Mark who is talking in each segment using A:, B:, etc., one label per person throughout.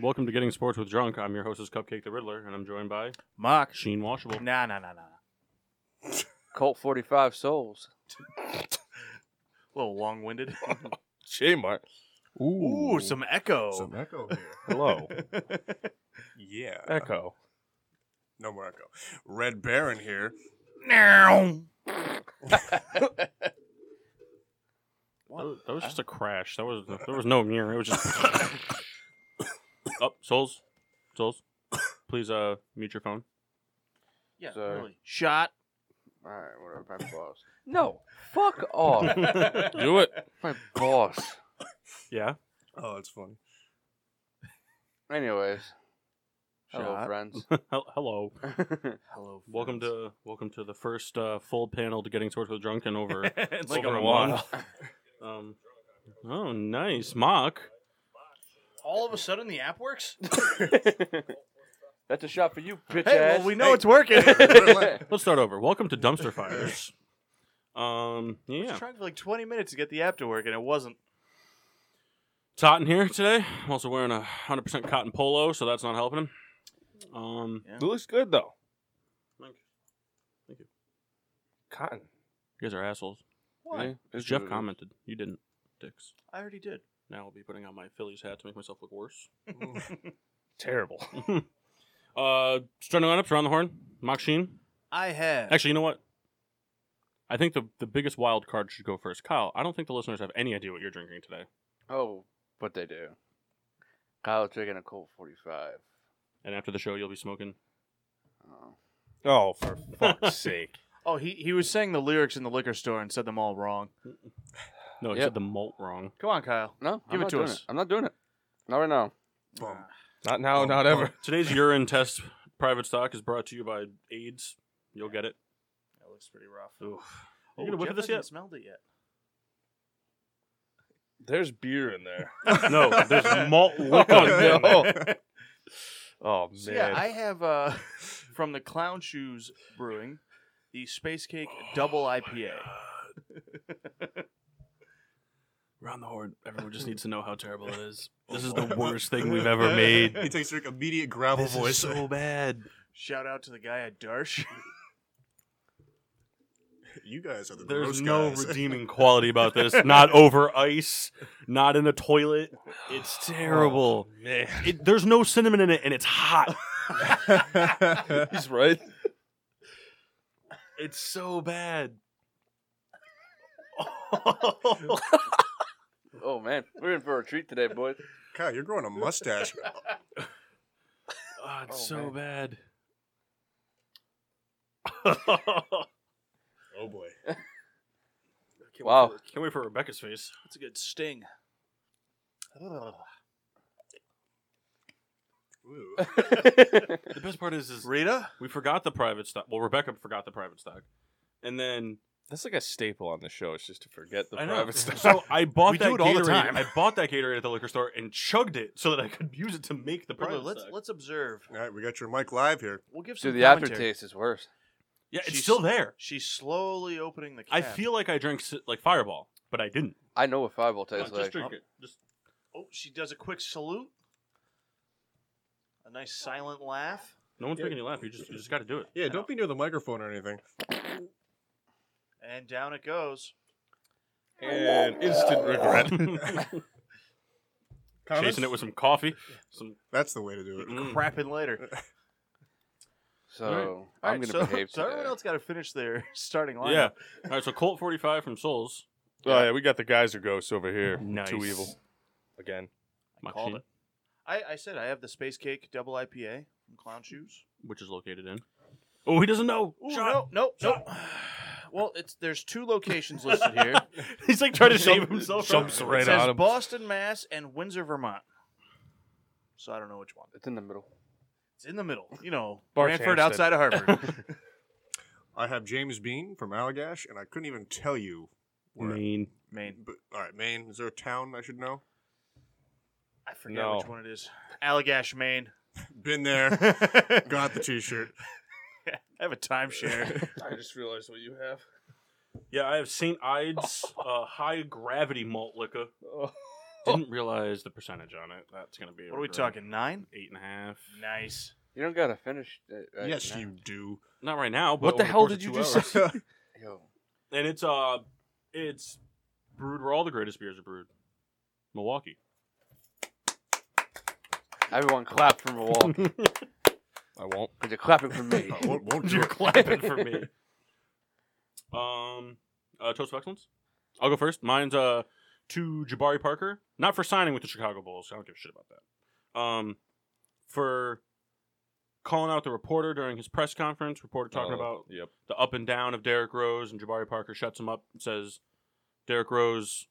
A: Welcome to Getting Sports with Drunk. I'm your hostess, Cupcake the Riddler, and I'm joined by
B: Mock.
A: Sheen Washable.
B: Nah, nah, nah, nah.
C: Colt 45 Souls.
B: A little long winded.
D: Shea Mart.
B: Ooh, some echo.
D: Some echo here.
A: Hello.
D: yeah.
A: Echo.
D: No more echo. Red Baron here.
A: That was, that was just a crash. That was there was no mirror. It was just
D: Oh,
A: up. Souls, souls. Please uh mute your phone.
B: yeah,
C: So-
B: really. Shot.
C: All right, whatever. My boss. No, fuck off.
D: Do it.
C: my boss.
A: Yeah.
D: Oh, it's funny.
C: Anyways, hello,
B: Shot.
C: friends.
A: Hel- Hello.
B: Hello.
A: Welcome to welcome to the first uh, full panel to Getting Sports with Drunk and over.
B: it's like
A: over
B: a
A: a
B: month.
A: Um. Oh, nice, mock.
B: All of a sudden, the app works.
C: That's a shot for you, bitch
B: Hey,
C: ass.
B: well, we know it's working.
A: Let's start over. Welcome to Dumpster Fires. Um.
B: I was
A: Yeah.
B: trying for like 20 minutes to get the app to work, and it wasn't.
A: It's hot in here today. I'm also wearing a 100% cotton polo, so that's not helping him. Um,
B: Yeah.
D: It looks good though.
A: Thank you. Thank you.
D: Cotton.
A: you guys are assholes.
B: Why?
C: Yeah, it's
A: Jeff
C: good.
A: commented. You didn't, dicks.
B: I already did.
A: Now I'll be putting on my Phillies hat to make myself look worse.
D: Terrible.
A: uh, starting lineups around the horn. Mock Sheen.
B: I have.
A: Actually, you know what? I think the, the biggest wild card should go first. Kyle, I don't think the listeners have any idea what you're drinking today.
C: Oh, but they do. Kyle drinking a Colt 45.
A: And after the show, you'll be smoking.
C: Oh.
D: Oh, for fuck's sake.
B: oh, he, he was saying the lyrics in the liquor store and said them all wrong.
A: No, he
C: Yep.
A: said the malt wrong.
B: Come on, Kyle.
C: No,
B: Give
C: I'm
B: it
C: not
B: to
C: doing
B: us.
C: I'm not doing it. Not right now.
D: Bum.
B: Ah.
D: Not now, not ever.
A: Today's urine test private stock is brought to you by AIDS. You'll get it.
B: That looks pretty rough.
A: You gonna whip
B: Jeff
A: this
B: hasn't
A: yet?
B: smelled it yet.
D: There's beer in there.
A: No, there's malt
D: oh,
A: liquor. in there.
D: no. oh man.
B: So yeah, I have uh, from the Clown Shoes Brewing the Space Cake
A: Oh
B: Double IPA.
A: Round the horn. Everyone just needs to know how terrible it is. This is the worst thing we've ever made.
D: he takes like immediate gravel
A: This
D: voice.
A: is so bad.
B: Shout out to the guy at Darsh.
D: you guys are the
A: There's
D: gross
A: no
D: guys.
A: redeeming quality about this. Not over ice. Not in a toilet. It's terrible.
D: Oh, man.
A: It, there's no cinnamon in it, and it's hot.
D: He's right.
B: Oh.
A: It's so bad. Ah,
C: Oh, man. We're in for a treat today, boys.
D: Kyle, you're growing a mustache.
A: Oh, it's so
C: Oh,
A: bad.
D: Oh boy.
C: Wow.
A: Can't wait for Rebecca's face.
B: That's a good sting.
D: Ooh.
A: The best part is, is
B: Rita?
A: we forgot the private stock. Well, Rebecca forgot the private stock, and then
E: That's like a staple on the show. It's just to forget the
A: I know.
E: private stuff.
A: So I bought
B: We
A: that
B: do it all
A: Gatorade.
B: the time.
A: I bought that Gatorade at the liquor store and chugged it so that I could use it to make the private
B: let's
A: stock.
B: let's observe.
D: All right, we got your mic live here.
B: We'll give some
C: Dude, the
B: commentary.
C: aftertaste is worse.
A: Yeah, it's
B: She's-
A: still there.
B: She's slowly opening the cap.
A: I feel like I drank si- like Fireball, but I didn't.
C: I know what Fireball
A: No,
C: tastes
A: just
C: like.
A: drink it. Just
B: Oh, she does a quick salute. A nice silent laugh.
A: no one's
D: Yeah.
A: making you laugh. You just you just got to do it.
D: Yeah,
B: don't
D: don't be near the microphone or anything.
B: And down it goes.
E: and instant regret.
A: Chasing it with some coffee. Some
D: That's the way to do it.
A: Mm.
B: Crapping later.
C: So,
A: All right.
C: I'm
B: Alright,
C: going to
B: so,
C: behave
B: So
C: today.
B: everyone else got to finish their starting line.
A: yeah. All right. So Colt forty five from Souls.
E: oh yeah, we got the guys or ghosts over here.
A: Nice.
E: Too evil again.
A: Machine,
B: called it. I, I said I have the Space Cake Double IPA from Clown Shoes.
A: which is located in. Oh, he doesn't know.
B: Ooh,
A: Shot.
B: no, no, no. Well, it's there's two locations listed here.
A: He's like trying to
E: Jump-
A: save himself.
E: jumps right
B: it
E: on
B: says
E: him.
B: Boston, Mass, and Windsor, Vermont. So I don't know which one.
C: It's in the middle.
B: It's in the middle. You know,
E: Bart
B: Brantford outside
E: Hampstead.
B: of Harvard.
D: I have James Bean from Allagash, and I couldn't even tell you where.
A: Maine.
B: Maine.
D: But, all right, Maine. Is there a town I should know?
B: I forget
E: No.
B: which one it is. Allagash, Maine.
D: Been there.
B: I
D: Got the T-shirt.
B: have a timeshare.
E: I just realized what you have.
A: Yeah, I have St. Ides uh, high gravity malt liquor.
E: Oh.
A: Didn't realize the percentage on it. That's gonna be. a
B: what are we
A: regret.
B: talking? Nine?
A: Eight and a half.
B: Nice.
C: You don't gotta finish. It right
D: yes,
C: now.
D: you do.
A: Not right now. But
E: What the
A: over
E: hell
A: course of
E: did you
A: two
E: just
A: hours.
C: Yo,
A: And it's uh, it's brewed where all the greatest beers are brewed. Milwaukee.
C: everyone clap for Milwaukee.
E: I won't.
C: Cause you're clapping for me.
D: Oh, won't, won't do
A: You're
D: it.
A: clapping for me. Um, uh, toast of excellence. I'll go first. Mine's uh to Jabari Parker, not for signing with the Chicago Bulls. I don't give a shit about that. Um, for calling out the reporter during his press conference. Reporter talking
E: Oh,
A: about
E: Yep.
A: the up and down of Derrick Rose, and Jabari Parker shuts him up and says, Derrick Rose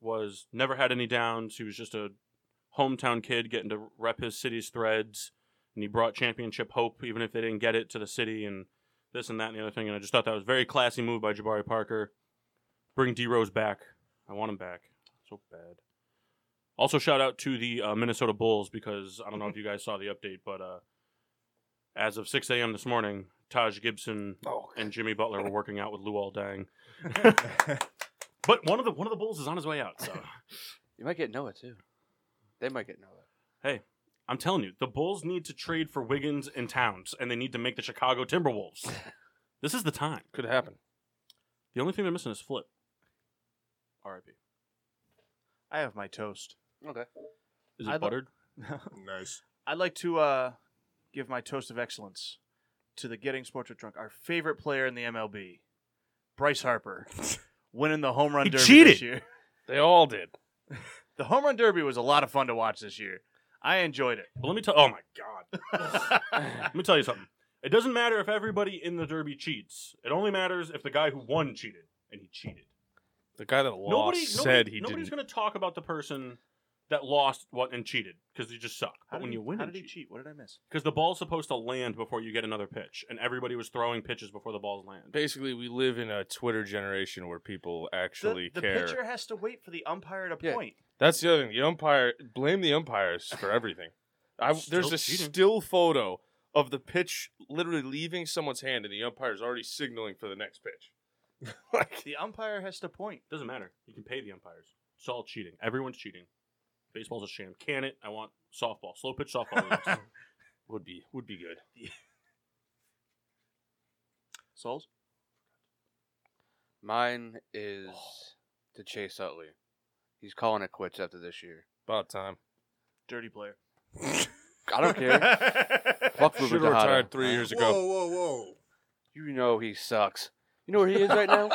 A: was never had any downs. He was just a hometown kid getting to rep his city's threads, and he brought championship hope, even if they didn't get it to the city, and this and that and the other thing. And I just thought that was a very classy move by Jabari Parker. Bring D Rose back. I want him back so bad. Also, shout out to the uh, Minnesota Bulls because I don't know if you guys saw the update, but uh, as of 6 a.m. this morning, Taj Gibson and Jimmy Butler were working out with Luol Dang. But one of the one of the Bulls is on his way out. So
C: You might get Noah too. They might get Noah.
A: I'm telling you, the Bulls need to trade for Wiggins and Towns, and they need to make the Chicago Timberwolves. This is the time.
E: Could happen.
A: The only thing they're missing is Flip. R.I.P.
B: I have my toast.
C: Okay.
A: Is it
B: I'd-
A: buttered?
D: nice.
B: I'd like to uh, give my toast of excellence to the Getting Sports with Drunk, our favorite player in the MLB, Bryce Harper, winning the home run
A: He
B: derby
A: cheated.
B: this year.
E: They all did.
B: The home run derby was a lot of fun to watch this year. I enjoyed it.
A: But let me tell. Oh my God. Let me tell you something. It doesn't matter if everybody in the Derby cheats. It only matters if the guy who won cheated, and he cheated.
E: The guy that lost said he
A: nobody's
E: didn't.
A: going to talk about the person that lost what and cheated because they just suck.
B: How
A: But
B: did
A: when
B: he-
A: you win,
B: how
A: and
B: did he
A: cheat-
B: cheat? What did I miss?
A: Because the ball's supposed to land before you get another pitch, and everybody was throwing pitches before the balls land.
E: Basically, we live in a Twitter generation where people actually
B: the, the
E: care.
B: pitcher has to wait for the umpire to
C: Yeah.
B: point.
E: That's the other thing. The umpire blame the umpires for everything. I, there's
A: Still
E: a
A: cheating.
E: still photo of the pitch literally leaving someone's hand, and the umpire's already signaling for the next pitch. like,
B: The umpire has to point.
A: Doesn't matter. You can pay the umpires. It's all cheating. Everyone's cheating. Baseball's a sham. Can it? I want softball. Slow pitch softball. next.
E: would be would be good.
B: Souls?
C: Mine is to Chase Utley. He's calling it quits after this year.
E: About time.
B: Dirty player.
C: I don't care. Fuck Ruben
E: Should have
C: Tejada.
E: retired three years
D: Whoa,
E: ago.
D: whoa, whoa!
C: You know he sucks. You know where he is right now?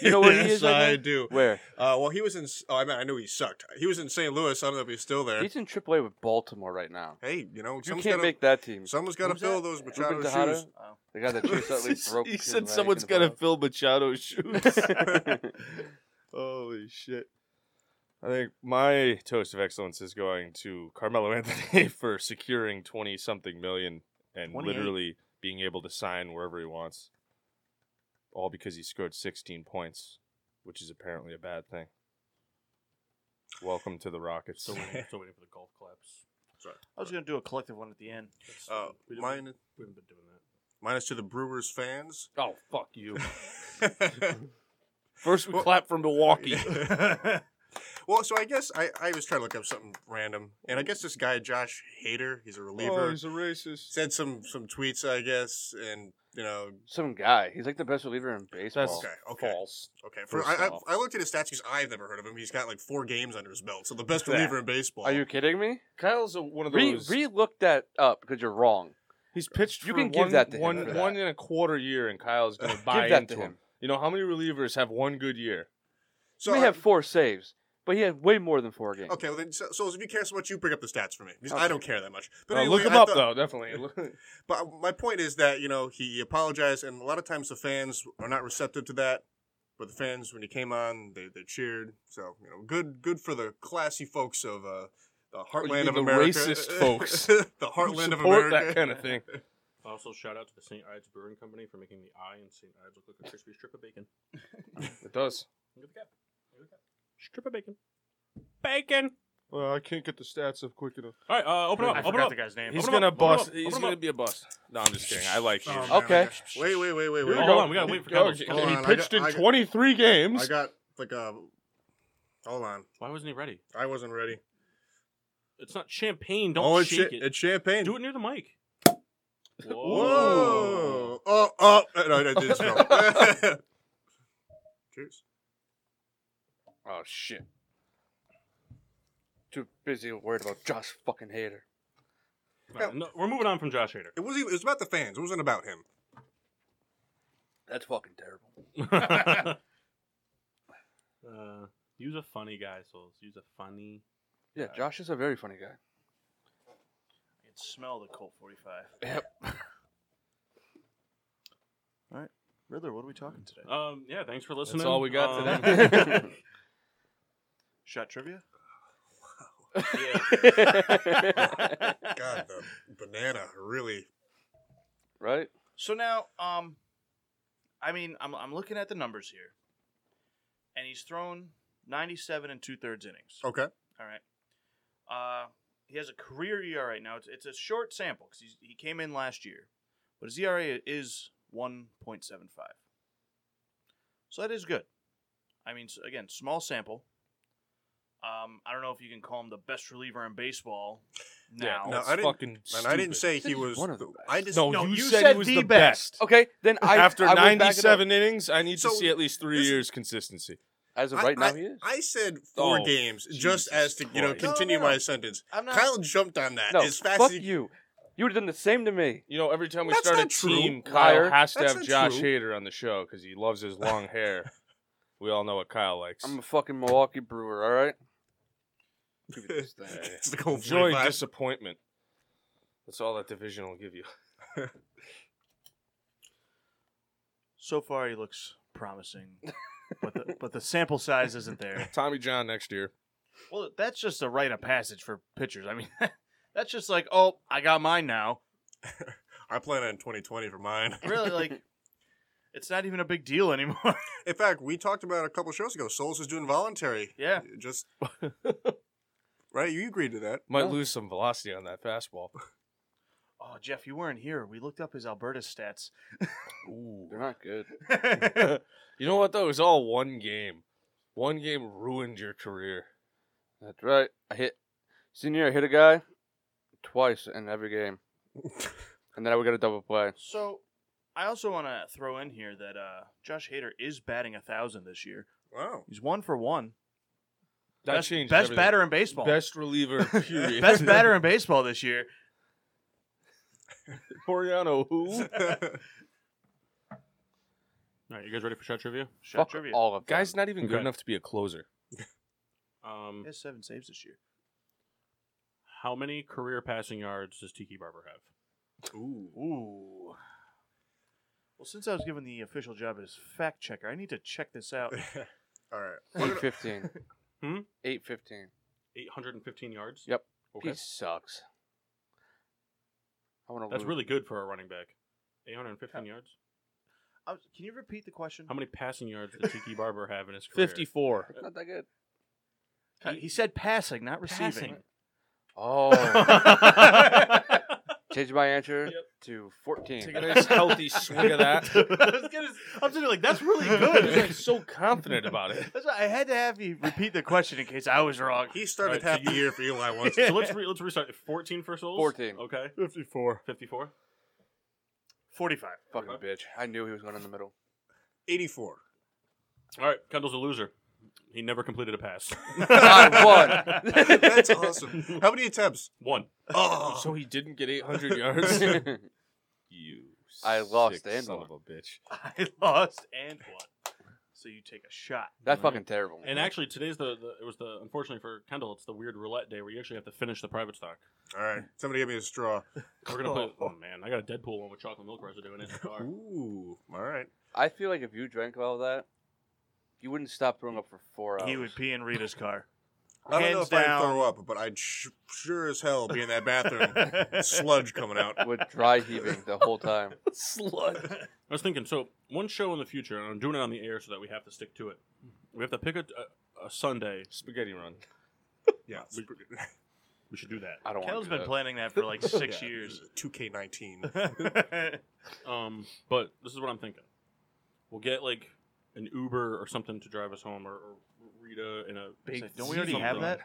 C: You know where he
D: yes,
C: is right now?
D: I do.
C: Where?
D: Uh, well, he was in. Oh, I mean, I knew he sucked. He was in St. Louis. I don't know if he's still there.
C: He's in AAA with Baltimore right now.
D: hey, you know,
C: You
D: someone's
C: can't
D: gotta,
C: make that team.
D: someone's got to
C: Who's
D: fill
C: that?
D: those
C: Ruben
D: Machado
C: Tejada?
D: shoes.
B: Oh.
C: The guy that Chase Utley broke.
E: he
C: his
E: said
C: leg
E: someone's
C: in the
E: got to
C: playoffs.
E: fill Machado's shoes. Holy shit. I think my toast of excellence is going to Carmelo Anthony for securing 20 something million and
B: 28.
E: literally being able to sign wherever he wants. All because he scored 16 points, which is apparently a bad thing. Welcome to the Rockets.
A: still, waiting, still waiting for the golf claps.
B: I was going to do a collective one at the end.
A: That's-
D: Uh,
A: we, didn't-
D: mine,
A: we haven't been doing that.
D: minus to the Brewers fans.
E: Oh, fuck you.
D: First,
E: We clap for Milwaukee.
D: well, so I guess I, I was trying to look up something random, and I guess this guy Josh Hader, he's a reliever,
E: a racist.
D: said some some tweets, I guess, and you know,
C: Some guy. He's like the best reliever in baseball.
D: okay, okay,
E: False.
D: okay. For,
E: First
D: I,
E: off.
D: I, I looked at his stats because I've never heard of him. He's got like four games under his belt, so the best
E: Yeah.
D: reliever in baseball.
C: Are you kidding me?
E: Kyle's a, one of
C: Re
E: those.
C: re look that up because you're wrong.
E: He's pitched
C: You
E: for
C: can give
E: one,
C: that to him
E: one-
C: for that.
E: one and a quarter year, and Kyle's going to buy
C: Give that
E: into
C: to
E: him.
C: him.
E: You know how many relievers have one good year?
D: So
C: we
D: I-
C: have four saves. But he had way more than four games.
D: Okay, well then, so, so if you care so much, you bring up the stats for me. Because I
C: Okay.
D: don't care that much. But
E: Uh,
D: anyway,
E: look him
D: I
E: up
D: thought-
E: though, definitely. Look-
D: But uh, my point is that you know he apologized, and a lot of times the fans are not receptive to that. But the fans, when he came on, they, they cheered. So you know, good good for the classy folks of uh, the heartland
E: mean
D: of
E: the
D: America,
E: racist folks
D: the heartland of
E: Support
D: America.
E: that kind of thing.
A: Also, shout out to the St. Ives Brewing Company for making the eye in St. Ives look like a crispy strip of bacon.
E: It does.
A: Look at that. Look at that. Strip of bacon. Bacon.
E: Well, I can't get the stats up quick enough.
A: All right, uh, open it
B: I
A: up. Open it
B: forgot
A: up.
B: the guy's name.
E: He's
A: Open 'em
E: gonna
A: up, open 'em
E: bust.
A: up,
E: He's
A: open 'em
E: gonna
A: up.
E: be a bust. No, I'm just kidding. I like you.
D: Oh, man,
C: Okay.
D: I got- Wait, wait, wait, wait,
E: Um, Here we
D: wait.
A: Hold on, we gotta wait for Kyle.
E: He
D: Hold on, I got-
E: pitched
D: I
E: in
D: got-
E: 23 games.
D: I got like a. Hold on,
A: Why wasn't he ready?
D: I wasn't ready.
A: It's not champagne. Don't
D: oh, it's,
A: shake
D: cha-
A: it.
D: it's champagne.
A: Do it near the mic. Whoa.
D: Whoa! Oh, oh, no, no, I did smell. Cheers.
C: Oh shit. Too busy worried about Josh fucking Hader.
A: All right, no, we're moving on from Josh Hader.
D: It was even, it was about the fans. It wasn't about him.
C: That's fucking terrible.
A: uh, use Uh, a funny guy, Souls. Use a funny.
C: Yeah, Josh is a very funny guy.
B: I can smell the Colt 45.
C: Yep.
B: Riddler, what are we talking today?
A: Um, yeah, thanks for listening.
E: all we got
A: Um,
C: today.
B: Shot trivia?
A: yeah.
D: God, the banana really.
C: right?
B: So now, um, I mean, I'm, I'm looking at the numbers here, and he's thrown 97 and two thirds innings.
D: Okay.
B: All right. Uh, he has a career ERA right now. It's, it's a short sample because he came in last year, but his ERA is 1.75. So that is good. I mean, s- again, small sample. Um, I don't know if you can call him the best reliever in baseball now.
D: No,
E: That's
D: I didn't-
E: fucking
D: And I didn't
E: stupid.
D: say
C: Said
D: he
C: he's
D: was.
C: one of
D: the-
C: the
D: I
C: best.
D: just
E: No,
B: No,
E: you,
B: you
E: said,
B: said
E: he was
B: the
E: the best.
C: Okay, then I
E: After
C: I would back it up.
E: 97 innings, I need
D: So,
E: to see at least three
D: this-
E: years consistency.
C: As of
D: I-
C: right now, he is.
D: I said four
E: Oh,
D: games
E: Jesus
D: just as to you know
E: Christ.
D: continue
B: No, no, no.
D: my sentence.
B: I'm not.
D: Kyle jumped on that
C: no,
D: as fast
C: fuck
D: as he.
C: you. You would have done the same to me.
E: You know, every time we
D: That's
E: start a
D: not true.
E: team, Kyle
C: Liar.
E: has to
D: That's
E: have
D: not
E: Josh
D: true.
E: Hader on the show because he loves his long hair. we all know what Kyle likes.
C: I'm a fucking Milwaukee Brewer, all right? Give me this thing.
D: it's the cold
E: Enjoy
D: 45.
E: disappointment. That's all that division will give you.
B: So far, he looks promising, but the, but the sample size isn't there.
E: Tommy John next year.
B: Well, that's just a rite of passage for pitchers. I mean, that's just like, oh, I got mine now.
D: I plan on 2020 for mine.
B: Really, like, it's not even a big deal anymore.
D: In fact, we talked about it a couple shows ago. Souls is doing voluntary.
B: yeah,
D: Just right. You agreed to that.
E: Might
C: No.
E: lose some velocity on that fastball.
B: Oh, Jeff, you weren't here. We looked up his Alberta stats.
C: They're not good.
E: you know what though? It was all one game. One game ruined your career.
C: That's right. I hit senior. I hit a guy twice in every game, and then I would get a double play.
B: so, I also want to throw in here that uh, Josh Hader is batting a thousand this year.
D: Wow.
B: He's one for one.
E: That
B: best,
E: changed.
B: Best
E: everything.
B: batter in baseball. Best,
E: Best reliever. Period.
B: batter in baseball this year.
E: Moriano. Who?
A: All right, you guys ready for shot trivia?
B: Shot
C: Fuck
B: trivia.
C: all of them.
E: Guy's not even good
A: Okay.
E: enough to be a closer.
A: Um,
B: He has seven saves this year.
A: how many career passing yards does Tiki Barber have?
D: Ooh.
B: Ooh. Well, since I was given the official job as fact checker, I need to check this out.
D: All right. We're
C: eight
D: gonna-
C: fifteen.
A: Hmm?
C: Eight fifteen.
A: 815 yards.
C: Yep.
A: Okay.
C: He sucks. I want to.
A: That's really good for a running back. 815 yards.
B: Uh, can you repeat the question?
A: How many passing yards did Tiki Barber have in his career?
E: Fifty-four.
C: not that good.
B: Uh, He said passing, not receiving.
A: Passing.
C: Oh, change my answer
A: Yep.
C: to fourteen.
E: Take a nice healthy swing of that.
B: I'm sitting there like that's really
E: He's like
B: good.
E: so confident about it.
B: That's why I had to have you repeat the question in case I was wrong.
D: He started
A: All right,
D: half the year for Eli once.
A: so let's re- let's restart. 14 for Souls.
C: 14.
A: Okay.
E: Fifty-four.
A: 54.
B: 45.
C: fucking bitch. I knew he was going in the middle.
D: 84.
A: All right, Kendall's a loser. He never completed a pass.
C: I won.
D: That's awesome. How many attempts?
A: One.
D: Oh,
E: So he didn't get eight hundred yards. you.
C: I lost
E: sick
C: and
E: son
C: won.
E: of a bitch.
B: I lost and won. So you take a shot.
C: That's
A: Right.
C: fucking terrible.
A: And actually, today's the, the it was the unfortunately for Kendall, it's the weird roulette day where you actually have to finish the private stock.
D: All right, somebody give me a straw.
A: We're gonna play. Oh man, I got a Deadpool one with chocolate milk residue in it. in the car.
D: Ooh, all right.
C: I feel like if you drank all that, you wouldn't stop throwing up for four hours.
B: He would pee in Rita's car.
D: I don't know
B: Hands
D: if I'd
B: down.
D: throw up, but I'd sh- sure as hell be in that bathroom, sludge coming out.
C: with dry heaving the whole time.
B: Slut.
A: I was thinking, so one show in the future, and I'm doing it on the air so that we have to stick to it. We have to pick a, a, a Sunday.
E: Spaghetti run.
D: Yeah, it's pretty-
A: We should do that.
C: I don't want
B: Kel's
C: to.
B: been planning that for like six
D: yeah,
B: years.
D: 2K19.
A: Um, but this is what I'm thinking. We'll get like an Uber or something to drive us home, or, or Rita in a.
B: Big
A: something.
B: Don't we already have that?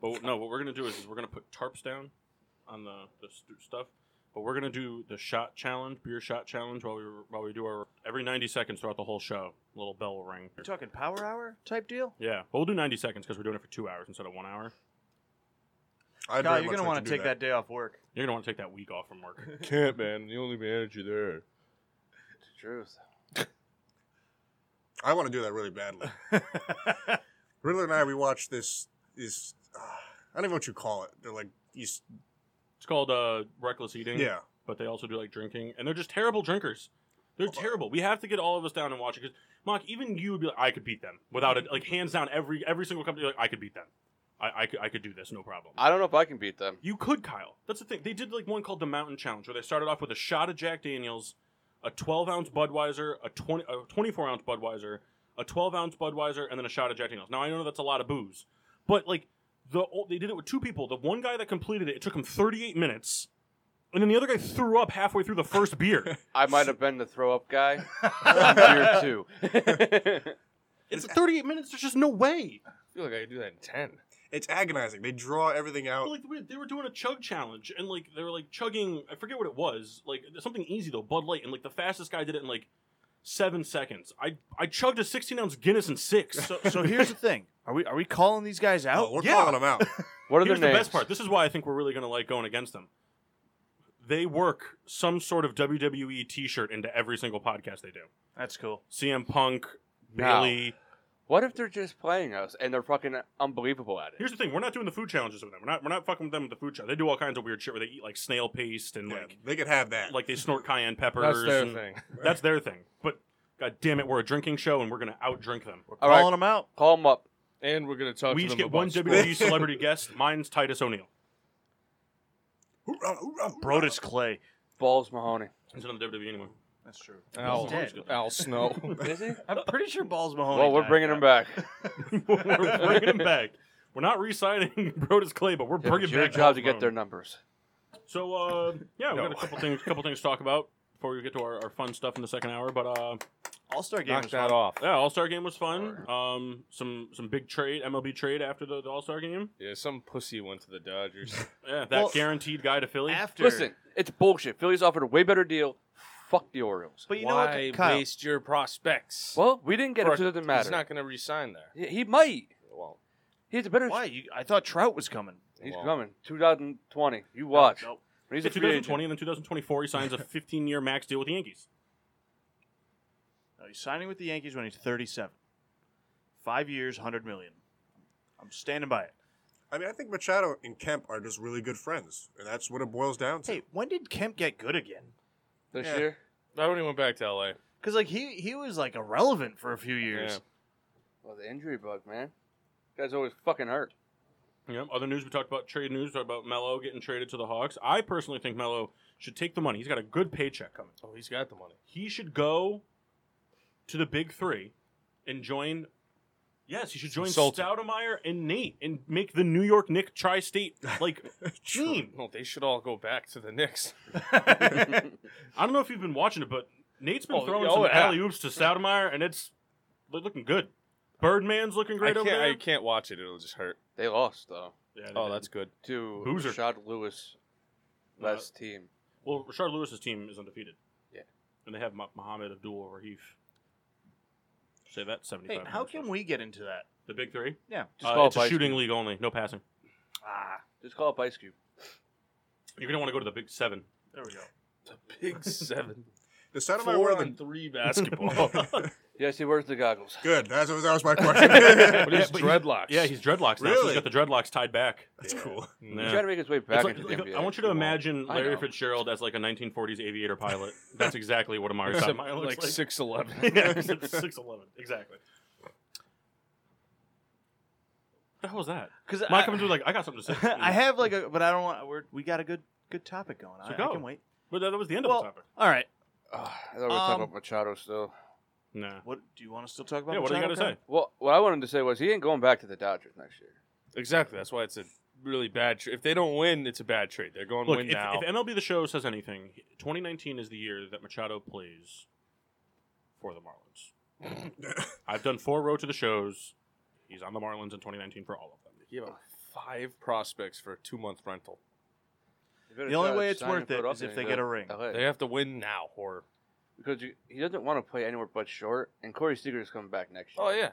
A: But no, what we're gonna do is, is we're gonna put tarps down on the, the stu- stuff. But we're gonna do the shot challenge, beer shot challenge, while we while we do our every ninety seconds throughout the whole show. A little bell will ring.
B: You're talking power hour type deal?
A: Yeah, but we'll do ninety seconds because we're doing it for two hours instead of one hour.
D: I'd
B: Kyle,
D: very
B: you're
D: much
B: gonna
D: like
B: want
D: do
B: to take that. day off work.
A: You're gonna want to take that week off from work.
E: Can't, man. You only manage you there.
C: The truth.
D: I want to do that really badly. Riddler and I, we watched this. Is uh, I don't even know what you call it. They're like, these,
A: It's called uh, reckless eating.
D: yeah,
A: but they also do like drinking, and they're just terrible drinkers. They're
D: Hold on.
A: terrible. We have to get all of us down and watch it because Mock, even you would be like, I could beat them without it. Like hands down, every every single company, like I could beat them. I I could, I could do this, no problem.
C: I don't know if I can beat them.
A: You could, Kyle. That's the thing. They did like one called the Mountain Challenge, where they started off with a shot of Jack Daniels, a 12 ounce Budweiser, a 20, a 24 ounce Budweiser, a 12 ounce Budweiser, and then a shot of Jack Daniels. Now I know that's a lot of booze, but like the o- they did it with two people. The one guy that completed it, it took him 38 minutes, and then the other guy threw up halfway through the first beer.
C: I might have been the throw up guy. I'm here too. I
A: it's 38 minutes. There's just no way.
E: I feel like I could do that in 10.
D: it's agonizing. They draw everything
A: But,
D: out.
A: like we- they were doing a chug challenge, and like they were like chugging. I forget what it was. Like something easy though, Bud Light, and like the fastest guy did it in like seven seconds. I I chugged a 16 ounce Guinness in six. So,
B: So, so here's the thing: are we are we calling these guys out?
D: Oh, we're
A: yeah.
D: calling them out.
C: What are
A: here's
C: their
A: the
C: names?
A: best part. This is why I think we're really gonna like going against them. They work some sort of WWE T-shirt into every single podcast they do.
B: That's cool.
A: CM Punk,
C: Now,
A: Bailey.
C: What if they're just playing us and they're fucking unbelievable at it?
A: Here's the thing: we're not doing the food challenges with them. We're not we're not fucking with them with the food challenge. They do all kinds of weird shit where they eat like snail paste and
D: Yeah,
A: like
D: they could have that.
A: like they snort cayenne peppers.
E: That's their
A: and-
E: thing.
A: That's their thing. But god damn it, we're a drinking show and we're gonna outdrink them.
B: We're
C: All
B: calling
C: right.
B: them out.
C: Call them up.
E: And we're going to talk
A: we
E: to
A: each
E: them
A: get
E: about
A: one
E: sports.
A: WWE celebrity guest. Mine's Titus O'Neil.
D: Hoorah, hoorah, hoorah.
B: Brodus Clay.
C: Balls Mahoney.
A: He's not on WWE E anymore.
B: That's true.
C: Oh,
E: Al,
B: He's dead.
E: Al Snow.
C: Is he?
B: I'm pretty sure Balls Mahoney.
C: Well, we're
B: died.
C: bringing him back.
A: we're bringing him back. We're not re-signing Brodus Clay, but we're
C: Yeah,
A: bringing
C: it's your
A: back.
C: job to
A: Hulk
C: get their
A: Hogan.
C: numbers.
A: So uh, yeah, we
E: No.
A: got a couple things, couple things to talk about before we get to our, our fun stuff in the second hour. But uh,
B: All-Star game.
E: Knock
B: was
E: that
B: fun.
E: off.
A: yeah, All Star game was fun. Um, some some big trade, MLB trade after the, the All Star game.
E: Yeah, some pussy went to the Dodgers.
A: Yeah, that
B: Well,
A: guaranteed guy to Philly.
B: After.
C: Listen, it's bullshit. Phillies offered a way better deal. Fuck the Orioles.
B: But you know
E: Why
B: what, Kyle?
E: waste your prospects?
C: Well, we didn't get
E: For
C: it, so it doesn't matter.
E: He's not going to resign there.
C: He, he might.
E: Well,
C: He's a better.
B: Why? You, I thought Trout was coming.
C: He's
E: Well.
C: coming. 2020. You watch.
B: Nope.
C: When he's
A: Yeah,
C: a free agent.
A: 2020 and then 2024, he signs a 15 year max deal with the Yankees.
B: No, he's signing with the Yankees when he's 37. Five years, hundred million. I'm standing by it.
D: I mean, I think Machado and Kemp are just really good friends, and that's what it boils down to.
B: Hey, when did Kemp get good again?
C: this
D: Yeah.
C: year.
E: I when he went back to LA.
B: Because like he he was like irrelevant for a few years.
E: Yeah.
C: Well, the injury bug, man. Guy's always fucking hurt.
A: Yep. Other news we talked about trade news, talked about Melo getting traded to the Hawks. I personally think Melo should take the money. He's got a good paycheck coming.
E: Oh, he's got the money.
A: He should go to the big three and join Yes, he should join
E: Insult him.
A: Stoudemire and Nate and make the New York Knicks tri state like team.
E: No, they should all go back to the Knicks.
A: I don't know if you've been watching it, but Nate's been
E: Oh,
A: throwing
E: oh,
A: some
E: yeah.
A: alley oops to Stoudemire and it's they're looking good. Birdman's looking
E: I
A: great
E: can't,
A: over there.
E: I can't watch it. It'll just hurt.
C: They lost though
A: Yeah, they
E: Oh,
A: did.
E: that's good.
C: to
A: Boozer.
C: Rashad Lewis, last team.
B: uh,
A: Well, Rashard Lewis's team is undefeated.
C: Yeah.
A: And they have Mo- Muhammad Abdul Rahif. Say that 75.
B: hey, how
A: times
B: can
A: fast.
B: we get into that?
A: The big three?
B: Yeah.
C: Just
A: Uh,
C: call
A: it's
C: up
A: a
C: Ice
A: shooting
C: Cube.
A: league only, no passing.
B: Ah,
C: Just call up Ice Cube.
A: You're going to want to go to the big seven.
B: there we go.
E: The big seven.
D: The sound of my
E: Four
D: word,
E: on three basketball.
C: Yes, he wears the goggles.
D: Good. That's, that was my question.
E: But his
A: but he's-
E: dreadlocks.
A: Yeah, he's dreadlocks now. So
D: Really?
A: he's got the dreadlocks tied back.
D: That's cool.
C: He's
A: Yeah.
C: trying to make his way back
A: It's like-
C: into
A: like,
C: the NBA.
A: I want you to
C: He won't.
A: imagine
C: I
A: Larry
C: know.
A: Fitzgerald as like a 1940s aviator pilot. That's exactly what Amari
E: Except,
A: Stoudemire looks
E: like
A: like.
E: six eleven.
A: yeah, six eleven, exactly. What the hell was that?
B: Because
A: Mike comes in like, I got something to say.
B: I have like a, but I don't want. We're, we got a good good topic going.
A: So
B: I,
A: go.
B: I can wait.
A: but that, that was the end
B: Well-
A: of the topic.
B: All right.
C: Ugh, I thought we were talking
B: Um,
C: about Machado still.
A: Nah.
B: What do you want to still talk about?
A: Yeah, what do you got
B: Machado
A: to say?
B: Khan?
C: Well, what I wanted to say was he ain't going back to the Dodgers next year.
E: Exactly. That's why it's a really bad trade. If they don't win, it's a bad trade. They're going to
A: Look,
E: win
A: if,
E: now.
A: if MLB The Show says anything, 2019 is the year that Machado plays for the Marlins. I've done four row to the shows. He's on the Marlins in 2019 for all of them.
E: Give them five prospects for a two month rental.
C: They better
B: The only
C: try to
B: way it's
C: sign
B: worth it
C: Philadelphia
B: is if
C: to
B: they
C: go
B: get a
C: to
B: ring.
C: LA.
E: They have to win now, or
C: because you, he doesn't want to play anywhere but short, and Corey Seager is coming back next year.
E: oh yeah,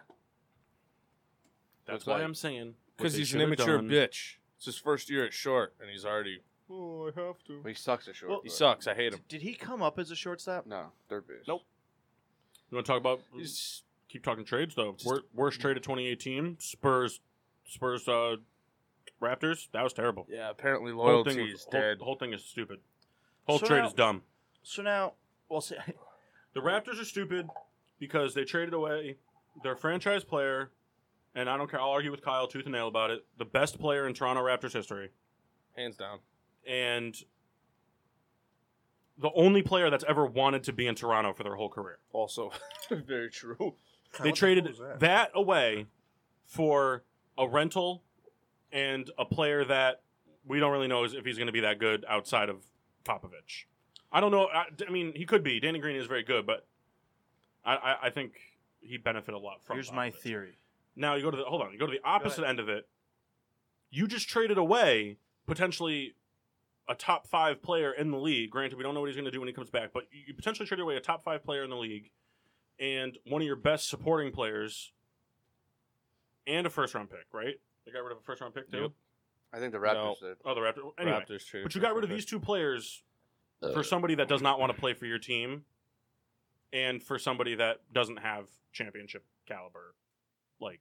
A: That's
C: Looks
A: why
C: like-
A: I'm saying what
E: because
A: they
E: he's an
A: should have
E: immature
A: done-
E: bitch. It's his first year at short, and he's already. Oh, I have to.
C: But he sucks at short.
B: Well-
E: He
C: but-
E: sucks. I hate him.
B: Did he come up as a shortstop?
C: No, third base.
E: Nope.
A: You want to talk about?
E: He's
A: keep talking trades though.
E: Just-
A: Wor- worst trade of 2018: Spurs, Spurs, uh, Raptors. That was terrible.
E: yeah. Apparently,
A: Whole
E: loyalty
A: thing was-
E: is
A: whole-
E: dead.
A: Whole, thing is stupid. Whole
B: So
A: trade
B: now-
A: is dumb.
B: So now, well, see,
A: The Raptors are stupid because they traded away their franchise player, and I don't care. I'll argue with Kyle tooth and nail about it. The best player in Toronto Raptors history,
E: Hands down.
A: and the only player that's ever wanted to be in Toronto for their whole career.
E: Also, very true.
D: Kyle,
A: they
D: what the
A: traded
D: hell was
A: that? away for a rental and a player that we don't really know is if he's going to be that good outside of Popovich. I don't know. I, I mean, he could be. Danny Green is very good, but I, I, I think he benefited a lot from.
B: here's my
A: Popovich.
B: theory.
A: Now you go to the hold on. You go to the opposite end of it. You just traded away potentially a top five player in the league. Granted, we don't know what he's going to do when he comes back, but you potentially traded away a top five player in the league and one of your best supporting players and a first round pick. Right? They got rid of a first round pick too.
E: Yep.
C: I think the Raptors did.
A: Oh, the Raptor. Anyway,
E: Raptors traded.
A: but you
E: for
A: got rid of
E: Fred.
A: these two players for somebody that does not want to play for your team, and for somebody that doesn't have championship caliber, like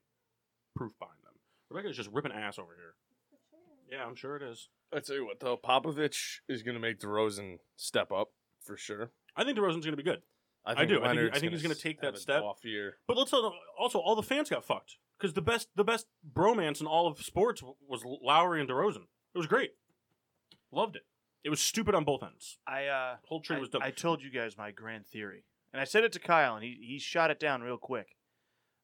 A: proof behind them. Rebecca's just ripping ass over here. Yeah, I'm sure it is.
E: I tell you what, though, Popovich is going to make DeRozan step up for sure.
A: I think DeRozan's going to be good, I do. I think he- I
E: Leonard's
A: think he's
E: gonna
A: gonna take
E: have
A: that
E: an
A: step.
E: off year.
A: but let's also, also all the fans got fucked because the best the best bromance in all of sports w- was Lowry and DeRozan. It was great, loved it. It was stupid on both ends.
B: I uh,
A: The whole trade
B: I,
A: was dumb.
B: I told you guys my grand theory, and I said it to Kyle, and he he shot it down real quick.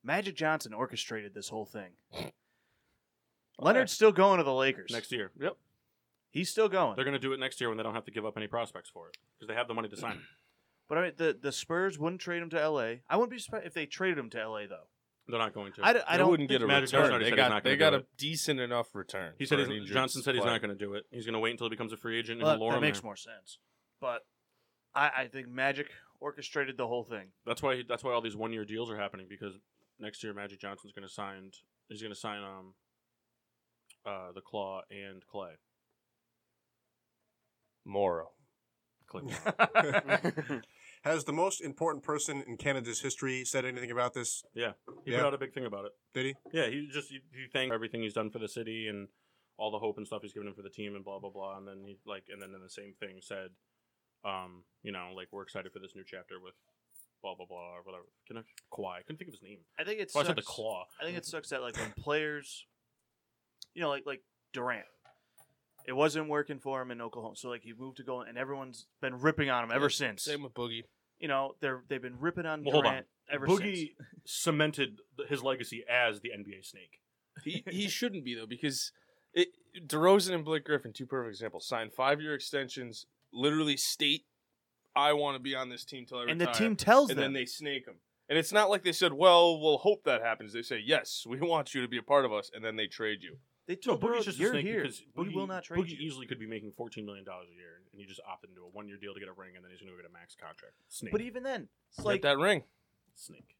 B: Magic Johnson orchestrated this whole thing. Leonard's still going to the Lakers.
A: next year, yep.
B: He's still going.
A: They're going to do it next year when they don't have to give up any prospects for it because they have the money to sign. Him.
B: But I mean, the the Spurs wouldn't trade him to L.A. I wouldn't be surprised if they traded him to L.A. though.
A: They're not going to.
B: I, d- I
E: They
B: don't
E: wouldn't
B: think
E: get a
A: Magic Johnson
E: return.
A: already
E: They
A: said he's
E: got,
A: not gonna
E: they got
A: do
E: a decent enough return.
A: He said
E: for
A: he's,
E: an injured
A: Johnson said he's
E: player.
A: not going to do it. He's going to wait until he becomes a free agent and
B: Well,
A: he'll lure
B: that
A: him
B: makes
A: there.
B: more sense. But I, I think Magic orchestrated the whole thing.
A: That's why he, that's why all these one year deals are happening because next year Magic Johnson's going to sign he's going to sign um uh the Claw and Clay.
E: Morrow.
A: Clay.
D: that? Has the most important person in Canada's history said anything about this?
A: He
D: Yeah.
A: put out a big thing about it.
D: Did he?
A: Yeah, he just he, he thanked everything he's done for the city and all the hope and stuff he's given him for the team and blah blah blah and then he like and then in the same thing said um you know like we're excited for this new chapter with blah blah blah or whatever. Can I Kawhi? I couldn't think of his name.
B: I think it's
A: Well, I said the Claw.
B: I think it sucks that like when players, you know, like like Durant, it wasn't working for him in Oklahoma, so like he moved to go, and everyone's been ripping on him ever since.
E: Same with Boogie.
B: You know, they're they've been ripping on
A: Well, hold on.
B: Durant ever
A: Boogie
B: since.
A: cemented th- his legacy as the NBA snake.
E: He he shouldn't be though because it, DeRozan and Blake Griffin, two perfect examples, signed five year extensions. Literally state, I want to be on this team till I retire.
B: And the team tells
E: and
B: them.
E: then they snake him. And it's not like they said, "Well, we'll hope that happens." They say, "Yes, we want you to be a part of us," and then they trade you.
B: they told Durant, you're here. we
A: Boogie-
B: will not trade
A: Boogie
B: you.
A: easily could be making fourteen million dollars a year, and he just opted into a one-year deal to get a ring, and then he's going to get a max contract. Snake,
B: But even then, it's
E: Like
B: like
E: that ring.
A: snake.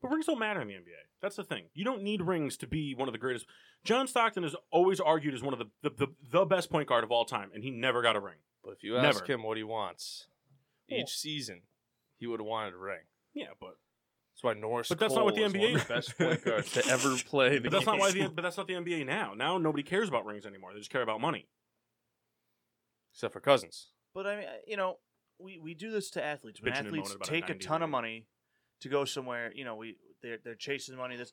A: But rings don't matter in the NBA. That's the thing. You don't need rings to be one of the greatest. John Stockton is always argued as one of the the, the, the best point guard of all time, and he never got a ring.
E: But if you
A: Never.
E: ask him what he wants
A: Yeah.
E: each season, he would have wanted a ring.
A: Yeah, but
E: That's That's why Norris.
A: But that's not what
E: Cole
A: the
E: is
A: NBA
E: one of the best point guards to ever play the
A: But that's not why. The,
E: game.
A: but that's not the NBA now. Now nobody cares about rings anymore. They just care about money.
E: Except for Cousins.
B: But I mean, I- you know, we, we do this to athletes. When
A: Bitching and
B: athletes
A: moaning about a
B: take a
A: 90
B: ton of
A: ring.
B: money to go somewhere, you know, we they're they're chasing money. This,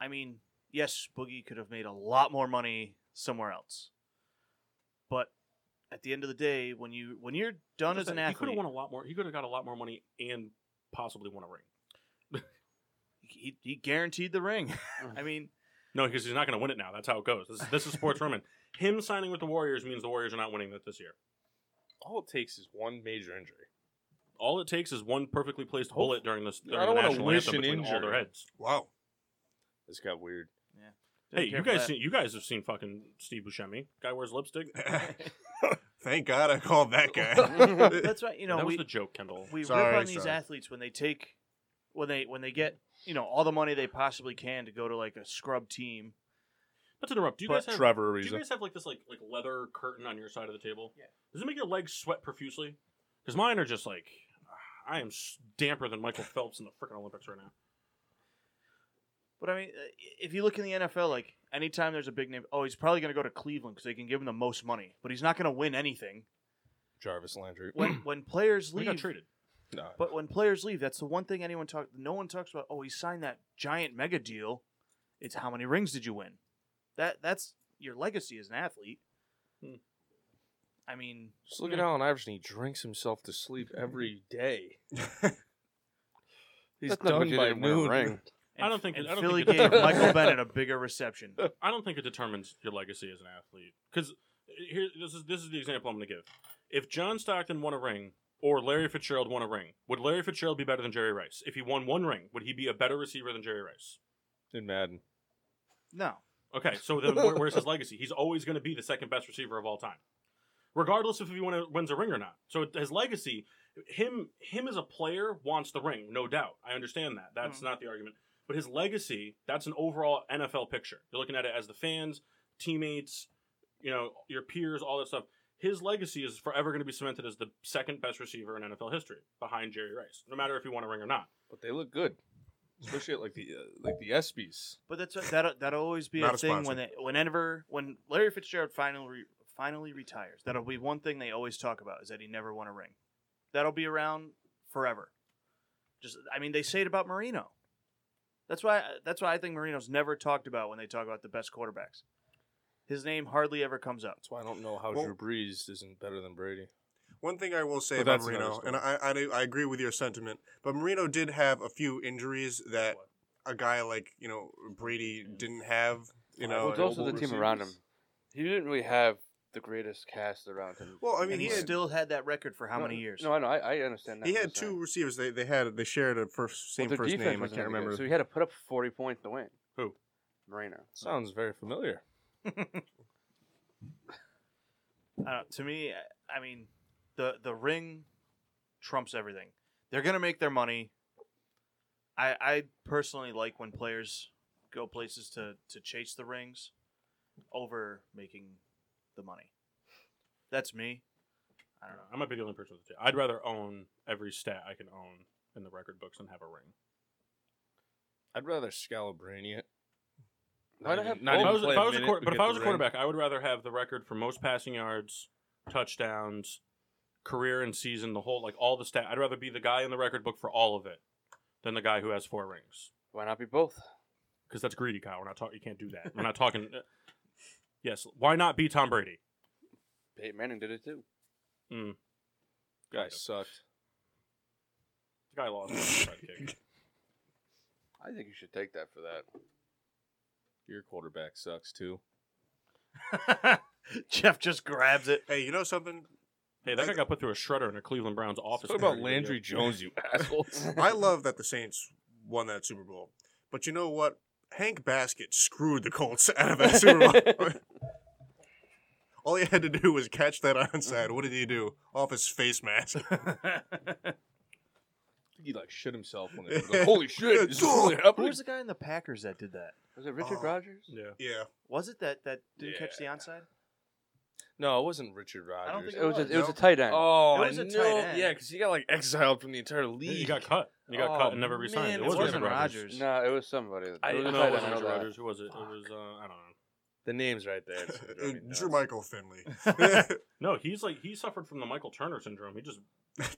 B: I mean, yes, Boogie could have made a lot more money somewhere else, but at the end of the day, when you when you're done as
A: Just
B: an
A: that He could
B: athlete,
A: have won a lot more. He could have got a lot more money and possibly won a ring.
B: he, he guaranteed the ring. I mean,
A: No, because he's not going to win it now. That's how it goes. This, this is sports Roman. Him signing with the Warriors means the Warriors are not winning it this year.
E: All it takes is one major injury.
A: All it takes is one perfectly placed bullet during this during
E: I don't
A: the
E: wanna
A: national
E: wish
A: anthem
E: an
A: between all
E: injury.
A: their heads.
D: Wow.
E: This got weird.
A: Hey,
B: didn't care
A: you
B: for
A: guys,
B: that.
A: seen, you guys have seen fucking Steve Buscemi. Guy wears lipstick.
D: Thank God I called that guy.
B: that's right. You know,
A: that
B: we
A: was the joke, Kendall.
B: we
D: Sorry,
B: rip on these
D: sorry.
B: athletes when they take when they when they get you know all the money they possibly can to go to like a scrub team.
A: Not to interrupt. Do you
B: But
A: guys have?
E: Trevor
A: Do you
E: Ariza.
A: guys have like this like like leather curtain on your side of the table?
B: Yeah.
A: Does it make your legs sweat profusely? Because mine are just like, I am s- damper than Michael Phelps in the freaking Olympics right now.
B: But I mean, uh, if you look in the NFL, like anytime there's a big name, oh, he's probably going to go to Cleveland because they can give him the most money. But he's not going to win anything
E: Jarvis Landry.
B: when when players
A: We got
B: leave.
A: traded.
E: Nah.
B: But when players leave, that's the one thing anyone talk. No one talks about. Oh, he signed that giant mega deal. It's how many rings did you win? That that's your legacy as an athlete.
A: Hmm.
B: I mean,
E: Just look at Allen Iverson. He drinks himself to sleep every day. He's
C: That's not because
E: done
C: you
E: by
C: didn't win a
E: noon.
C: ring.
A: I don't think-
B: and
A: I don't
B: Philly
A: think
B: gave
A: it-
B: Michael Bennett a bigger reception.
A: I don't think it determines your legacy as an athlete. Because here, this is this is the example I'm going to give. If John Stockton won a ring or Larry Fitzgerald won a ring, would Larry Fitzgerald be better than Jerry Rice? If he won one ring, would he be a better receiver than Jerry Rice?
E: In Madden.
B: No,
A: Okay, so then where, where's his legacy? He's always going to be the second best receiver of all time, regardless if he win a, wins a ring or not. So his legacy, him him as a player wants the ring, no doubt. I understand that. That's
B: Mhm.
A: not the argument. But his legacy, that's an overall NFL picture. You're looking at it as the fans, teammates, you know, your peers, all that stuff. His legacy is forever going to be cemented as the second best receiver in NFL history, behind Jerry Rice, no matter if he won a ring or not.
E: But they look good. Especially at, like the uh, like the ESPYS.
B: But that's that that'll always be
D: Not
B: a
D: a
B: thing
D: sponsor.
B: when they, whenever when Larry Fitzgerald finally re, finally retires. That'll be one thing they always talk about is that he never won a ring. That'll be around forever. Just I mean they say it about Marino. That's why that's why I think Marino's never talked about when they talk about the best quarterbacks. His name hardly ever comes up.
E: That's why I don't know how
D: Well-
E: Drew Brees isn't better than Brady.
D: One thing I will say
E: But
D: about
E: that's another
D: Marino,
E: story.
D: and I, I do- I agree with your sentiment, but Marino did have a few injuries that a guy like you know Brady didn't have. You
E: Well,
D: know,
C: Well, it's also the
E: elbow
C: team around him.
E: receivers.
C: He didn't really have the greatest cast around him.
D: Well, I mean,
B: And he
D: he had-
B: still had that record for how
C: No,
B: many years?
C: No, I know. I, I understand that.
D: he
C: what
D: had
C: you're
D: two
C: saying.
D: receivers. They they had they shared a first
C: Well,
D: same
C: their
D: first
C: defense
D: name. I
C: wasn't
D: can't
C: that good,
D: remember.
C: So he had to put up 40 points to win.
A: Who?
C: Marino.
E: Sounds very familiar.
B: I don't- to me, I- I mean, the the ring trumps everything. They're gonna make their money. I I personally like when players go places to to chase the rings over making the money. That's me. I don't know.
A: I might be the only person with the I'd rather own every stat I can own in the record books than have a ring.
E: I'd rather Scalabrine it.
C: Why'd I
E: even-
C: have
E: not
C: both?
A: If I
E: even
A: was,
E: play
A: if I was a
E: minute,
A: quar-
E: we
A: but if
E: get
A: I
E: the
A: was a
E: ring.
A: quarterback, I would rather have the record for most passing yards, touchdowns, career and season, the whole like all the stat. I'd rather be the guy in the record book for all of it than the guy who has four rings
C: Why not be both?
A: because that's greedy, Kyle. We're not talking. You can't do that. We're not talking. uh, yes, why not be Tom Brady?
C: Peyton Manning did it too.
A: Mm,
E: guy sucked.
A: the guy lost. on the side kick.
C: I think you should take that for that.
E: Your quarterback sucks too.
B: Jeff just grabs it.
D: Hey, you know something?
A: Hey, that guy got put through a shredder in a Cleveland Browns office.
E: What about
A: interview
E: Landry
A: video.
E: Jones, you assholes?
D: I love that the Saints won that Super Bowl, but you know what? Hank Basket screwed the Colts out of that Super Bowl. All he had to do was catch that onside. What did he do? Off his face mask.
E: he like shit himself when it was like, holy shit, this is really
B: Who
E: happening.
B: was the guy in the Packers that did that?
C: Was it Richard
D: Oh.
C: Rodgers?
A: Yeah.
D: yeah.
B: Was it that that didn't catch the
E: Yeah.
B: onside?
E: No, it wasn't Richard Rodgers.
B: I don't think
C: It was a, it was a
D: Nope.
C: tight end.
E: Oh,
B: It was
E: I
B: a tight
E: know.
B: end.
E: Yeah, because he got like exiled from the entire league.
A: He got cut. He got
E: Oh,
A: cut and never resigned.
E: man,
A: it
E: it
A: was
E: wasn't
A: Aaron Rodgers.
B: Rodgers.
C: No, it was somebody. It
E: I-
C: was a
A: No, it
E: I
C: tight end,
A: wasn't
C: I know
A: Aaron
C: that.
A: Rodgers. Who was it? It was uh, I don't know.
E: The name's right there. so it don't even
D: Uh, Drew
E: matter.
D: Michael Finley
A: No, he's like he suffered from the Michael Turner syndrome. He just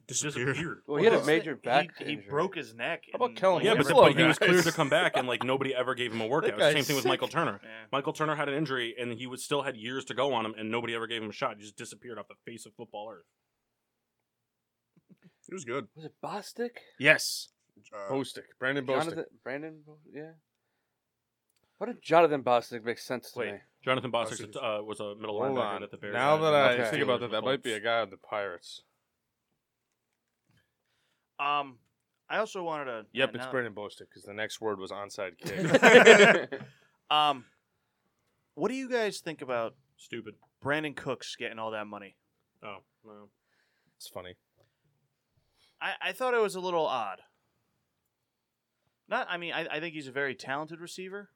D: disappeared.
A: disappeared.
C: Well, he had a
B: What's
C: major
B: it?
C: back
B: He, he
C: injury.
B: broke his neck.
E: How about
B: and,
E: Kellen
A: Yeah,
E: He's
A: but,
B: everything-
E: a little
A: but he was
E: guy.
A: cleared to come back, and like nobody ever gave him a workout.
E: guy's
A: Same thing with
E: sick.
A: Michael Turner.
B: Yeah.
A: Michael Turner had an injury, and he would still had years to go on him, and nobody ever gave him a shot. He just disappeared off the face of football earth.
D: He was good.
C: Was it Bostic?
E: Yes,
D: Uh,
E: Bostic, Brandon Bostic.
C: Jonathan, Brandon, Bo- yeah. What did Jonathan Bostic make sense to
A: Wait.
C: me?
A: Jonathan Bostic
D: Bostic.
A: uh, was a
B: Oh,
A: middle
E: Hold
A: linebacker
E: on.
A: at the Bears.
E: Now
A: had.
E: that
A: That's
E: I
C: Okay.
A: what
E: think about
A: Steelers
E: that,
A: were
E: that might be a
A: called.
E: guy on the Pirates.
B: Um, I also wanted to.
E: Yep,
B: yeah,
E: it's
B: now-
E: Brandon Bostic because the next word was onside kick.
C: That's
B: Um, what do you guys think about
A: stupid.
B: Brandon Cooks getting all that money?
A: Oh no.
E: it's funny.
B: I, I thought it was a little odd. Not, I mean, I, I think he's a very talented receiver,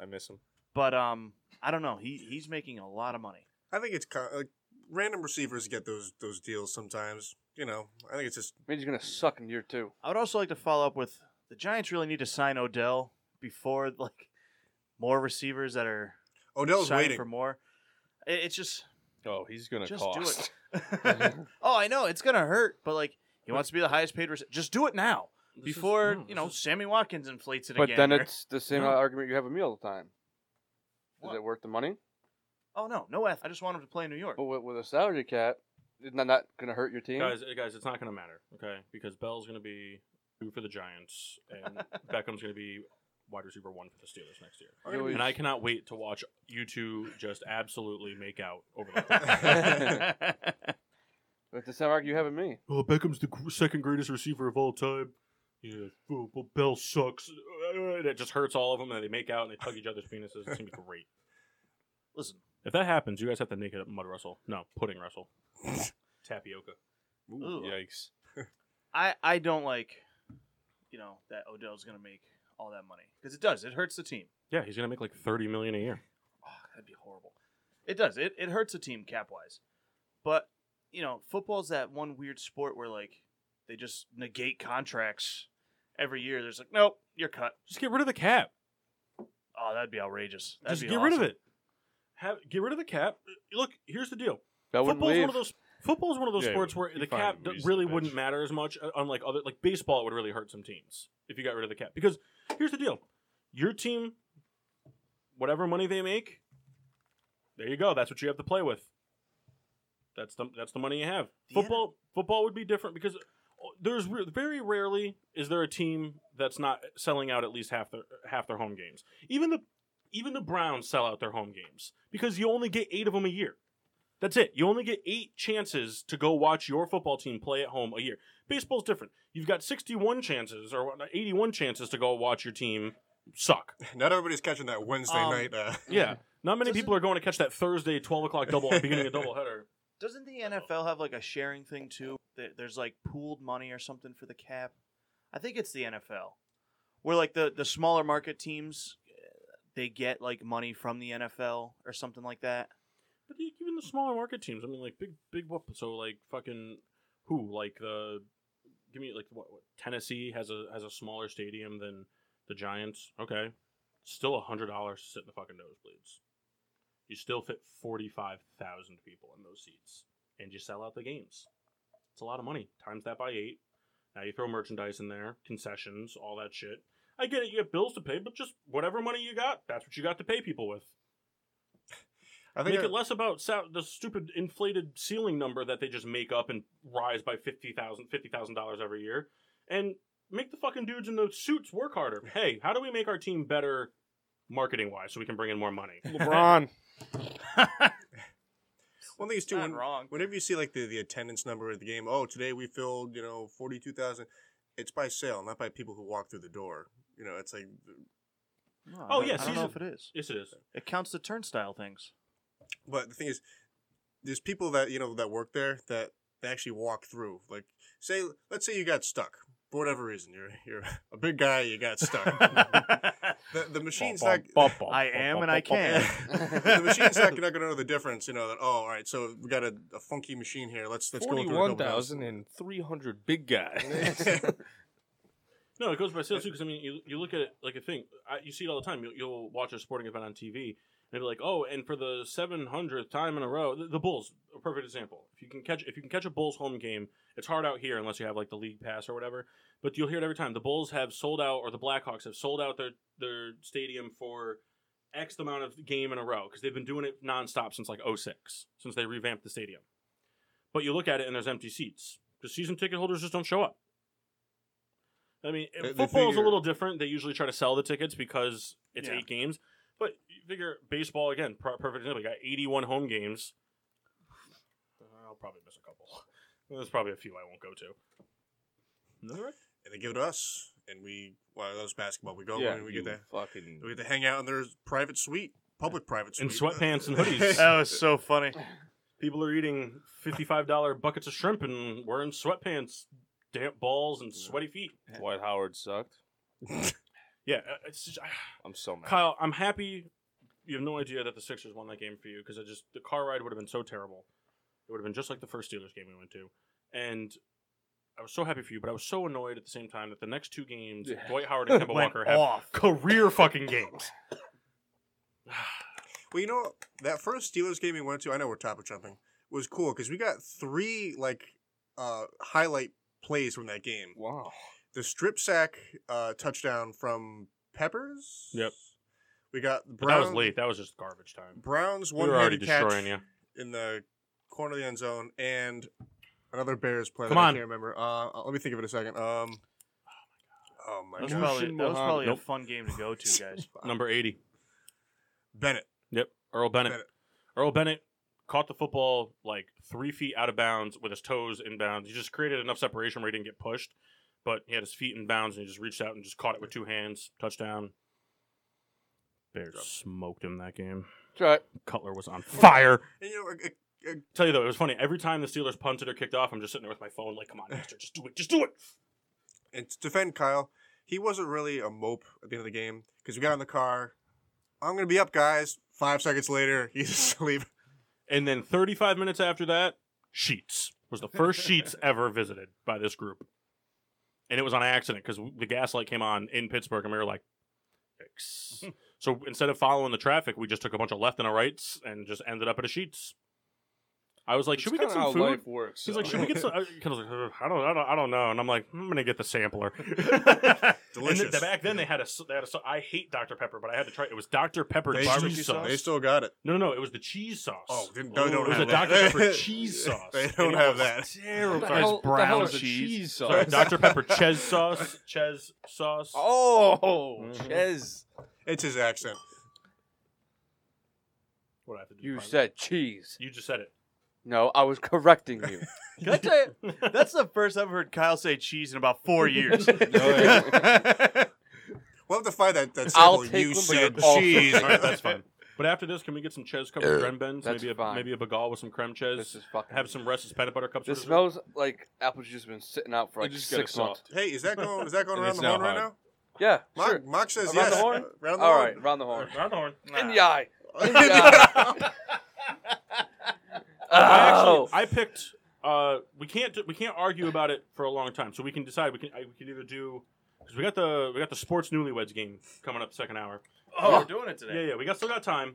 E: I miss him.
B: but um, I don't know. He he's making a lot of money.
D: I think it's kind like random receivers get those those deals sometimes. You know, I think it's just
C: I mean, he's gonna suck in year two.
B: I would also like to follow up with the Giants really need to sign Odell before like more receivers that are
D: Odell's
B: signed
D: waiting.
B: for more. It, it's just
E: Oh, he's gonna
B: Just do
E: cost.
B: oh, I know it's gonna hurt, but like he wants to be the highest paid receiver. Just do it now
A: This is-
B: before
A: no,
B: you
A: this
B: know
A: is-
B: Sammy Watkins inflates it
C: But
B: again.
C: then
B: or-
C: it's the same argument you have with me all the time. Is
B: What?
C: it worth the money?
B: oh no, no F. I just want him to play in New York.
C: But with, with a salary cap, isn't that not gonna hurt your team?
A: guys, uh, guys, it's not going to matter, okay? Because Bell's going to be two for the Giants, and Beckham's going to be wide receiver one for the Steelers next year.
D: We're gonna be-
C: Please.
A: And I cannot wait to watch you two just absolutely make out over the.
C: With the same argument you have with me.
A: oh, Beckham's the second greatest receiver of all time. Yeah, oh, Bell sucks. And it just hurts all of them, and they make out and they tug each other's penises. It's gonna be great.
B: Listen,
A: If that happens, you guys have to naked up mud wrestle. No, pudding wrestle. Tapioca.
B: Ooh.
E: Yikes!
B: I I don't like you know that Odell's gonna make all that money because it does. It hurts the team.
A: Yeah, he's gonna make like thirty million a year.
B: Oh, that'd be horrible. It does. It it hurts a team cap wise, but you know football's that one weird sport where like they just negate contracts every year. There's like, nope, you're cut.
A: Just get rid of the cap.
B: Oh, that'd be outrageous. That'd
A: Just
B: be
A: get rid of
B: awesome.
A: it. Have get rid of the cap. Look, here's the deal.
C: That wouldn't
A: Football's
C: leave.
A: one of those. Football's one of those
E: Yeah,
A: sports
E: you-
A: where
E: you
A: the
E: find
A: cap
E: a
A: d-
E: reason to
A: really
E: bitch.
A: wouldn't matter as much. uh, Unlike other, like baseball, it would really hurt some teams if you got rid of the cap. Because here's the deal: your team, whatever money they make, there you go. That's what you have to play with. That's the that's the money you have.
B: The
A: football football would be different because oh, there's re- very rarely is there a team that's not selling out at least half their half their home games. Even the even the Browns sell out their home games because you only get eight of them a year. That's it. You only get eight chances to go watch your football team play at home a year. Baseball's different. You've got 61 chances or what, 81 chances to go watch your team suck.
D: Not everybody's catching that Wednesday
B: Um,
D: night. Uh,
A: Yeah. Not many
B: Doesn't-
A: people are going to catch that Thursday 12 o'clock double at the beginning of doubleheader.
B: Doesn't the NFL have like a sharing thing too? That There's like pooled money or something for the cap. I think it's the NFL, where like the the smaller market teams, uh, they get like money from the NFL or something like that.
A: But e- even the smaller market teams, I mean, like big, big whoop. So like fucking who? Like the give me like what, what Tennessee has a has a smaller stadium than the Giants. Okay, still a hundred dollars to sit in the fucking nosebleeds. You still fit forty five thousand people in those seats, and you sell out the games. It's a lot of money. Times that by eight. Now you throw merchandise in there, concessions, all that shit. I get it. You have bills to pay, but just whatever money you got, that's what you got to pay people with.
D: I think
A: Make
D: I-
A: it less about sal- the stupid inflated ceiling number that they just make up and rise by fifty thousand, fifty thousand dollars every year, and make the fucking dudes in the suits work harder. Hey, how do we make our team better, marketing wise, so we can bring in more money?
E: LeBron.
D: one thing is too.
B: Not
D: When,
B: wrong.
D: whenever you see like the, the attendance number at the game, oh today we filled you know forty two thousand. It's by sale, not by people who walk through the door. You know, it's like
B: No, I
A: Oh,
B: don't-
A: yeah,
B: I don't know if
A: season-
B: it is.
A: yes, it is.
B: It counts the turnstile things.
D: But the thing is, there's people that you know that work there that they actually walk through. Like, say, let's say you got stuck. for whatever reason, you're you're a big guy, you got stuck. the, the machine's not.
B: I am and I can.
D: the machine's not, not gonna know the difference, you know. That oh, all right, so we got a, a funky machine here. Let's let's go through a
E: Forty-one
D: couple
E: thousand and three hundred big guy.
D: times.
A: No, it goes by sales too. Because I mean, you, you look at it like a thing. I, you see it all the time. You'll, you'll watch a sporting event on TV, and they'll be like, "Oh, and for the seven hundredth time in a row, the, the Bulls, a perfect example. If you can catch, if you can catch a Bulls home game, it's hard out here unless you have like the league pass or whatever. But you'll hear it every time. The Bulls have sold out, or the Blackhawks have sold out their their stadium for X amount of game in a row because they've been doing it nonstop since like 06, since they revamped the stadium. But you look at it and there's empty seats. The season ticket holders just don't show up. I mean,
D: They- they
A: football is a
D: figure-
A: little different. They usually try to sell the tickets because it's
B: Yeah.
A: eight games. But you figure baseball again, per- perfect example. You got 81 home games. I'll probably miss a couple. There's probably a few I won't go to.
D: and they give it to us, and we well, that was basketball. We go and we
E: you
D: get to
E: fucking.
D: we get to hang out in their private suite, public private
A: In
D: suite,
A: sweatpants and hoodies.
B: That was so funny.
A: People are eating fifty-five dollar buckets of shrimp and wearing sweatpants, damp balls, and sweaty feet.
E: Dwight Howard sucked.
A: Yeah, uh, it's just, I-
E: I'm so mad.
A: Kyle, I'm happy. You have no idea that the Sixers won that game for you because I just the car ride would have been so terrible. It would have been just like the first Steelers game we went to, and I was so happy for you, but I was so annoyed at the same time that the next two games,
E: Yeah.
A: Dwight Howard and Kemba
B: Went
A: Walker have
B: off.
A: career fucking games.
D: Well, you know that first Steelers game we went to. I know we're topic jumping. Was cool because we got three like uh highlight plays from that game.
E: Wow.
D: The strip sack uh, touchdown from Peppers.
A: Yep.
D: We got
A: But that
D: Brown,
A: was late. That was just garbage time.
D: Brown's
A: We
D: one
A: were already
D: handed catch
A: destroying you.
D: in the corner of the end zone and another Bears play.
A: Come
D: that I
A: on.
D: can't remember. Uh, uh, let me think of it a second. Um. Oh my
B: That was
D: god.
B: probably, that was
E: Muhammad.
B: probably
A: Nope.
B: a fun game to go to, guys.
A: Number eighty.
D: Bennett.
A: Yep, Earl Bennett.
D: Bennett.
A: Earl Bennett caught the football like three feet out of bounds with his toes in bounds. He just created enough separation where he didn't get pushed, but he had his feet in bounds and he just reached out and just caught it with two hands. Touchdown. Bears smoked him that game.
C: It's all right.
A: Cutler was on fire.
D: And you know, it- it-
A: Tell you though, it was funny. Every time the Steelers punted or kicked off, I'm just sitting there with my phone, like, "Come on, Master, just do it, just do it."
D: and to defend Kyle, he wasn't really a mope at the end of the game because we got in the car. I'm gonna be up, guys. Five seconds later, he's asleep.
A: And then 35 minutes after that, Sheets was the first Sheets ever visited by this group. And it was on accident because the gas light came on in Pittsburgh and we were like, "Yikes." so instead of following the traffic, we just took a bunch of left and a rights and just ended up at a Sheets. I was like,
E: That's
A: should we get
E: kinda
A: some
E: how
A: food?
E: Life works.
A: He's
E: so.
A: like, should we get some? I I was like, "Ugh, I don't, I don't, I don't know. And I'm like, I'm gonna get the sampler. And
D: Delicious.
A: then- back then they had a, s- they had a s- I hate Dr Pepper, but I had to try. It was Dr Pepper
D: They
A: barbecue
D: still,
A: sauce.
D: they still got it.
A: No, no, no. It was the cheese sauce.
D: Oh, didn't- they don't
A: it was
D: have
A: a
D: that.
A: Dr Pepper cheese sauce.
D: They
A: and
D: don't
A: it
D: have
A: was
D: that.
A: Terrible.
E: What the
A: Sorry,
E: hell- what the
A: brown
E: hell is a
A: cheese.
E: cheese
A: Sorry,
E: sauce?
A: Dr Pepper Ches sauce. Ches sauce.
B: Mm.
E: Oh,
A: Mhm.
E: Chez.
D: It's his accent.
A: What do I have to do?
C: You
A: Fine.
C: said cheese.
A: You just said it.
C: No, I was correcting you.
B: Can I tell you, that's the first I've heard Kyle say cheese in about four years.
D: We'll have to find that. that
C: I'll
D: sample
C: take
D: you
C: one, but
D: said
C: you're awful.
D: cheese.
A: All right, that's fine. But after this, can we get some Ches covered creme bends?
C: That's
A: Maybe a
C: fine.
A: maybe a bagal with some creme
C: this
A: Ches.
C: is fucking.
A: Have some Rest's peanut butter cups.
C: This
A: with it.
C: smells like apple juice has been sitting out for
E: It
C: like
E: just got
C: six months.
E: soft.
D: Hey, is that going? Is that going
E: And
D: around
E: it's
D: the
E: now
D: horn right
E: hot.
D: now?
C: Yeah,
D: Mock,
C: sure.
D: Mock says
C: Around
D: yes.
C: the horn?
D: Uh, Round the
C: All
D: horn.
C: right, round the horn.
A: Round the horn.
C: In the eye. In the
D: Yeah.
C: eye.
A: I
C: oh.
A: actually, I picked. Uh, we can't do- we can't argue about it for a long time, so we can decide. We can I, we can either do because we got the we got the sports newlyweds game coming up second hour.
B: oh, we're doing it today.
A: Yeah, yeah, we got still got time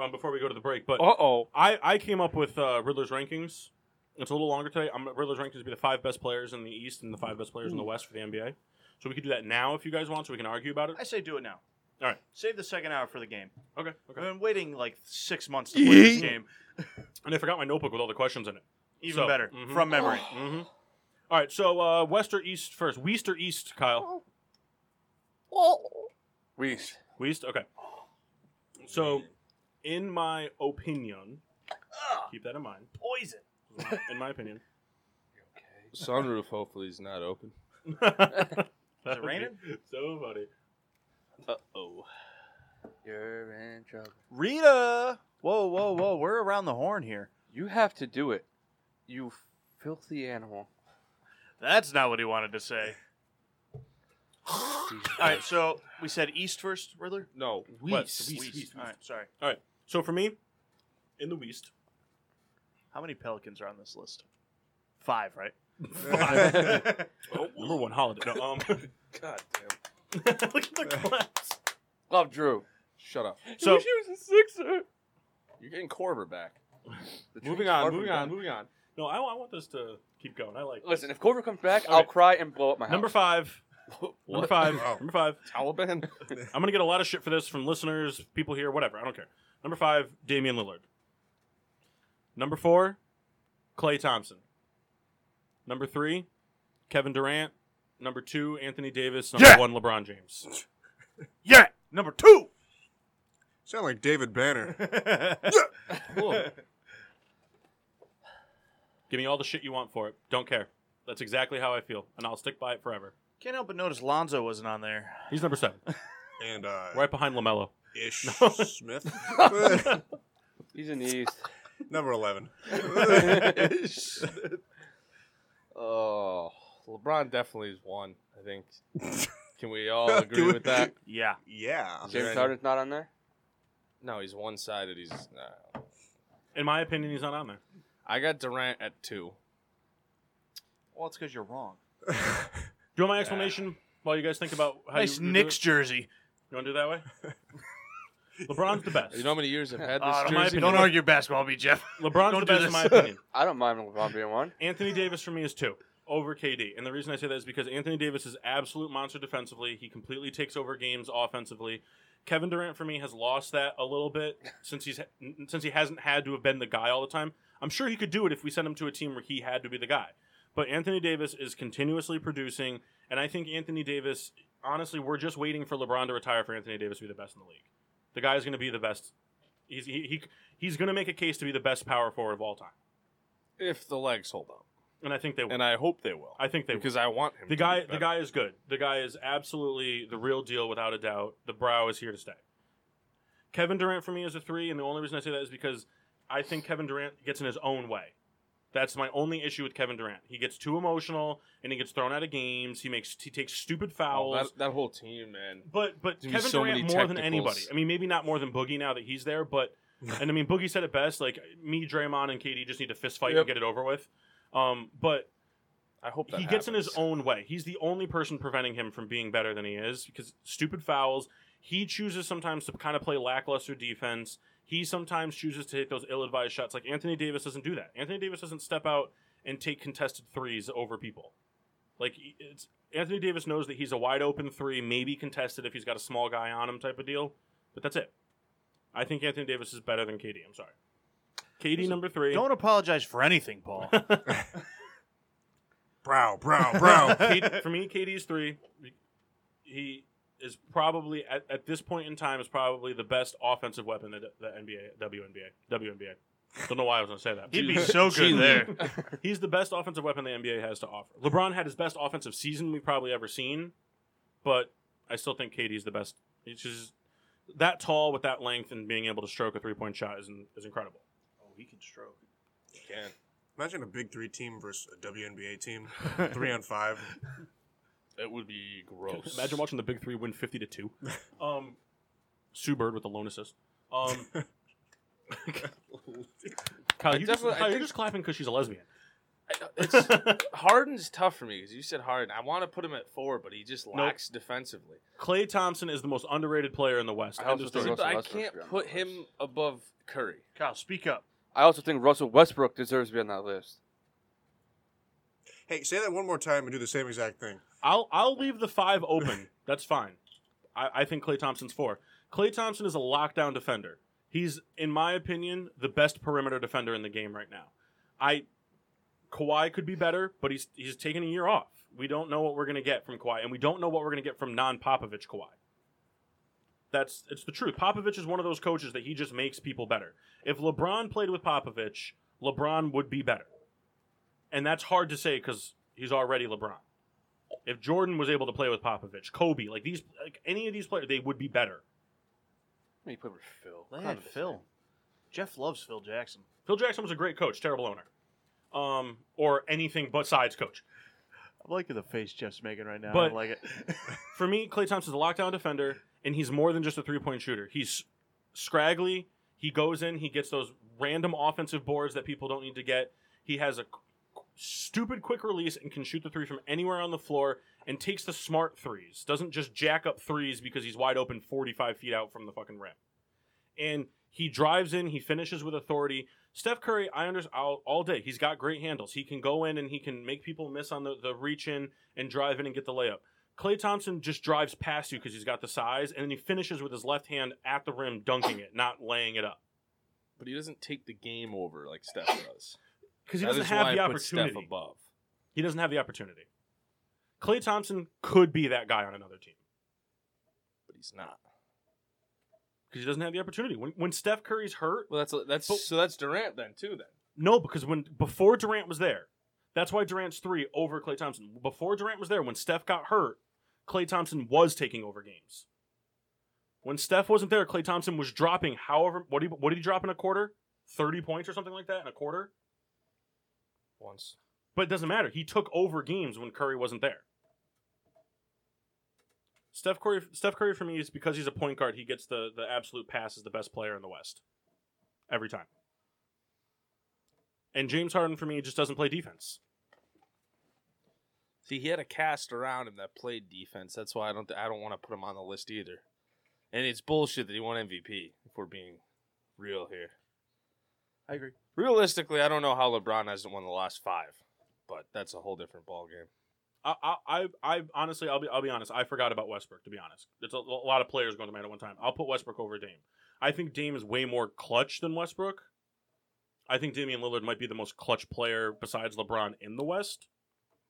A: um, before we go to the break. But
E: Uh-oh.
A: I I came up with uh, Riddler's rankings. It's a little longer today. I'm Riddler's rankings would be the five best players in the East and the five best players in the West for the NBA. So we could do that now if you guys want, so we can argue about it.
B: I say do it now.
A: All right.
B: Save the second hour for the game.
A: Okay,
B: I've
A: okay.
B: been waiting like six months to play this game.
A: And I forgot my notebook with all the questions in it.
B: Even
A: So,
B: better.
A: mhm.
B: From memory.
A: Mm-hmm. All right, so uh, West or East first? West or East, Kyle?
C: Weast.
A: Weast? Okay. So, in my opinion,
B: Ugh,
A: keep that in mind.
B: poison.
A: In my opinion,
E: Sunroof hopefully is not open.
A: is it
B: Is it raining?
A: So funny.
E: Uh-oh.
C: You're in trouble.
B: Rita! Whoa, whoa, whoa. We're around the horn here.
C: You have to do it. You filthy animal.
B: That's not what he wanted to say.
C: Jesus
B: All right,
C: Christ.
B: so we said East first, Riddler.
E: No,
A: West, Weiss,
E: Weiss. Weiss.
A: Weiss.
B: All right, sorry.
A: So for me, in the West,
B: How many Pelicans are on this list? Five, right?
A: oh, number one holiday. No, um,
E: God damn.
A: look at the collapse.
C: Love Drew.
E: Shut up.
A: Oh, So
E: was a sixer. You're getting Corver back.
C: The
E: Moving
C: tree's
E: on,
C: carving
E: moving on,
C: back.
E: moving on.
A: no, I, I want this to keep going. I like this.
C: Listen, if Corver comes back,
A: All
C: I'll
A: right.
C: cry and blow up my house.
A: number five. Number five.
D: Wow.
A: Number five.
E: Taliban.
A: I'm gonna get a lot of shit for this from listeners, people here, whatever. I don't care. Number five, Damian Lillard. Number four, Clay Thompson. Number three, Kevin Durant. Number two, Anthony Davis. Number
B: Yeah.
A: one, LeBron James.
B: Yeah, number two.
D: Sound like David Banner.
A: Give me all the shit you want for it. Don't care. That's exactly how I feel, and I'll stick by it forever.
B: Can't help but notice Lonzo wasn't on there.
A: He's number seven,
D: And uh,
A: right behind Lamelo.
D: Ish Smith.
C: He's in the East.
D: Number 11.
E: oh, LeBron definitely is one. I think. Can we all agree
D: Do
E: with that?
B: Yeah,
D: yeah.
E: there
C: James
E: any-
C: Harden's not on there.
E: No, he's one sided. He's. Nah.
A: In my opinion, he's not on there.
E: I got Durant at two.
B: well, it's because you're wrong.
A: Do you want my explanation while you guys think about how
B: nice
A: you, you do
B: Knicks
A: it?
B: jersey.
A: You want to do it that way? LeBron's the best.
E: You know how many years I've had this
B: Uh, don't-
A: my
E: jersey?
A: opinion-
B: don't argue basketball, me Jeff.
A: LeBron's the
B: Don't do
A: best
B: this.
A: in my opinion.
C: I don't mind LeBron being one.
A: Anthony Davis for me is two over KD, and the reason I say that is because Anthony Davis is absolute monster defensively. He completely takes over games offensively. Kevin Durant for me has lost that a little bit since he's n- since he hasn't had to have been the guy all the time. I'm sure he could do it if we sent him to a team where he had to be the guy. But Anthony Davis is continuously producing, and I think Anthony Davis. Honestly, we're just waiting for LeBron to retire for Anthony Davis to be the best in the league. The guy is going to be the best. He's he, he he's going to make a case to be the best power forward of all time,
E: If the legs hold up,
A: and I think they will.
E: and I hope they will,
A: I think they will.
E: because I want him.
A: The
E: to
A: guy, the
E: be better.
A: guy is good. The guy is absolutely the real deal, without a doubt. The brow is here to stay. Kevin Durant for me is a three, and the only reason I say that is because I think Kevin Durant gets in his own way. That's my only issue with Kevin Durant. He gets too emotional, and he gets thrown out of games. He makes he takes stupid
E: Oh,
A: fouls.
E: that, that whole team, man.
A: But but
E: Dude,
A: Kevin
E: so
A: Durant more
E: many
A: than
E: technicals.
A: anybody. I mean, maybe not more than Boogie now that he's there, but and I mean Boogie said it best. Like me, Draymond, and KD just need to fist fight
E: Yep.
A: and get it over with. Um, but
E: I hope that
A: he gets in his
E: happens.
A: own way. He's the only person preventing him from being better than he is because stupid fouls. He chooses sometimes to kind of play lackluster defense. He sometimes chooses to take those ill-advised shots. Like Anthony Davis doesn't do that. Anthony Davis doesn't step out and take contested threes over people. Like he- it's Anthony Davis knows that he's a wide open three, maybe contested if he's got a small guy on him type of deal. But that's it. I think Anthony Davis is better than KD. I'm sorry. KD number three.
B: Don't apologize for anything, Paul.
D: Brow, brow, brow.
A: KD, for me, KD's three. He is probably at, at this point in time is probably the best offensive weapon that the NBA WNBA WNBA. Don't know why I was going to say that.
B: He'd be so good there.
A: He's the best offensive weapon the NBA has to offer. LeBron had his best offensive season we've probably ever seen, but I still think KD's the best. He's just that tall with that length and being able to stroke a three point shot is, in- is incredible.
B: Oh, he can stroke.
E: Can.
D: Imagine a Big Three team versus a WNBA team. Three on five.
E: It would be gross.
A: Imagine watching the big three win fifty to two. Um, Sue Bird with the lone assist. Um, Kyle, you just,
E: definitely- I
A: Kyle, you're
E: think-
A: just clapping because she's a lesbian.
E: It's, Harden's tough for me because you said Harden. I want to put him at four, but he just lacks defensively.
A: Clay Thompson is the most underrated player in the West.
C: I
A: End of
C: also think
A: story.
C: Russell
E: I
C: Westbrook should
E: can't
C: be on
E: put
C: that
E: him
C: list.
E: above Curry.
B: Kyle, speak up.
C: I also think Russell Westbrook deserves to be on that list.
D: Hey, say that one more time and do the same exact thing.
A: I'll I'll leave the five open. That's fine. I, I think Clay Thompson's four. Clay Thompson is a lockdown defender. He's, in my opinion, the best perimeter defender in the game right now. I Kawhi could be better, but he's he's taking a year off. We don't know what we're gonna get from Kawhi, and we don't know what we're gonna get from non Popovich Kawhi. That's it's the truth. Popovich is one of those coaches that he just makes people better. If LeBron played with Popovich, LeBron would be better, and that's hard to say because he's already LeBron. If Jordan was able to play with Popovich, Kobe, like these, like any of these players, they would be better.
C: He played with Phil.
B: They
C: Come
B: had
C: on,
B: Phil. Jeff loves Phil Jackson.
A: Phil Jackson was a great coach, terrible owner, um, or anything besides coach.
B: I'm liking the face Jeff's making right now.
A: But-
B: I like it.
A: For me, Clay Thompson's a lockdown defender, and he's more than just a three point shooter. He's scraggly. He goes in, he gets those random offensive boards that people don't need to get. He has a qu- stupid quick release and can shoot the three from anywhere on the floor and takes the smart threes. Doesn't just jack up threes because he's wide open 45 feet out from the fucking rim. And he drives in, he finishes with authority. Steph Curry, I understand all, all day. He's got great handles. He can go in and he can make people miss on the, the reach in and drive in and get the layup. Clay Thompson just drives past you because he's got the size, and then he finishes with his left hand at the rim, dunking it, not laying it up.
E: But he doesn't take the game over like Steph does.
A: Because he
E: That
A: doesn't
E: is
A: have
E: why
A: the
E: I put Steph
A: opportunity.
E: above.
A: He doesn't have the opportunity. Clay Thompson could be that guy on another team
E: But he's not.
A: because he doesn't have the opportunity. When, when Steph Curry's hurt,
E: Well, that's that's
A: But-
E: so that's Durant then too. Then
A: no, because when before Durant was there, that's why Durant's three over Clay Thompson. Before Durant was there, when Steph got hurt, Clay Thompson was taking over games. When Steph wasn't there, Clay Thompson was dropping however what did he, what did he drop in a quarter? Thirty points or something like that in a quarter.
E: once
A: But it doesn't matter. He took over games when Curry wasn't there. Steph Curry, Steph Curry for me is because he's a point guard. He gets the the absolute pass as the best player in the West every time. And James Harden for me just doesn't play defense.
E: see he had a cast around him that played defense. That's why I don't I don't want to put him on the list either. And it's bullshit that he won MVP. If we're being real here,
B: I agree.
E: realistically, I don't know how LeBron hasn't won the last five, but that's a whole different ballgame.
A: I I I, I honestly I'll be I'll be honest. I forgot about Westbrook to be honest. It's a, a lot of players going to man at one time. I'll put Westbrook over Dame. I think Dame is way more clutch than Westbrook. I think Damian Lillard might be the most clutch player besides LeBron in the West.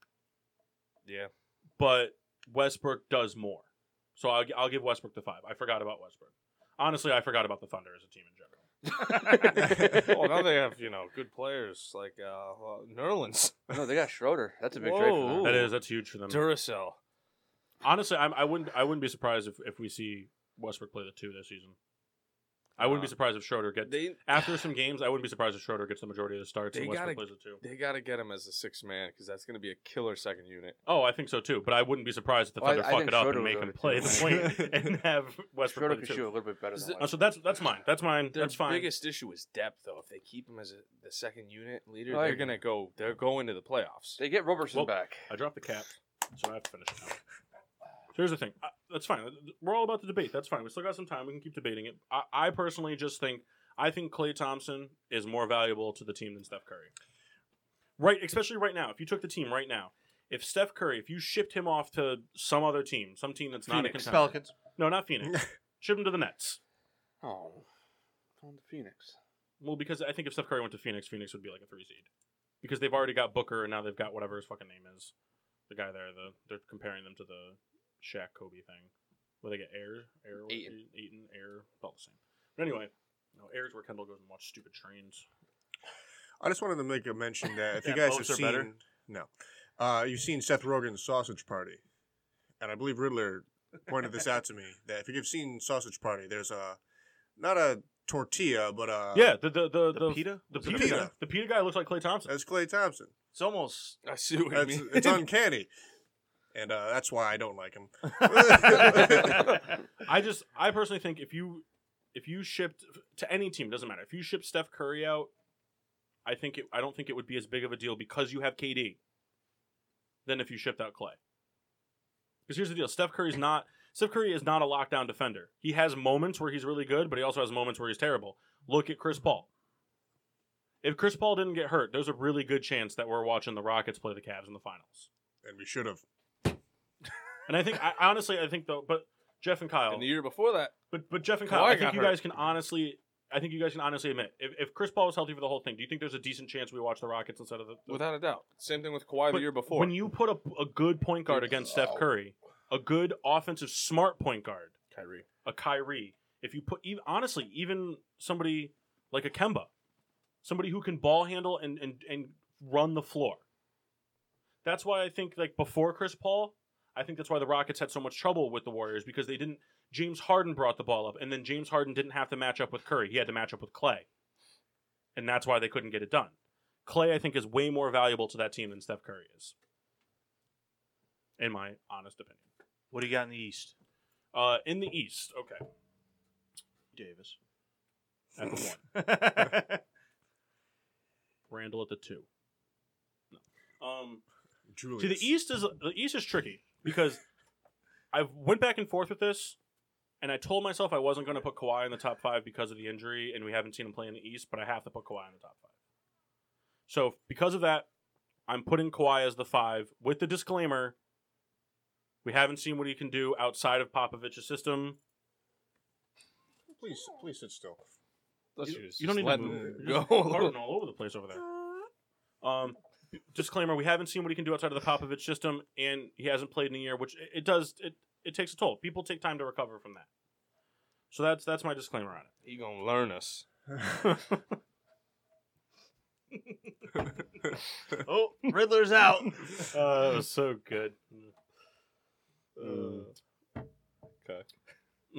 E: Yeah,
A: but Westbrook does more. So I'll, I'll give Westbrook the five. I forgot about Westbrook. Honestly, I forgot about the Thunder as a team in general.
C: Oh,
E: well, now they have you know good players like uh, well, Nerlens,
C: No, they got Schroeder. That's a big trade for them.
E: Whoa.
A: That is that's huge for
B: Um,
A: them.
E: Duracell.
A: Honestly, I'm, I wouldn't I wouldn't be surprised if, if we see Westbrook play the two this season. I wouldn't be
C: Um,
E: Uh,
A: surprised if Schroeder gets
E: They
A: after some games. I wouldn't be surprised if Schroeder gets the majority of the starts and
E: They
A: Westbrook
E: gotta-
A: plays the two.
E: they got to get him as a six man because that's going to be a killer second unit.
A: Oh, I think so too. But I wouldn't be surprised if the
C: Well, I-
A: Thunder
C: I
A: fuck
C: think
A: it up
C: Schroeder
A: and
C: would
A: make
C: go
A: him
C: to
A: play
C: two.
A: the point and have Westbrook
C: Schroeder
A: play
C: could
A: the
C: shoot a
A: two.
C: little bit better
E: Is
C: than
E: it-
A: Uh,
C: Lance.
A: so that's that's mine. That's mine.
E: Their
A: that's fine.
E: biggest issue is depth, though. If they keep him as a, the second unit leader,
A: Oh,
C: I
E: they're
C: agree.
E: going to go. They're going to the playoffs.
C: They get Robertson
A: Well-
C: back.
A: I dropped the cap, so I have to finish it now. So here's the thing. I, that's fine. We're all about the debate. That's fine. We still got some time. We can keep debating it. I, I personally just think I think Clay Thompson is more valuable to the team than Steph Curry. Right, especially right now. If you took the team right now, if Steph Curry, if you shipped him off to some other team, some team that's not
B: Phoenix
A: a contender.
B: Pelicans.
A: No, not Phoenix. Ship him to the Nets.
C: Oh, on the Phoenix.
A: Well, because I think if Steph Curry went to Phoenix, Phoenix would be like a three seed. Because they've already got Booker and now they've got whatever his fucking name is. The guy there, the they're comparing them to the Shaq Kobe thing. Where they get air air
C: Ayton.
A: Eaton, air, about the same. But anyway, no, air's where Kendall goes and watch stupid trains.
D: I just wanted to make a mention that if you
B: Yeah,
D: guys have
B: boats are
D: seen,
B: better.
D: no, uh, you've seen Seth Rogen's Sausage Party, and I believe Riddler pointed this out to me that if you've seen Sausage Party, there's a not a tortilla, but a
C: Uh,
A: yeah, the the the,
B: The,
A: the
B: pita?
A: the
D: The
A: pita,
D: pita.
A: guy. The pita guy looks like Clay Thompson.
D: That's Clay Thompson.
B: It's almost.
E: I see what you
D: That's,
E: mean.
D: it's uncanny, and uh, that's why I don't like him.
A: I just I personally think if you if you shipped to any team, doesn't matter. If you ship Steph Curry out, I think it I don't think it would be as big of a deal because you have KD than if you shipped out Clay. Because here's the deal, Steph Curry's not Steph Curry is not a lockdown defender. He has moments where he's really good, but he also has moments where he's terrible. Look at Chris Paul. If Chris Paul didn't get hurt, there's a really good chance that we're watching the Rockets play the Cavs in the finals.
D: and we should have.
A: And I think I honestly I think though but Jeff and Kyle
E: And the year before that,
A: but but Jeff and Kyle,
E: Kawhi
A: I think
E: got
A: you
E: hurt.
A: guys can honestly, I think you guys can honestly admit, if, if Chris Paul was healthy for the whole thing, do you think there's a decent chance we watch the Rockets instead of the? the
E: without a doubt. Same thing with Kawhi
A: But
E: the year before.
A: When you put a, a good point guard against Steph Curry, a good offensive smart point guard,
E: Kyrie.
A: a Kyrie, if you put even, honestly even somebody like a Kemba, somebody who can ball handle and and and run the floor. That's why I think like before Chris Paul, I think that's why the Rockets had so much trouble with the Warriors because they didn't. James Harden brought the ball up, and then James Harden didn't have to match up with Curry. He had to match up with Clay, and that's why they couldn't get it done. Clay, I think, is way more valuable to that team than Steph Curry is. in my honest opinion.
B: What do you got in the East?
A: Uh, in the East, okay,
B: Davis.
A: at the one, Randall at the two. No. Um,
D: Julius.
A: See, the East is the East is tricky because I went back and forth with this, and I told myself I wasn't going to put Kawhi in the top five because of the injury, and we haven't seen him play in the East, but I have to put Kawhi in the top five. So because of that, I'm putting Kawhi as the five with the disclaimer: we haven't seen what he can do outside of Popovich's system.
D: Please, please sit still.
E: Let's
A: You-
E: just-
A: you don't
E: just
A: need to
E: let
A: move.
E: him
A: You're just
E: Go.
A: farting all over the place over there. Um, disclaimer: we haven't seen what he can do outside of the Popovich system, and he hasn't played in a year, which it- it does. It it takes a toll. People take time to recover from that. So that's that's my disclaimer on it.
E: he gonna learn us.
B: oh, Riddler's out.
A: Oh, that was so good.
E: Mm.
A: Uh, okay.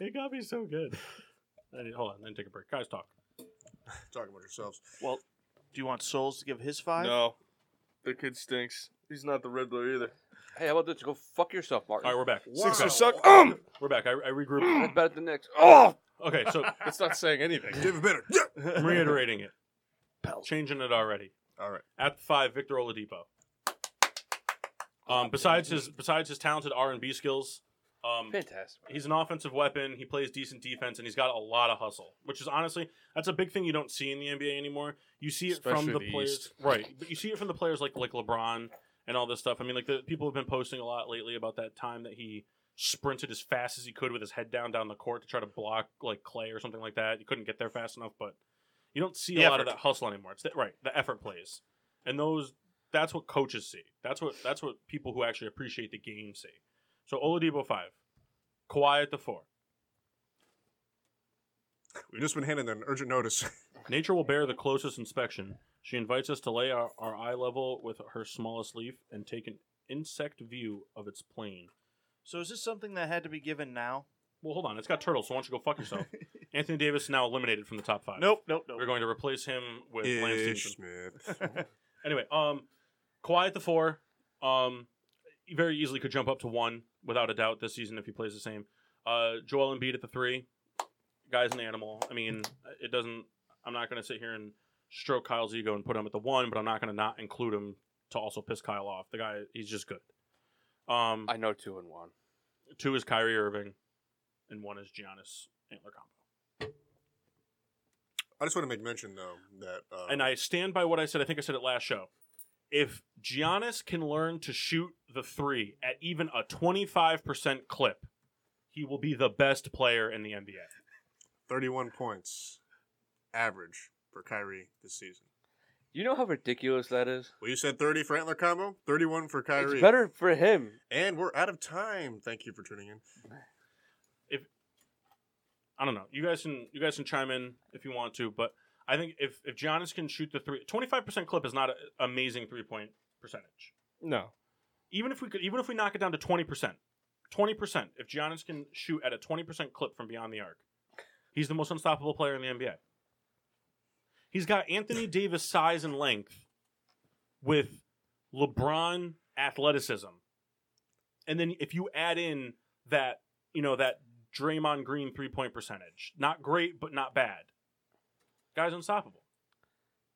A: it got me so good. I need, hold on, then take a break. Guys, talk.
D: Talking about yourselves.
B: Well, do you want Souls to give his five?
E: No, the kid stinks. He's not the Riddler either.
C: Hey, how about this? Go fuck yourself, Martin.
A: All right, we're back.
D: Sixers
E: suck. Um,
A: We're back. I, I regrouped.
C: That's better than Knicks. Oh,
A: Okay, so
E: it's not saying anything.
D: David Bitter. Yeah.
A: I'm reiterating it.
B: Pelt.
A: Changing it already.
D: All right.
A: At the five, Victor Oladipo. Um, besides his besides his talented R and B skills, um,
C: fantastic.
A: he's an offensive weapon. He plays decent defense, and he's got a lot of hustle, which is honestly that's a big thing you don't see in the NBA anymore. You see it
E: Especially
A: from the,
E: the
A: players,
E: East.
A: right? But you see it from the players like like LeBron and all this stuff. I mean, like the people have been posting a lot lately about that time that he sprinted as fast as he could with his head down down the court to try to block like Clay or something like that. He couldn't get there fast enough, but you don't see
B: The
A: a lot of
B: effort.
A: that hustle anymore. It's that, right, the effort plays, and those that's what coaches see. That's what that's what people who actually appreciate the game see. So Oladipo five, Kawhi at the four.
D: We've just been handed an urgent notice.
A: Nature will bear the closest inspection. She invites us to lay our, our eye level with her smallest leaf and take an insect view of its plane.
B: So is this something that had to be given now?
A: Well, hold on. It's got turtles, so why don't you go fuck yourself? Anthony Davis now eliminated from the top five.
B: Nope, nope, nope.
A: We're going to replace him with Lance
D: Ish
A: Stevenson.
D: Smith.
A: Anyway, um, Kawhi at the four. Um, he very easily could jump up to one without a doubt this season if he plays the same. Uh, Joel Embiid at the three. Guy's an animal. I mean, it doesn't. I'm not going to sit here and stroke Kyle's ego and put him at the one, but I'm not going to not include him to also piss Kyle off. The guy, he's just good. Um,
C: I know two and one.
A: two is Kyrie Irving, and one is Giannis Antler
D: I just want to make mention though that uh,
A: And I stand by what I said. I think I said it last show. If Giannis can learn to shoot the three at even a 25% clip, he will be the best player in the NBA.
D: 31 points average for Kyrie this season.
C: You know how ridiculous that is.
D: Well, you said 30 for Antler combo, 31 for Kyrie.
C: It's better for him.
D: And we're out of time. Thank you for tuning in.
A: I don't know. You guys can you guys can chime in if you want to, but I think if if Giannis can shoot the three, 25% clip is not an amazing three point percentage.
E: No,
A: even if we could even if we knock it down to 20% 20% if Giannis can shoot at a 20% clip from beyond the arc he's the most unstoppable player in the NBA he's got Anthony Davis size and length with LeBron athleticism and then if you add in that you know that Draymond Green three point percentage not great but not bad guy's unstoppable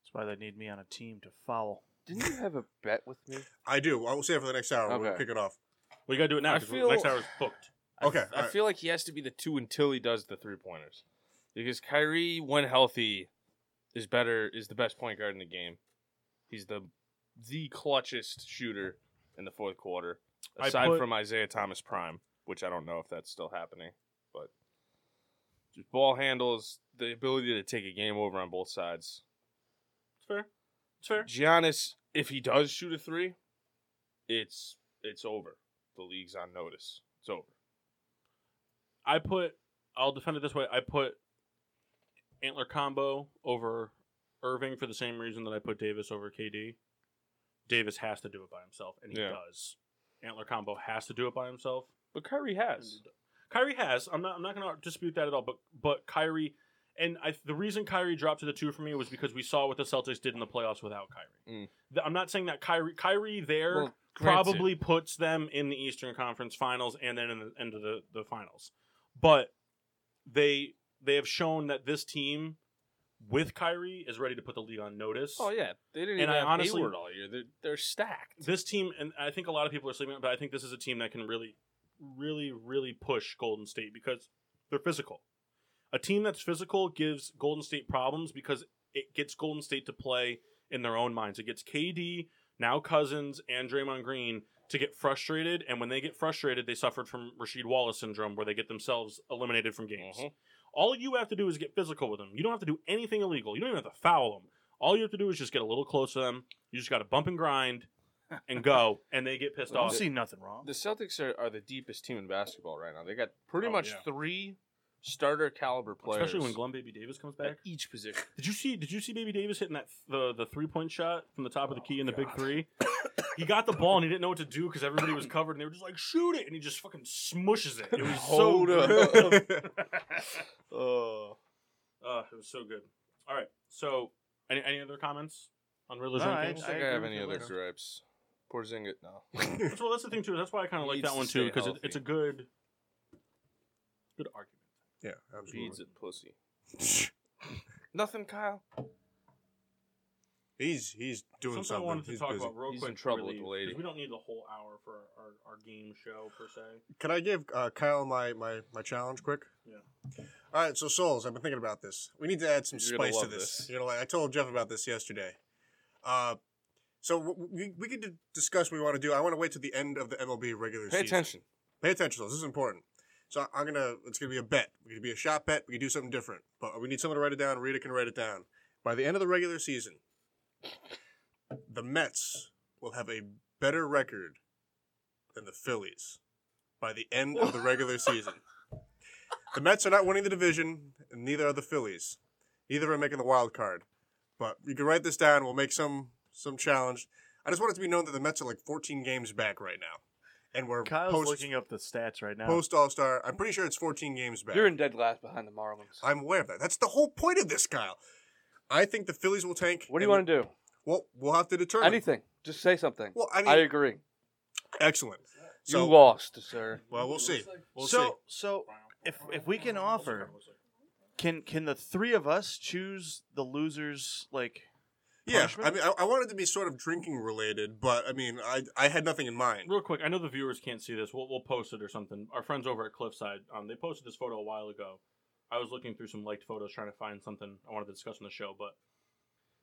B: That's why they need me on a team to foul.
C: Didn't you have a bet with me?
D: I do. I will save it for the next hour. We'll
C: Okay.
D: kick it off.
A: well you gotta do it now
E: I
A: because
E: feel-
A: next hour is booked
D: Okay.
E: I
D: all right.
E: feel like he has to be the two until he does the three pointers, because Kyrie, when healthy, is better is the best point guard in the game. He's the the clutchest shooter in the fourth quarter,
A: I
E: aside
A: put-
E: from Isaiah Thomas Prime, which I don't know if that's still happening, but just ball handles, the ability to take a game over on both sides.
A: it's fair it's fair
E: Giannis, if he does shoot a three, it's it's over. The league's on notice. It's over.
A: I put. I'll defend it this way. I put Antler combo over Irving for the same reason that I put Davis over KD. Davis has to do it by himself, and he
E: Yeah.
A: does. Antler combo has to do it by himself.
E: But Kyrie has.
A: Kyrie has. I'm not. I'm not going to dispute that at all. But but Kyrie And I, the reason Kyrie dropped to the two for me was because we saw what the Celtics did in the playoffs without Kyrie.
E: Mm.
A: Th- I'm not saying that Kyrie Kyrie there
E: Well, grants it.
A: probably puts them in the Eastern Conference Finals and then in the end of the, the finals. But they they have shown that this team with Kyrie is ready to put the league on notice.
E: Oh yeah, they didn't
A: And
E: even
A: I
E: have
A: honestly-
E: Hayward all year. They're, they're stacked.
A: This team, and I think a lot of people are sleeping on, it, but I think this is a team that can really, really, really push Golden State because they're physical. A team that's physical gives Golden State problems because it gets Golden State to play in their own minds. It gets KD, now Cousins, and Draymond Green to get frustrated, and when they get frustrated, they suffered from Rasheed Wallace syndrome, where they get themselves eliminated from games.
E: Mhm.
A: All you have to do is get physical with them. You don't have to do anything illegal. You don't even have to foul them. All you have to do is just get a little close to them. You just got to bump and grind and go, and they get pissed
B: Don't
A: off.
B: see nothing wrong.
E: The Celtics are, are the deepest team in basketball right now. They got pretty
B: Oh,
E: much
B: yeah.
E: three starter caliber players,
A: Especially when Glum Baby Davis comes
E: at
A: back.
E: each position.
A: Did you see? Did you see Baby Davis hitting that the the three point shot from the top of the key in the big three? He got the ball and he didn't know what to do because everybody was covered and they were just like shoot it, and he just fucking smushes it. It was so
E: Hold
A: good.
E: up.
B: oh,
A: Uh, it was so good. All right. So, any any other comments on Riddler's
B: No,
A: rankings?
E: I don't think
B: agree
E: I have
B: with
E: any
B: you,
E: other
B: Liz.
E: gripes. Porzingis, no.
A: That's, well, that's the thing too. That's why I kind of like
E: Needs
A: that
E: to
A: one too
E: stay
A: because it, it's a good, good argument.
D: yeah,
E: Beads
D: absolutely.
E: at pussy. Nothing, Kyle.
D: He's he's doing
A: Something I
D: something.
A: wanted to
D: He's
A: talk
D: busy.
A: about real
E: He's
A: quick.
E: in trouble
A: really,
E: with the lady.
A: 'cause We don't need the whole hour for our, our, our game show per se.
D: Can I give uh, Kyle my, my my challenge quick?
A: Yeah.
D: All right, so souls, I've been thinking about this. We need to add some
E: You're gonna
D: spice to
E: love
D: this.
E: this.
D: You know, like I told Jeff about this yesterday. Uh, so w- we we could d- discuss what we want to do. I want to wait to the end of the MLB regular
E: Pay
D: season.
E: attention.
D: Pay attention, souls. This is important. So I- I'm gonna. It's gonna be a bet. We could be a shot bet. We could do something different. But we need someone to write it down. Rita can write it down. By the end of the regular season, the Mets will have a better record than the Phillies by the end of the regular season. The Mets are not winning the division, and neither are the Phillies. Neither are making the wild card. But you can write this down. We'll make some some challenge. I just want it to be known that the Mets are like 14 games back right now, and we're
B: Kyle's
D: post,
B: looking up the stats right now.
D: post All Star. I'm pretty sure it's 14 games back.
C: You're in dead last behind the Marlins.
D: I'm aware of that. That's the whole point of this, Kyle. I think the Phillies will tank.
C: What do you want to do?
D: Well, we'll have to determine.
C: Anything. Just say something.
D: Well, I mean,
C: I agree.
D: excellent. So,
C: you lost, sir.
D: well, we'll see. We'll
B: so,
D: see.
B: so if if we can offer, can can the three of us choose the losers? Like,
D: Yeah,
B: punishment?
D: I mean, I, I wanted to be sort of drinking related, but I mean, I I had nothing in mind.
A: Real quick, I know the viewers can't see this. We'll, we'll post it or something. Our friends over at Cliffside, um, they posted this photo a while ago. I was looking through some liked photos trying to find something I wanted to discuss on the show, but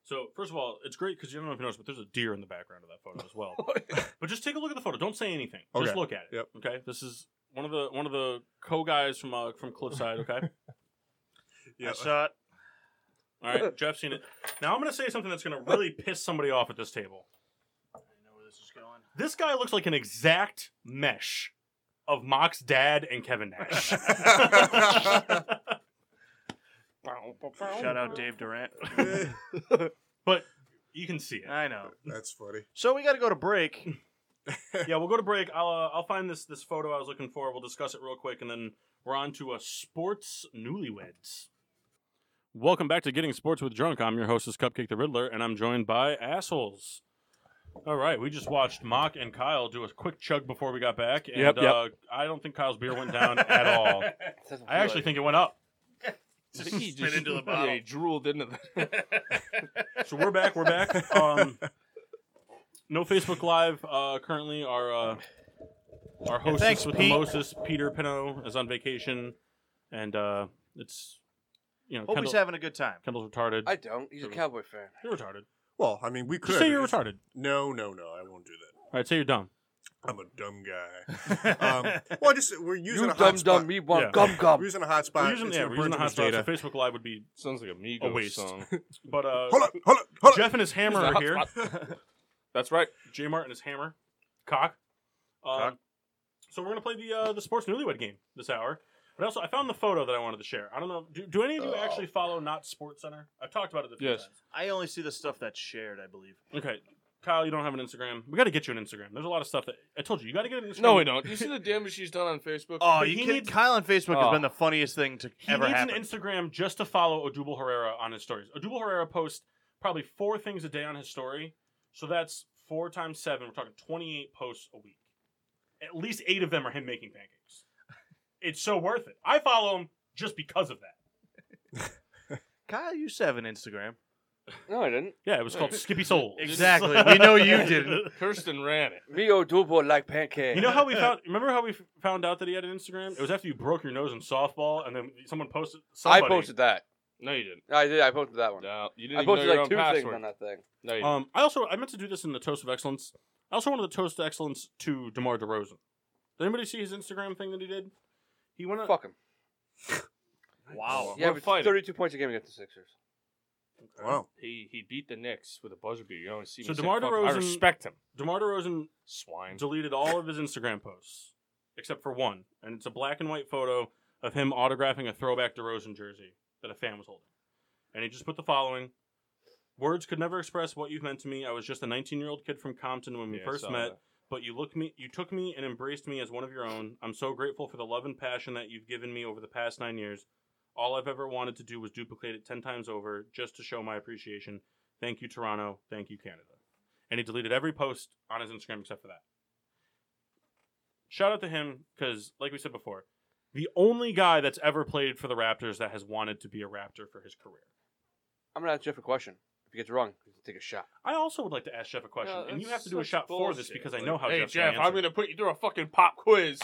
A: so first of all, it's great because you don't know if you noticed, but there's a deer in the background of that photo as well. but just take a look at the photo. Don't say anything. Just
D: Okay.
A: look at it.
D: Yep.
A: Okay. This is one of the one of the co guys from uh, from Cliffside. Okay.
D: Yeah.
B: I saw it.
A: All right, Jeff's seen it. Now I'm going to say something that's going to really piss somebody off at this table.
B: I know where this is going.
A: This guy looks like an exact mesh of Mock's dad and Kevin Nash.
B: Shout out Dave Durant.
A: but you can see it.
B: I know.
D: That's funny.
B: So we got to go to break.
A: Yeah, we'll go to break. I'll uh, I'll find this this photo I was looking for. We'll discuss it real quick, and then we're on to a sports newlyweds. Welcome back to Getting Sports with Drunk. I'm your hostess Cupcake the Riddler, and I'm joined by assholes. All right, we just watched Mock and Kyle do a quick chug before we got back, and
C: Yep, yep.
A: Uh, I don't think Kyle's beer went down at all. I actually think it went up.
E: I think he
B: Spit
E: just
B: into the bottle.
E: Yeah, he drooled into the.
A: So we're back. We're back. Um, no Facebook Live uh, currently. Our uh, our hostess
B: thanks,
A: with
B: Pete.
A: the Moses, Peter Pino, is on vacation, and uh, it's you know
B: Hope he's
A: Kendall,
B: having a good time.
A: Kendall's retarded.
C: I don't. He's a Cowboy fan.
A: you're retarded.
D: Well, I mean, we could
A: Just say you're retarded.
D: No, no, no. I won't do that.
A: All right, say you're dumb.
D: I'm a dumb guy. um, well, I just we're using
C: you
D: a
C: dumb
D: hotspot.
C: dumb. Me want
A: Yeah.
C: gum
D: We're
C: gum.
D: using a hotspot.
A: We're using,
D: It's
A: yeah,
D: gonna
A: we're using the
D: purge
A: hotspot,
D: with
A: so
D: data.
A: Facebook Live would be.
E: Sounds like a
A: A
E: Migos
A: waste.
E: song.
A: But uh,
D: Hold up, hold up, hold up.
A: Jeff and his hammer
E: He's
A: are
E: the
A: here.
E: hotspot. That's right.
A: J Mart and his hammer, cock. Um,
B: Cock.
A: So we're gonna play the uh, the sports newlywed game this hour. But also, I found the photo that I wanted to share. I don't know. Do, do any of you actually follow Not Sports Center? I've talked about it a few
E: Oh. Yes.
A: times.
B: I only see the stuff that's shared, I believe.
A: Okay. Kyle, you don't have an Instagram. We got to get you an Instagram. There's a lot of stuff that I told you. You got to get an Instagram.
E: No, we don't. You see the damage she's done on Facebook?
B: Oh,
A: But
B: you
A: he
B: can,
A: needs-
B: Kyle on Facebook
E: Oh.
B: has been the funniest thing to
A: He
B: ever
A: needs
B: happen.
A: an Instagram just to follow Odubel Herrera on his stories. Odubel Herrera posts probably four things a day on his story, so that's four times seven. We're talking twenty-eight posts a week. At least eight of them are him making pancakes. It's so worth it. I follow him just because of that.
B: Kyle, you have an Instagram.
C: No, I didn't.
A: Yeah, it was called Skippy Soul.
B: Exactly. We know you didn't.
E: Kirsten ran it.
C: Me Odubel like pancake.
A: You know how we found? Remember how we f- found out that he had an Instagram? It was after you broke your nose in softball, and then someone posted. Somebody,
C: I posted that.
E: No, you didn't.
C: I did. I posted that one.
E: No, you didn't.
C: I
E: even know
C: posted
E: your
C: like
E: own
C: two
E: password.
C: things on that thing.
E: No, you didn't.
A: Um, I also I meant to do this in the toast of excellence. I also wanted to toast of excellence to Demar Derozan. Did anybody see his Instagram thing that he did? He went. on-
C: Fuck him.
E: Wow.
A: Oh,
C: Yeah,
E: We're
C: but
E: fighting.
C: 32 points a game against the Sixers.
D: Wow.
E: He he beat the Knicks with a buzzer beater. You don't see me.
A: So
E: say,
A: DeMar
E: "Fuck him." I
A: DeRozan-
E: respect him.
A: Demar Derozan
E: Swine.
A: deleted all of his Instagram posts except for one, and it's a black and white photo of him autographing a throwback DeRozan jersey that a fan was holding. And he just put the following Words could never express what you've meant to me. I was just a 19 year old kid from Compton when we
E: Yeah, I
A: first
E: saw
A: met,
E: that.
A: but you look me, you took me and embraced me as one of your own. I'm so grateful for the love and passion that you've given me over the past nine years. All I've ever wanted to do was duplicate it 10 times over just to show my appreciation. Thank you, Toronto. Thank you, Canada. And he deleted every post on his Instagram except for that. Shout out to him because, like we said before, the only guy that's ever played for the Raptors that has wanted to be a Raptor for his career.
C: I'm going to ask Jeff a question. If he gets it wrong, he can take a shot.
A: I also would like to ask Jeff a question,
E: Yeah,
A: and you
E: that's
A: have to do a
E: such
A: shot for this
E: bullshit.
A: because I
E: Like,
A: know how
E: Hey
A: Jeff's
E: Jeff,
A: gonna
E: I'm
A: answer.
E: gonna put you through a fucking pop quiz.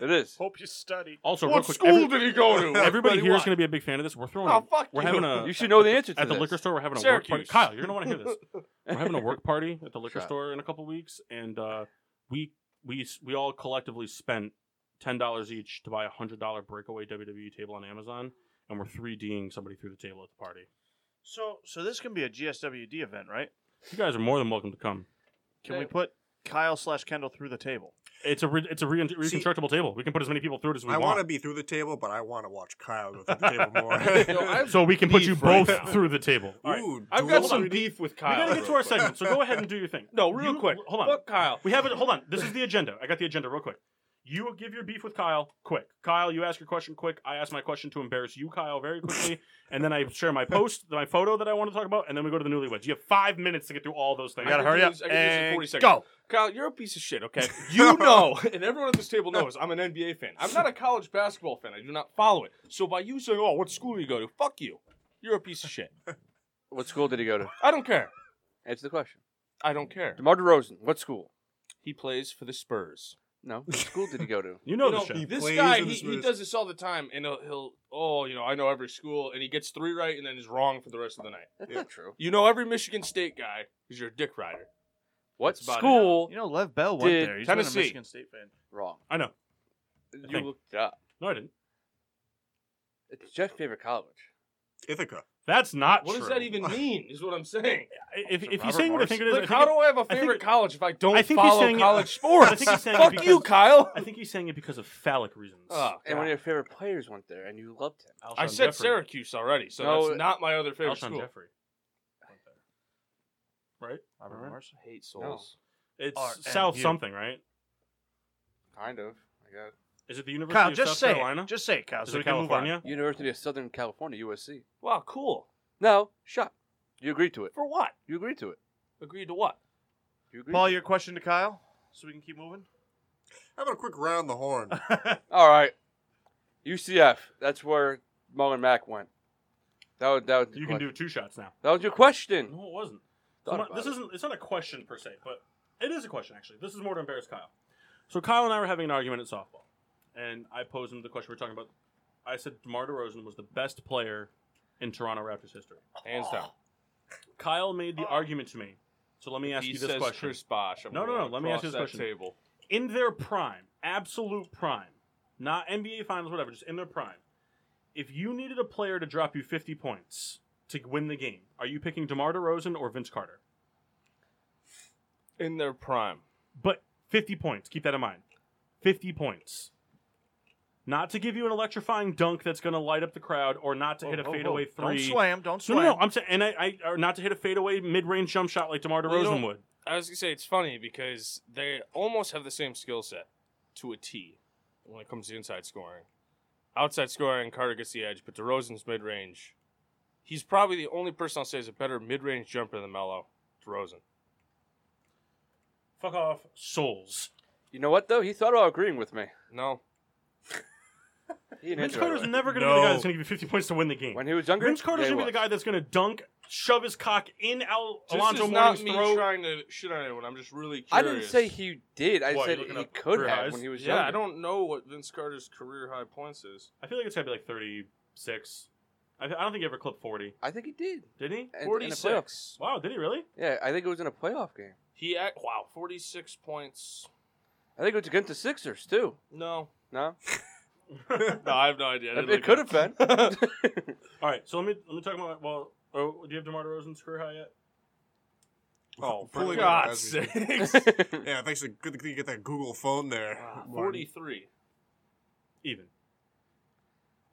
C: It is.
B: Hope you study.
A: Also, real
E: what
A: quick,
E: school
A: every-
E: did he go to?
A: everybody here is
E: what?
A: going to be a big fan of this. We're throwing.
E: Oh fuck
A: we're
E: you.
A: having a
C: You should know the answer to
A: at the
C: this.
A: liquor store. We're having a work
E: Syracuse.
A: party. Kyle, you're going to want to hear this. We're having a work party at the liquor
C: Shut up.
A: store in a couple weeks, and uh, we we s- we all collectively spent ten dollars each to buy a hundred dollar breakaway WWE table on Amazon, and we're three Ding somebody through the table at the party.
B: So, so this can be a GSWD event, right?
A: You guys are more than welcome to come.
B: Can we put Kyle slash Kendall through the table?
A: It's a re- it's a re-
D: See-
A: reconstructable table. We can put as many people through it as we
D: I want to
A: want.
D: be through the table, but I want to watch Kyle go through the table more.
E: Yo, I've,
A: so we can put
E: beef
A: you
E: right
A: both
E: now.
A: through the table. All right.
D: Ooh,
E: I've
D: dual
E: got some
D: duty.
E: beef with
A: We
E: Kyle.
A: gotta get to our segment, so go ahead and do your thing.
E: No, real
A: You-
E: quick.
A: Hold on.
E: Fuck Kyle.
A: We have it. Hold on. This is the agenda. I got the agenda real quick. You give your beef with Kyle quick. Kyle, you ask your question quick. I ask my question to embarrass you, Kyle, very quickly, and then I share my post, my photo that I want to talk about, and then we go to the newlyweds. You have five minutes to get through all those
B: I
A: things.
B: gotta
E: can
B: hurry
E: do
B: up
E: this- I can do this in
B: and
E: 40 seconds.
B: go.
E: Kyle, you're a piece of shit, okay? You know, and everyone at this table knows, I'm an NBA fan. I'm not a college basketball fan. I do not follow it. So by you saying, oh, what school do you go to? Fuck you. You're a piece of shit.
C: What school did he go to?
E: I don't care.
C: Answer the question.
E: I don't care.
C: DeMar DeRozan, what school?
E: He plays for the Spurs.
C: No. What school did he go to?
A: you know
E: You
A: the
E: know,
A: show.
D: he-
E: this
D: plays
E: guy,
D: for the
E: he, he
D: Spurs.
E: does this all the time, and he'll, he'll, oh, you know, I know every school, and he gets three right and then is wrong for the rest of the night.
C: That's
D: Yeah.
C: not true.
E: You know every Michigan State guy because you're a dick rider.
C: What
E: That's about it.
C: school?
B: You know, Lev Bell went
C: Did
B: there. He's
E: Tennessee-
B: been a Michigan State fan.
C: Wrong.
A: I know.
C: You
A: think-
C: looked it up.
A: No, I didn't.
C: It's Jeff's favorite college.
D: Ithaca.
A: That's not
E: What
A: true.
E: does that even mean, is what I'm saying.
A: If, if
D: Robert
A: he's saying what I think it is, I
E: Like,
A: think
E: how
A: it-
E: do I have a
A: think-
E: favorite college if I don't
A: I think he's
E: follow
A: saying it- I
E: college sports?
A: think he's saying it
E: Fuck you,
A: because-
E: Kyle.
A: I think he's saying it because of phallic reasons.
E: Oh,
C: And one
E: God.
C: of your favorite players went there, and you loved him.
A: Alshon
E: I said
A: Jeffrey.
E: Syracuse already, so
C: No,
E: that's not my other favorite
A: Alshon
E: school.
A: Jeffrey. Right?
B: Robert Morris.
E: I hate souls.
A: It's
B: R- and
A: South
B: you.
A: something, right?
C: Kind of. I got
A: Is it the University
B: Kyle,
A: of
B: just
A: South
B: say
A: Carolina?
B: it. Just say it, Kyle,
A: Is
B: so
A: it
B: we can move on.
A: California?
C: University of Southern California, USC.
E: Wow, cool.
C: No, shut. You agreed to it.
E: For what?
C: You agreed to it.
E: Agreed to what?
C: You agreed.
B: Paul,
C: to it.
B: your question to Kyle, so we can keep moving.
D: How about a quick round the horn?
C: All right. UCF. That's where Mo and Mac went. That was that was your
A: You can
C: question.
A: do two shots now.
C: That was your question.
A: No, it wasn't.
C: Thought
A: So my-
C: about
A: this
C: it.
A: is isn't. It's not a question per se, but it is a question actually. This is more to embarrass Kyle. So Kyle and I were having an argument at softball, and I posed him the question we were talking about. I said DeMar DeRozan was the best player in Toronto Raptors history.
E: Hands down.
A: Kyle made the
B: Uh,
A: argument to me. So let me ask
E: he
A: you
E: says
A: this question:
E: Chris Bosh. I'm
A: No, no,
E: gonna
A: no, let me ask you
E: cross
A: this
E: that
A: question.
E: Table.
A: in their prime, absolute prime, not NBA finals, whatever, just in their prime, if you needed a player to drop you 50 points to win the game, are you picking DeMar DeRozan or Vince Carter?
E: In their prime.
A: But 50 points, keep that in mind. 50 points. Not to give you an electrifying dunk that's going to light up the crowd or not to hit a
B: Whoa, whoa,
A: fadeaway
B: whoa. Don't
A: three.
B: slam. Don't
A: No,
B: slam.
A: no, no. I'm saying, and I, I, or not to hit a fadeaway mid-range jump shot like DeMar
E: Well, you
A: DeRozan
E: don't-
A: would.
E: I was gonna say it's funny because they almost have the same skill set to a T when it comes to inside scoring. Outside scoring, Carter gets the edge, but DeRozan's mid range. He's probably the only person I'll say is a better mid range jumper than Melo. DeRozan.
A: Fuck off, souls.
C: You know what though? He thought about agreeing with me.
E: No.
C: He didn't
A: Vince
C: answer right
A: Carter's
C: away.
A: never going to be the guy
E: No.
A: that's going to give you 50 points to win the game.
C: when he was younger.
A: Vince Carter's
C: yeah, he
A: going to be
C: was.
A: the guy that's going to dunk, shove his cock in Al-
E: This
A: Alonzo
E: is not
A: Mourning's
E: me
A: throat.
E: trying to shit on anyone. I'm just really
C: I
E: curious.
C: didn't say he did. I
A: What,
C: said
A: you
C: he
A: looking up
C: could
A: career
C: have
A: highs?
C: when he was
E: Yeah,
C: younger.
E: I don't know what Vince Carter's career high points is.
A: I feel like it's got to be like 36. I, I don't think he ever clipped 40.
C: I think he did.
A: Did he?
C: And- and a playoff.
E: 46.
A: Wow, did he really?
C: Yeah, I think it was in a playoff game.
E: He act, wow, 46 points.
C: I think it was against the Sixers too.
E: No.
C: No,
E: No, I have no idea. I didn't
C: it
E: look
C: could
E: up.
C: have been.
A: All right, so let me let me talk about well. Oh, do you have DeMar DeRozan's career high yet?
D: Oh,
E: For
D: pulling it up as
E: God's
D: we-
E: sakes.
D: Yeah, thanks to good thing you get that Google phone there.
E: Ah, 43.
A: Even.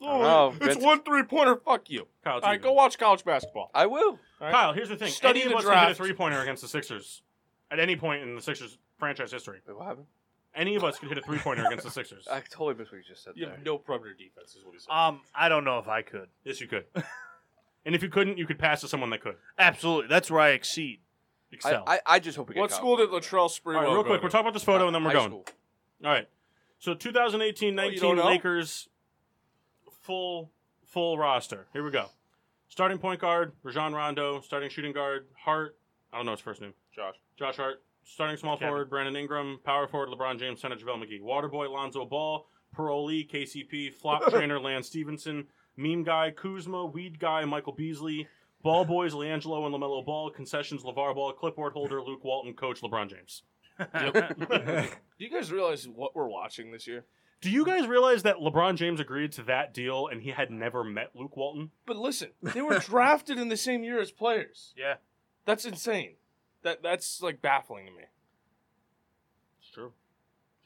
C: know,
E: Oh, it's
C: Vince-
E: one three pointer. Fuck you.
A: Kyle,
E: All
A: it's
E: right,
A: even.
E: go watch college basketball.
C: I will.
A: Kyle, here's the thing.
E: Study
A: any
E: the
A: of us can hit a
E: draft.
A: three pointer against the Sixers at any point in the Sixers franchise history.
C: Wait, what happened?
A: Any of us could hit a three pointer against the Sixers.
C: I totally missed what you just said.
E: You
C: there.
E: have no perimeter defense, is what he said.
B: Um, I don't know if I could.
A: Yes, you could. and if you couldn't, you could pass to someone that could.
B: Absolutely, that's where I exceed.
A: Excel.
C: I, I, I just hope we get.
E: what
C: Kyle
E: school did
C: Korver.
E: Latrell
A: All
E: Sprewell
A: right, real
E: go
A: quick,
E: to?
A: we're talking about this photo and then we're
C: High
A: going.
C: school.
A: All right. So 2018
E: Oh, you
A: 19
E: don't know?
A: Lakers full full roster. Here we go. Starting point guard, Rajon Rondo. Starting shooting guard, Hart. I don't know his first name.
E: Josh.
A: Josh Hart. Starting small
B: Kevin.
A: forward, Brandon Ingram. Power forward, LeBron James. Center, JaVale McGee. Waterboy, Lonzo Ball. Parolee, KCP. Flop trainer, Lance Stevenson. Meme guy, Kuzma. Weed guy, Michael Beasley. Ball boys, LiAngelo and LaMelo Ball. Concessions, LeVar Ball. Clipboard holder, Luke Walton. Coach, LeBron James.
E: Do you guys realize what we're watching this year?
A: Do you guys realize that LeBron James agreed to that deal and he had never met Luke Walton?
E: But listen, they were drafted in the same year as players.
B: Yeah.
E: That's insane. That that's like baffling to me.
A: It's true.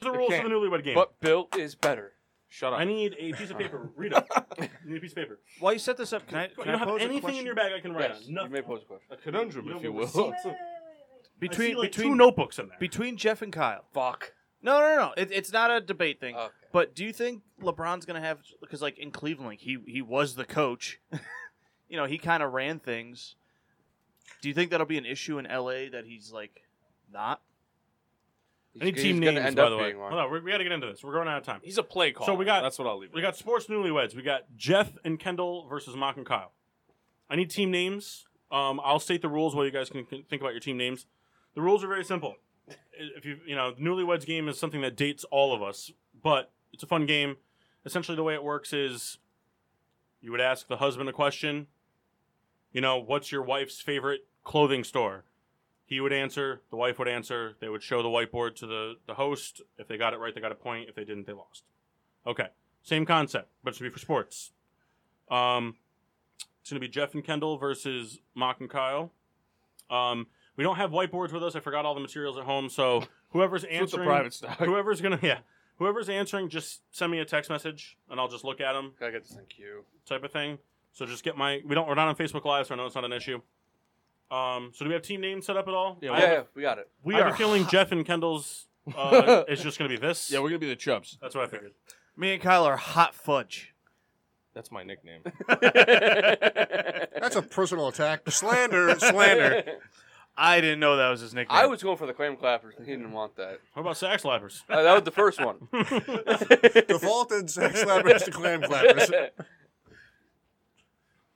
A: The
C: It
A: rules of
C: can't.
A: the newlywed game.
C: But Bill is better.
E: Shut up.
A: I need a piece of paper. Read up. I need a piece of paper.
B: While you set this up, can I?
A: You
B: Can
A: don't
B: I
A: have
B: pose a
A: anything in
B: question?
A: your bag I can write
C: Yes,
A: on.
C: you may
A: Nothing.
C: pose a question.
E: a conundrum,
A: You
E: if
A: don't
E: you
A: have
E: will.
A: receipts? I
B: between
A: see, like, two
B: between
A: notebooks in there.
B: between Jeff and Kyle?
C: Fuck.
B: No, no, no. It, it's not a debate thing.
C: Okay.
B: But do you think LeBron's gonna have because like in Cleveland, like, he he was the coach. you know, he kind of ran things. Do you think that'll be an issue in LA that he's like not?
C: He's,
A: I need
C: he's
A: team
C: gonna
A: names,
C: end
A: by
C: up
A: the way.
C: being one.
A: Hold on, we, we got to get into this. We're running out of time.
E: He's a play caller.
A: So we got-
E: that's what I'll leave.
A: We
E: it.
A: got sports newlyweds. We got Jeff and Kendall versus Mock and Kyle. I need team names. Um, I'll state the rules while you guys can, can think about your team names. The rules are very simple. If you you know, the newlyweds game is something that dates all of us, but it's a fun game. Essentially, the way it works is you would ask the husband a question. You know, what's your wife's favorite clothing store? He would answer. The wife would answer. They would show the whiteboard to the the host. If they got it right, they got a point. If they didn't, they lost. Okay. Same concept, but it should be for sports. Um, it's going to be Jeff and Kendall versus Mock and Kyle. Um, we don't have whiteboards with us. I forgot all the materials at home. So whoever's
E: It's with the
A: answering,
E: private stock.
A: whoever's gonna, yeah, whoever's answering, just send me a text message and I'll just look at them,
C: Gotta get this in queue.
A: type of thing. So just get my. We don't. We're not on Facebook Live, so I know it's not an issue. Um, so do we have team names set up at all?
E: Yeah,
A: I
C: Yeah,
A: have,
C: yeah, we got it.
A: We I have
B: are
A: a feeling Jeff and Kendall's uh, is just going to be this.
E: Yeah, we're gonna be the Chubs.
A: that's what I figured.
B: Me and Kyle are hot fudge.
E: That's my nickname.
D: That's a personal attack. Slander, slander.
B: I didn't know that was his nickname.
C: I was going for the clam clappers. He didn't want that.
A: What about Sax Lappers?
C: Uh, that was the first one.
D: Defaulted sex slappers to clam clappers.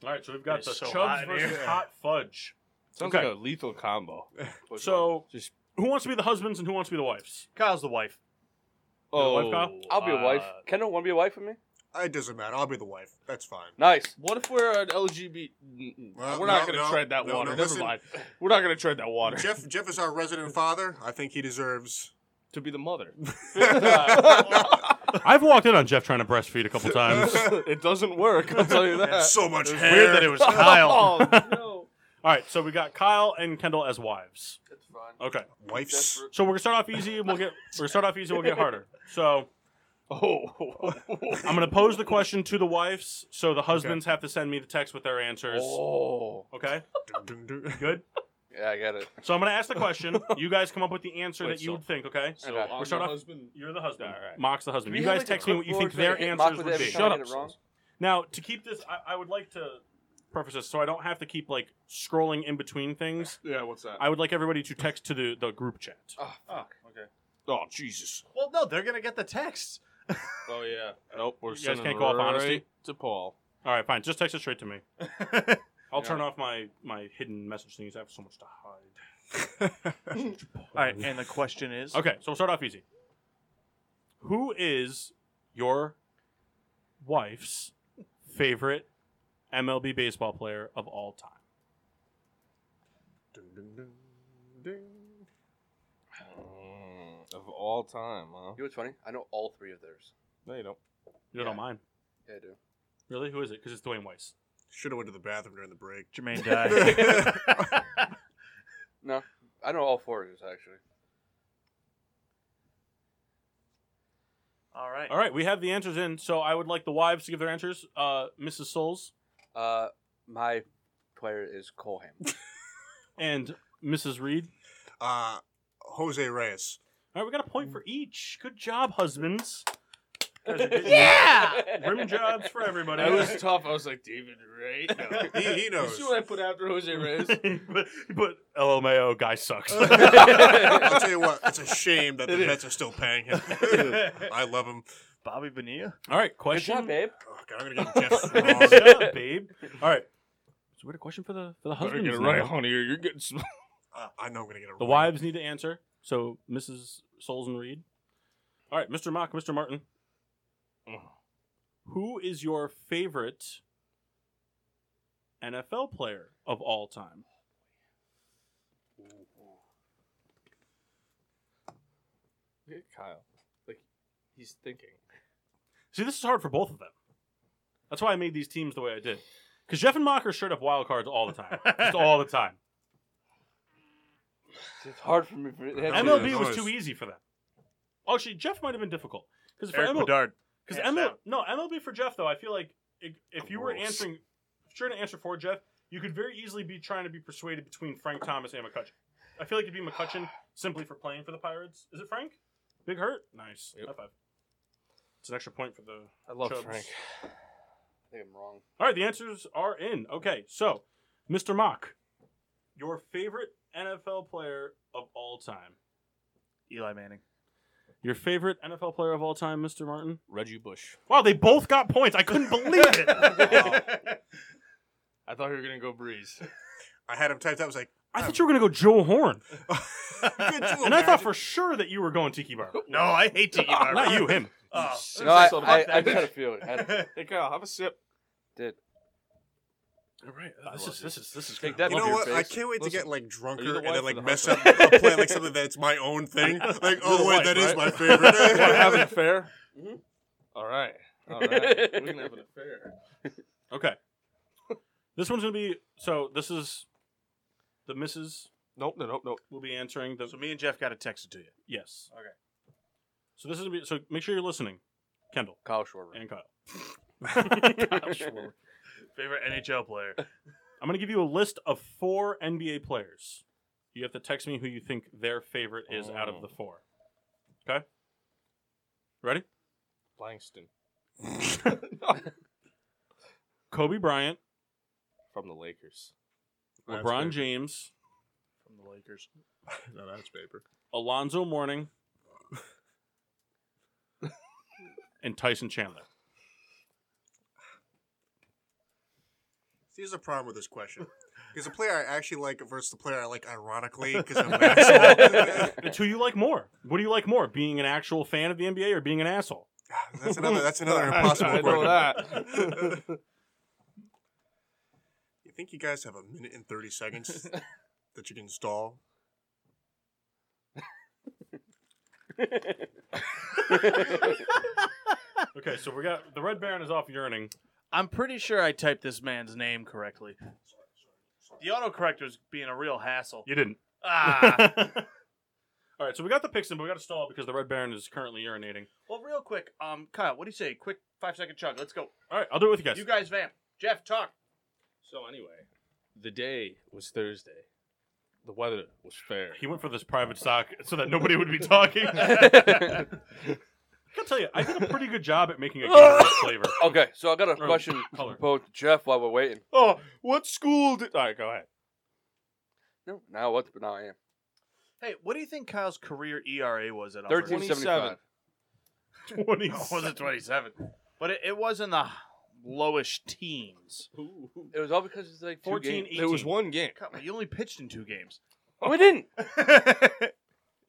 A: All right, so we've got
B: It's
A: the
B: so hot
A: Chubbs
B: in
A: versus
B: here.
A: Hot Fudge.
E: Sounds
A: Okay.
E: like a lethal combo.
A: So,
E: Just
A: who wants to be the husbands and who wants to be the wives?
B: Kyle's the wife.
A: the
E: oh,
A: wife cop?
C: I'll be a wife.
E: uh,
C: Kendall, want to be a wife with me?
D: It doesn't matter. I'll be the wife. That's fine.
C: Nice.
E: What if we're an LGBT? mm, mm.
D: Well,
E: we're not
D: no,
E: gonna
D: no,
E: tread that
D: no,
E: water.
D: no,
E: Never
D: listen.
E: mind. We're not gonna tread that water.
D: Jeff Jeff is our resident father. I think he deserves.
E: to be the mother.
A: I've walked in on Jeff trying to breastfeed a couple times.
E: it doesn't work. I'll tell you that.
D: so much hair.
B: Weird that it was Kyle.
E: Oh, no.
A: All right, so we got Kyle and Kendall as wives.
C: That's fine.
A: Okay,
D: Wife's.
A: so we're gonna start off easy. and We'll get we're gonna start off easy. We'll get harder. So
E: Oh.
A: I'm gonna pose the question to the wives, so the husbands have to send me the text with their answers.
C: Oh.
A: Okay,
D: Dun, dun, dun.
A: good.
C: Yeah, I get it.
A: So I'm gonna ask the question. you guys come up with the answer
E: Wait,
A: that you
E: so-
A: would think. Okay.
E: So
C: Okay.
E: I'm
A: We're starting
E: the
A: off-
E: husband.
A: You're the husband.
E: All right.
A: Mock's the husband.
C: Do we
A: you
C: have,
A: guys
C: like, a
A: text me what you think their
C: clipboard to hit Mark
A: answers
C: with
A: would
C: every
A: be.
C: time I
E: Shut
C: get
E: up,
C: it wrong?
A: Now, to keep this, I, I would like to preface this so I don't have to keep like scrolling in between things.
E: Yeah, what's that?
A: I would like everybody to text to the, the group chat.
C: Oh,
E: oh, okay. Oh Jesus.
B: Well, no, they're gonna get the text.
E: Oh yeah. Nope. We're
A: You guys
E: sending
A: can't go off
E: right
A: honesty?
E: to Paul.
A: All right, fine. Just text it straight to me. I'll
C: Yeah.
A: turn off my my hidden message things. I have so much to hide.
B: All right, and the question is,
A: Okay, so we'll start off easy. Who is your wife's favorite MLB baseball player of all time?
D: Dun, dun, dun, dun.
E: Mm, of all time, huh?
C: You know what's funny? I know all three of theirs.
E: No, you don't.
A: You don't
C: Yeah.
A: know mine.
C: Yeah, I do.
A: Really? Who is it? Because it's Dwayne Weiss.
D: Should have went to the bathroom during the break.
B: Jermaine died.
C: No, I know all four of theirs actually.
B: All right.
A: All right, we have the answers in. So I would like the wives to give their answers. Uh, Mrs. Souls
C: Uh, my player is Cole Ham.
A: and Mrs. Reed.
D: Uh, Jose Reyes.
A: All right, we got a point for each. Good job, husbands. Guys are getting Rim jobs for everybody.
E: I was tough. I was like David Ray. No.
D: He, he
E: you
D: knows.
E: see what I put after Jose Reyes?
A: but, but LMAO guy sucks.
D: I'll tell you what, it's a shame that the Mets are still paying him. I love him.
B: Bobby Bonilla.
A: All right,
C: Good
A: question.
C: job, babe.
D: Oh, God, I'm gonna get Jeff
A: Good
D: wrong.
A: job, babe. All right. So we had a question for the for the
E: Better
A: husbands.
E: get it
A: now.
E: right, honey, or you're getting. sm-
D: Uh, I know I'm gonna get it
A: The
D: wrong.
A: wives need to answer. So Mrs. Souls and Reed. All right, Mr. Mock, Mr. Martin. Who is your favorite NFL player of all time?
E: Look at Kyle, like he's thinking.
A: See, this is hard for both of them. That's why I made these teams the way I did. Because Jeff and Mock are straight up wild cards all the time. Just all the time.
C: It's hard for me. For, they have to-
D: MLB
A: MLB was
D: noise.
A: too easy for them. Actually, Jeff might have been difficult. Because for
B: Eric
A: MLB,
B: Bedard.
A: Because
B: Hands
A: ML
B: down.
A: no MLB for Jeff though, I feel like if, if you were
D: Gross.
A: answering, if you're to answer for Jeff, you could very easily be trying to be persuaded between Frank Thomas and McCutcheon. I feel like it'd be McCutcheon simply for playing for the Pirates. Is it Frank? Big hurt. Nice.
E: Yep.
A: High five. It's an extra point for the.
E: I love
A: Chubbs.
E: Frank.
C: I think I'm wrong.
A: All right, the answers are in. Okay, so Mr. Mock, your favorite NFL player of all time.
B: Eli Manning.
A: Your favorite NFL player of all time, Mr. Martin.
E: Reggie Bush.
A: Wow, they both got points. I couldn't believe it.
E: I thought you were gonna go Breeze.
D: I had him typed up. I was like,
A: I thought you were gonna go Joe Horn.
D: Could you
A: And I thought
D: imagine?
A: for sure that you were going Tiki Barber.
B: no, I hate Tiki Barber.
A: Not you, him.
B: Oh.
C: No, I,
E: so
C: I, I
E: bad.
C: just had a feeling. I had a feeling.
E: Hey Kyle, have a sip.
C: Did.
A: All right. Uh, This is this is this is
C: Take
A: good.
C: that
D: You know
C: your
D: what? I
C: face.
D: can't wait to
E: Listen,
D: get like drunker
E: are you the
D: and
E: wife
D: then
E: or
D: like
E: the
D: mess up
E: husband?
D: a plan like something that's my own thing. Like, oh
E: the
D: wait,
E: wife,
D: that is
E: right?
D: my
E: What, having an
D: favorite.
E: affair? Mm-hmm.
C: Mhm.
E: All right. All right. We can have an affair.
A: Okay. This one's gonna be so. This is the misses
E: Nope, no, nope, nope.
A: will be answering the
B: So me and Jeff got a text it to you.
A: yes.
B: Okay.
A: So this is gonna be so. Make sure you're listening, Kendall
C: Kyle Schwarber.
A: and Kyle.
B: Favorite NHL player.
A: I'm gonna give you a list of four NBA players. You have to text me who you think their favorite is out of the four. Okay. Ready?
E: Langston
A: Kobe Bryant,
E: from the Lakers.
D: That's
A: LeBron
D: good.
A: James,
B: From the Lakers.
D: no, that's paper.
A: Alonzo Mourning, and Tyson Chandler.
D: See, Here's the problem with this question. Because the player I actually like versus the player I like ironically because I'm an asshole.
A: It's who you like more. What do you like more, being an actual fan of the NBA or being an asshole?
D: that's another. That's another
E: I-
D: impossible
E: I know
D: question.
E: that.
D: You think you guys have a minute and thirty seconds that you can stall?
A: Okay, so we got the Red Baron is off yearning.
B: I'm pretty sure I typed this man's name correctly. The autocorrect was being a real hassle.
A: You didn't.
B: Ah.
A: All right, so we got the Pixen, but we got to stall because the Red Baron is currently urinating.
B: well, real quick, um, Kyle, what do you say? Quick five second chug. Let's go.
A: All right, I'll do it with you guys.
B: You guys vamp. Jeff, talk.
E: So anyway, the day was Thursday. the weather was fair.
A: He went for this private sock so that nobody would be talking. I
C: okay,
A: gotta tell you, I did a pretty good job at making a Gatorade flavor.
C: so I got a
A: Or
C: question to
A: color.
C: propose to Jeff while we're waiting.
E: Oh, what school did? All right, go ahead.
C: No, now what? But now I am.
B: Hey, what do you think Kyle's career ERA was at Auburn?
C: Thirteen seventy five.
A: 20
B: No, it wasn't 27. But it, it was in the lowish teens.
C: It was all because it's like two
A: 14,
C: games.
E: There was one game.
B: Come on, you only pitched in two games.
C: Oh, we didn't.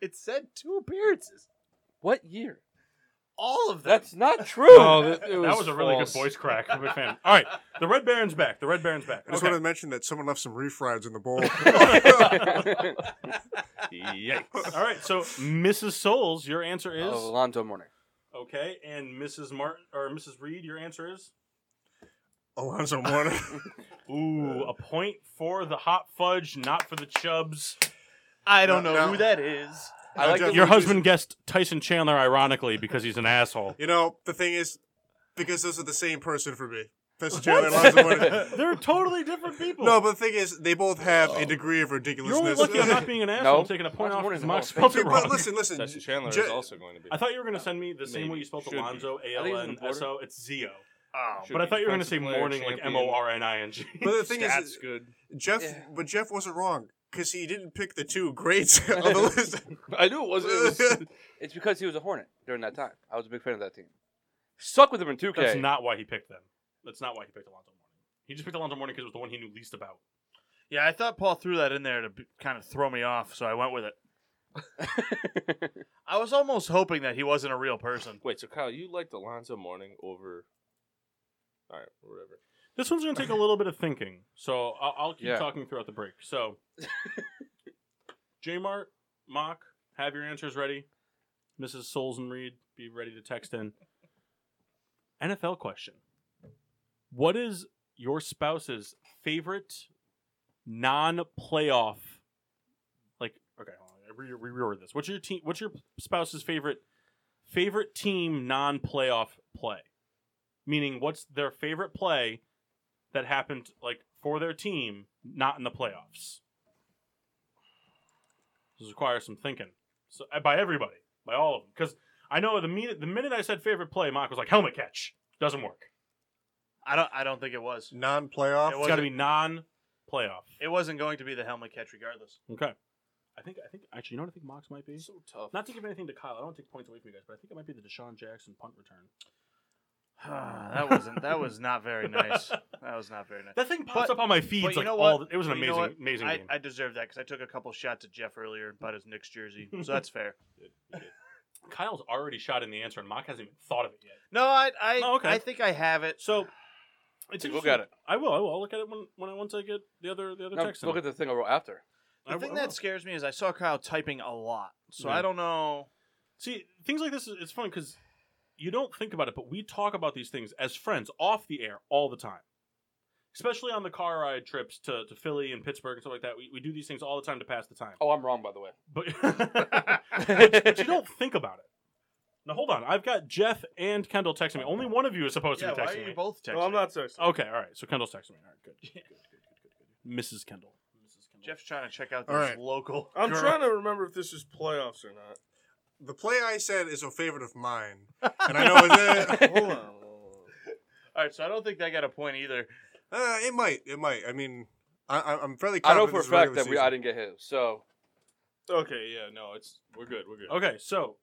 B: it said two appearances.
C: What year?
B: All of them.
C: That's not true.
A: Oh, that was a really good voice crack. I'm a big fan. All right, the Red Baron's back. The Red Baron's back.
D: I just
A: Okay.
D: wanted to mention that someone left some refries in the bowl.
E: Yikes.
A: All right, so Mrs. Souls, your answer is
C: Oh,
E: Oh,
C: Alonzo Mourning.
A: okay, and Mrs. Martin or Mrs. Reed, your answer is
D: Alonzo Mourning.
A: ooh, a point for the hot fudge, not for the chubs.
B: I don't
D: No,
B: know
D: no.
B: who that is.
C: I like
D: definitely
A: Your husband guessed Tyson Chandler, ironically, because he's an asshole.
D: You know, the thing is, because those are the same person for me. That's Chandler and Alonzo Mourning.
A: They're totally different people.
D: No, but the thing is, they both have a degree of
A: You're only
D: ridiculousness.
A: lucky I'm not being an asshole.
C: No.
A: I'm taking a point
C: Alonzo
A: off
C: Mourning's
A: because
C: in
A: Mark
C: the
A: spelled
C: Hall
D: Hey,
A: it wrong.
D: but
C: of Fame.
D: listen, listen.
E: Tyson Chandler
D: Ju-
E: is also going to be.
A: I thought you were going to send me the same
E: Maybe.
A: way you spelled
E: Should be.
A: Alonzo, A
C: I
A: L
C: think he's in
A: N
C: the border.
A: S O. It's Z O.
B: Oh,
E: Should
A: But I
E: be
A: thought you were going to
E: defensive
A: say
E: player,
A: morning like M
E: champion.
A: O R N I N G.
D: But the thing
E: Stats
D: is,
E: good.
D: Jeff,
C: Yeah.
D: but Jeff wasn't wrong because he didn't pick the two greats on the list.
E: I knew it wasn't. It was,
C: It's because he was a Hornet during that time. I was a big fan of that team. Stuck with him in 2K.
A: That's not why he picked them. That's not why he picked Alonzo Morning. He just picked Alonzo Morning because it was the one he knew least about.
B: Yeah, I thought Paul threw that in there to b- kind of throw me off, so I went with it. I was almost hoping that he wasn't a real person.
E: wait, so Kyle, you liked Alonzo Morning over? All right, whatever.
A: This one's going to take a little bit of thinking, so I'll, I'll keep
C: Yeah.
A: talking throughout the break. So, J Mart, Mock, have your answers ready. Mrs. Souls and Reed, be ready to text in. NFL question What is your spouse's favorite non playoff? Like, okay, hold on, I re- reorder this. What's your team? What's your spouse's favorite favorite team non playoff play? Meaning, what's their favorite play that happened like for their team, not in the playoffs. This requires some thinking. So uh, by everybody, by all of them, because I know the minute the minute I said favorite play, Mock was like helmet catch doesn't work.
B: I don't. I don't think it was.
D: Non-playoff.
B: It
A: It's
B: was-
A: got to be non-playoff.
B: It wasn't going to be the helmet catch, regardless.
A: Okay. I think I think actually you know what I think Mox might be.
E: So tough.
A: Not to give anything to Kyle, I don't want to take points away from you guys, but I think it might be the Deshaun Jackson punt return.
B: that wasn't. That was not very nice. That was not very nice.
A: That thing pops
B: But-
A: up on my feed.
B: but
A: like
B: you know
A: all
B: what?
A: the- it was an
B: You know
A: amazing
B: what?
A: amazing
B: I,
A: game.
B: I deserve that because I took a couple shots at Jeff earlier about his Knicks jersey, so that's fair.
A: Kyle's already shot in the answer, and Mock hasn't even thought of it yet.
B: No, I I,
A: Oh, okay.
B: I think I have it.
A: So it's
C: Look
A: interesting.
C: at it.
A: I will. I will. I'll look at it when, when I once I get the other the other
C: No,
A: text. in.
C: look at the thing I wrote after.
A: I
B: The
A: will-
B: thing
A: I
B: that
A: will.
B: scares me is I saw Kyle typing a lot, so
A: Yeah.
B: I don't know.
A: see things like this. is It's funny because you don't think about it, but we talk about these things as friends off the air all the time. Especially on the car ride trips to, to Philly and Pittsburgh and stuff like that, we, we do these things all the time to pass the time.
C: Oh, I'm wrong, by the way.
A: But, but, but you don't think about it. Now hold on, I've got Jeff and Kendall texting me. Only one of you is supposed to be texting me.
B: both texting?
E: sorry.
A: Okay, all right. So Kendall's texting me. All right, good. good, good, good, good, good. Mrs. Kendall. Mrs. Kendall.
B: Jeff's trying to check out this
D: All right.
B: local.
E: I'm
B: girl.
E: trying to remember if this is playoffs or not.
D: The play I said is a favorite of mine, and I know uh, it.
E: Hold on.
B: All right, so I don't think I got a point either.
D: Uh, it might. It might. I mean, I, I- I'm fairly.
C: I know
D: Confident
C: for a
D: this is
C: fact
D: regular
C: that we, I
D: season.
C: didn't get his. So,
E: Okay, yeah, no, it's we're good. We're good.
A: Okay, so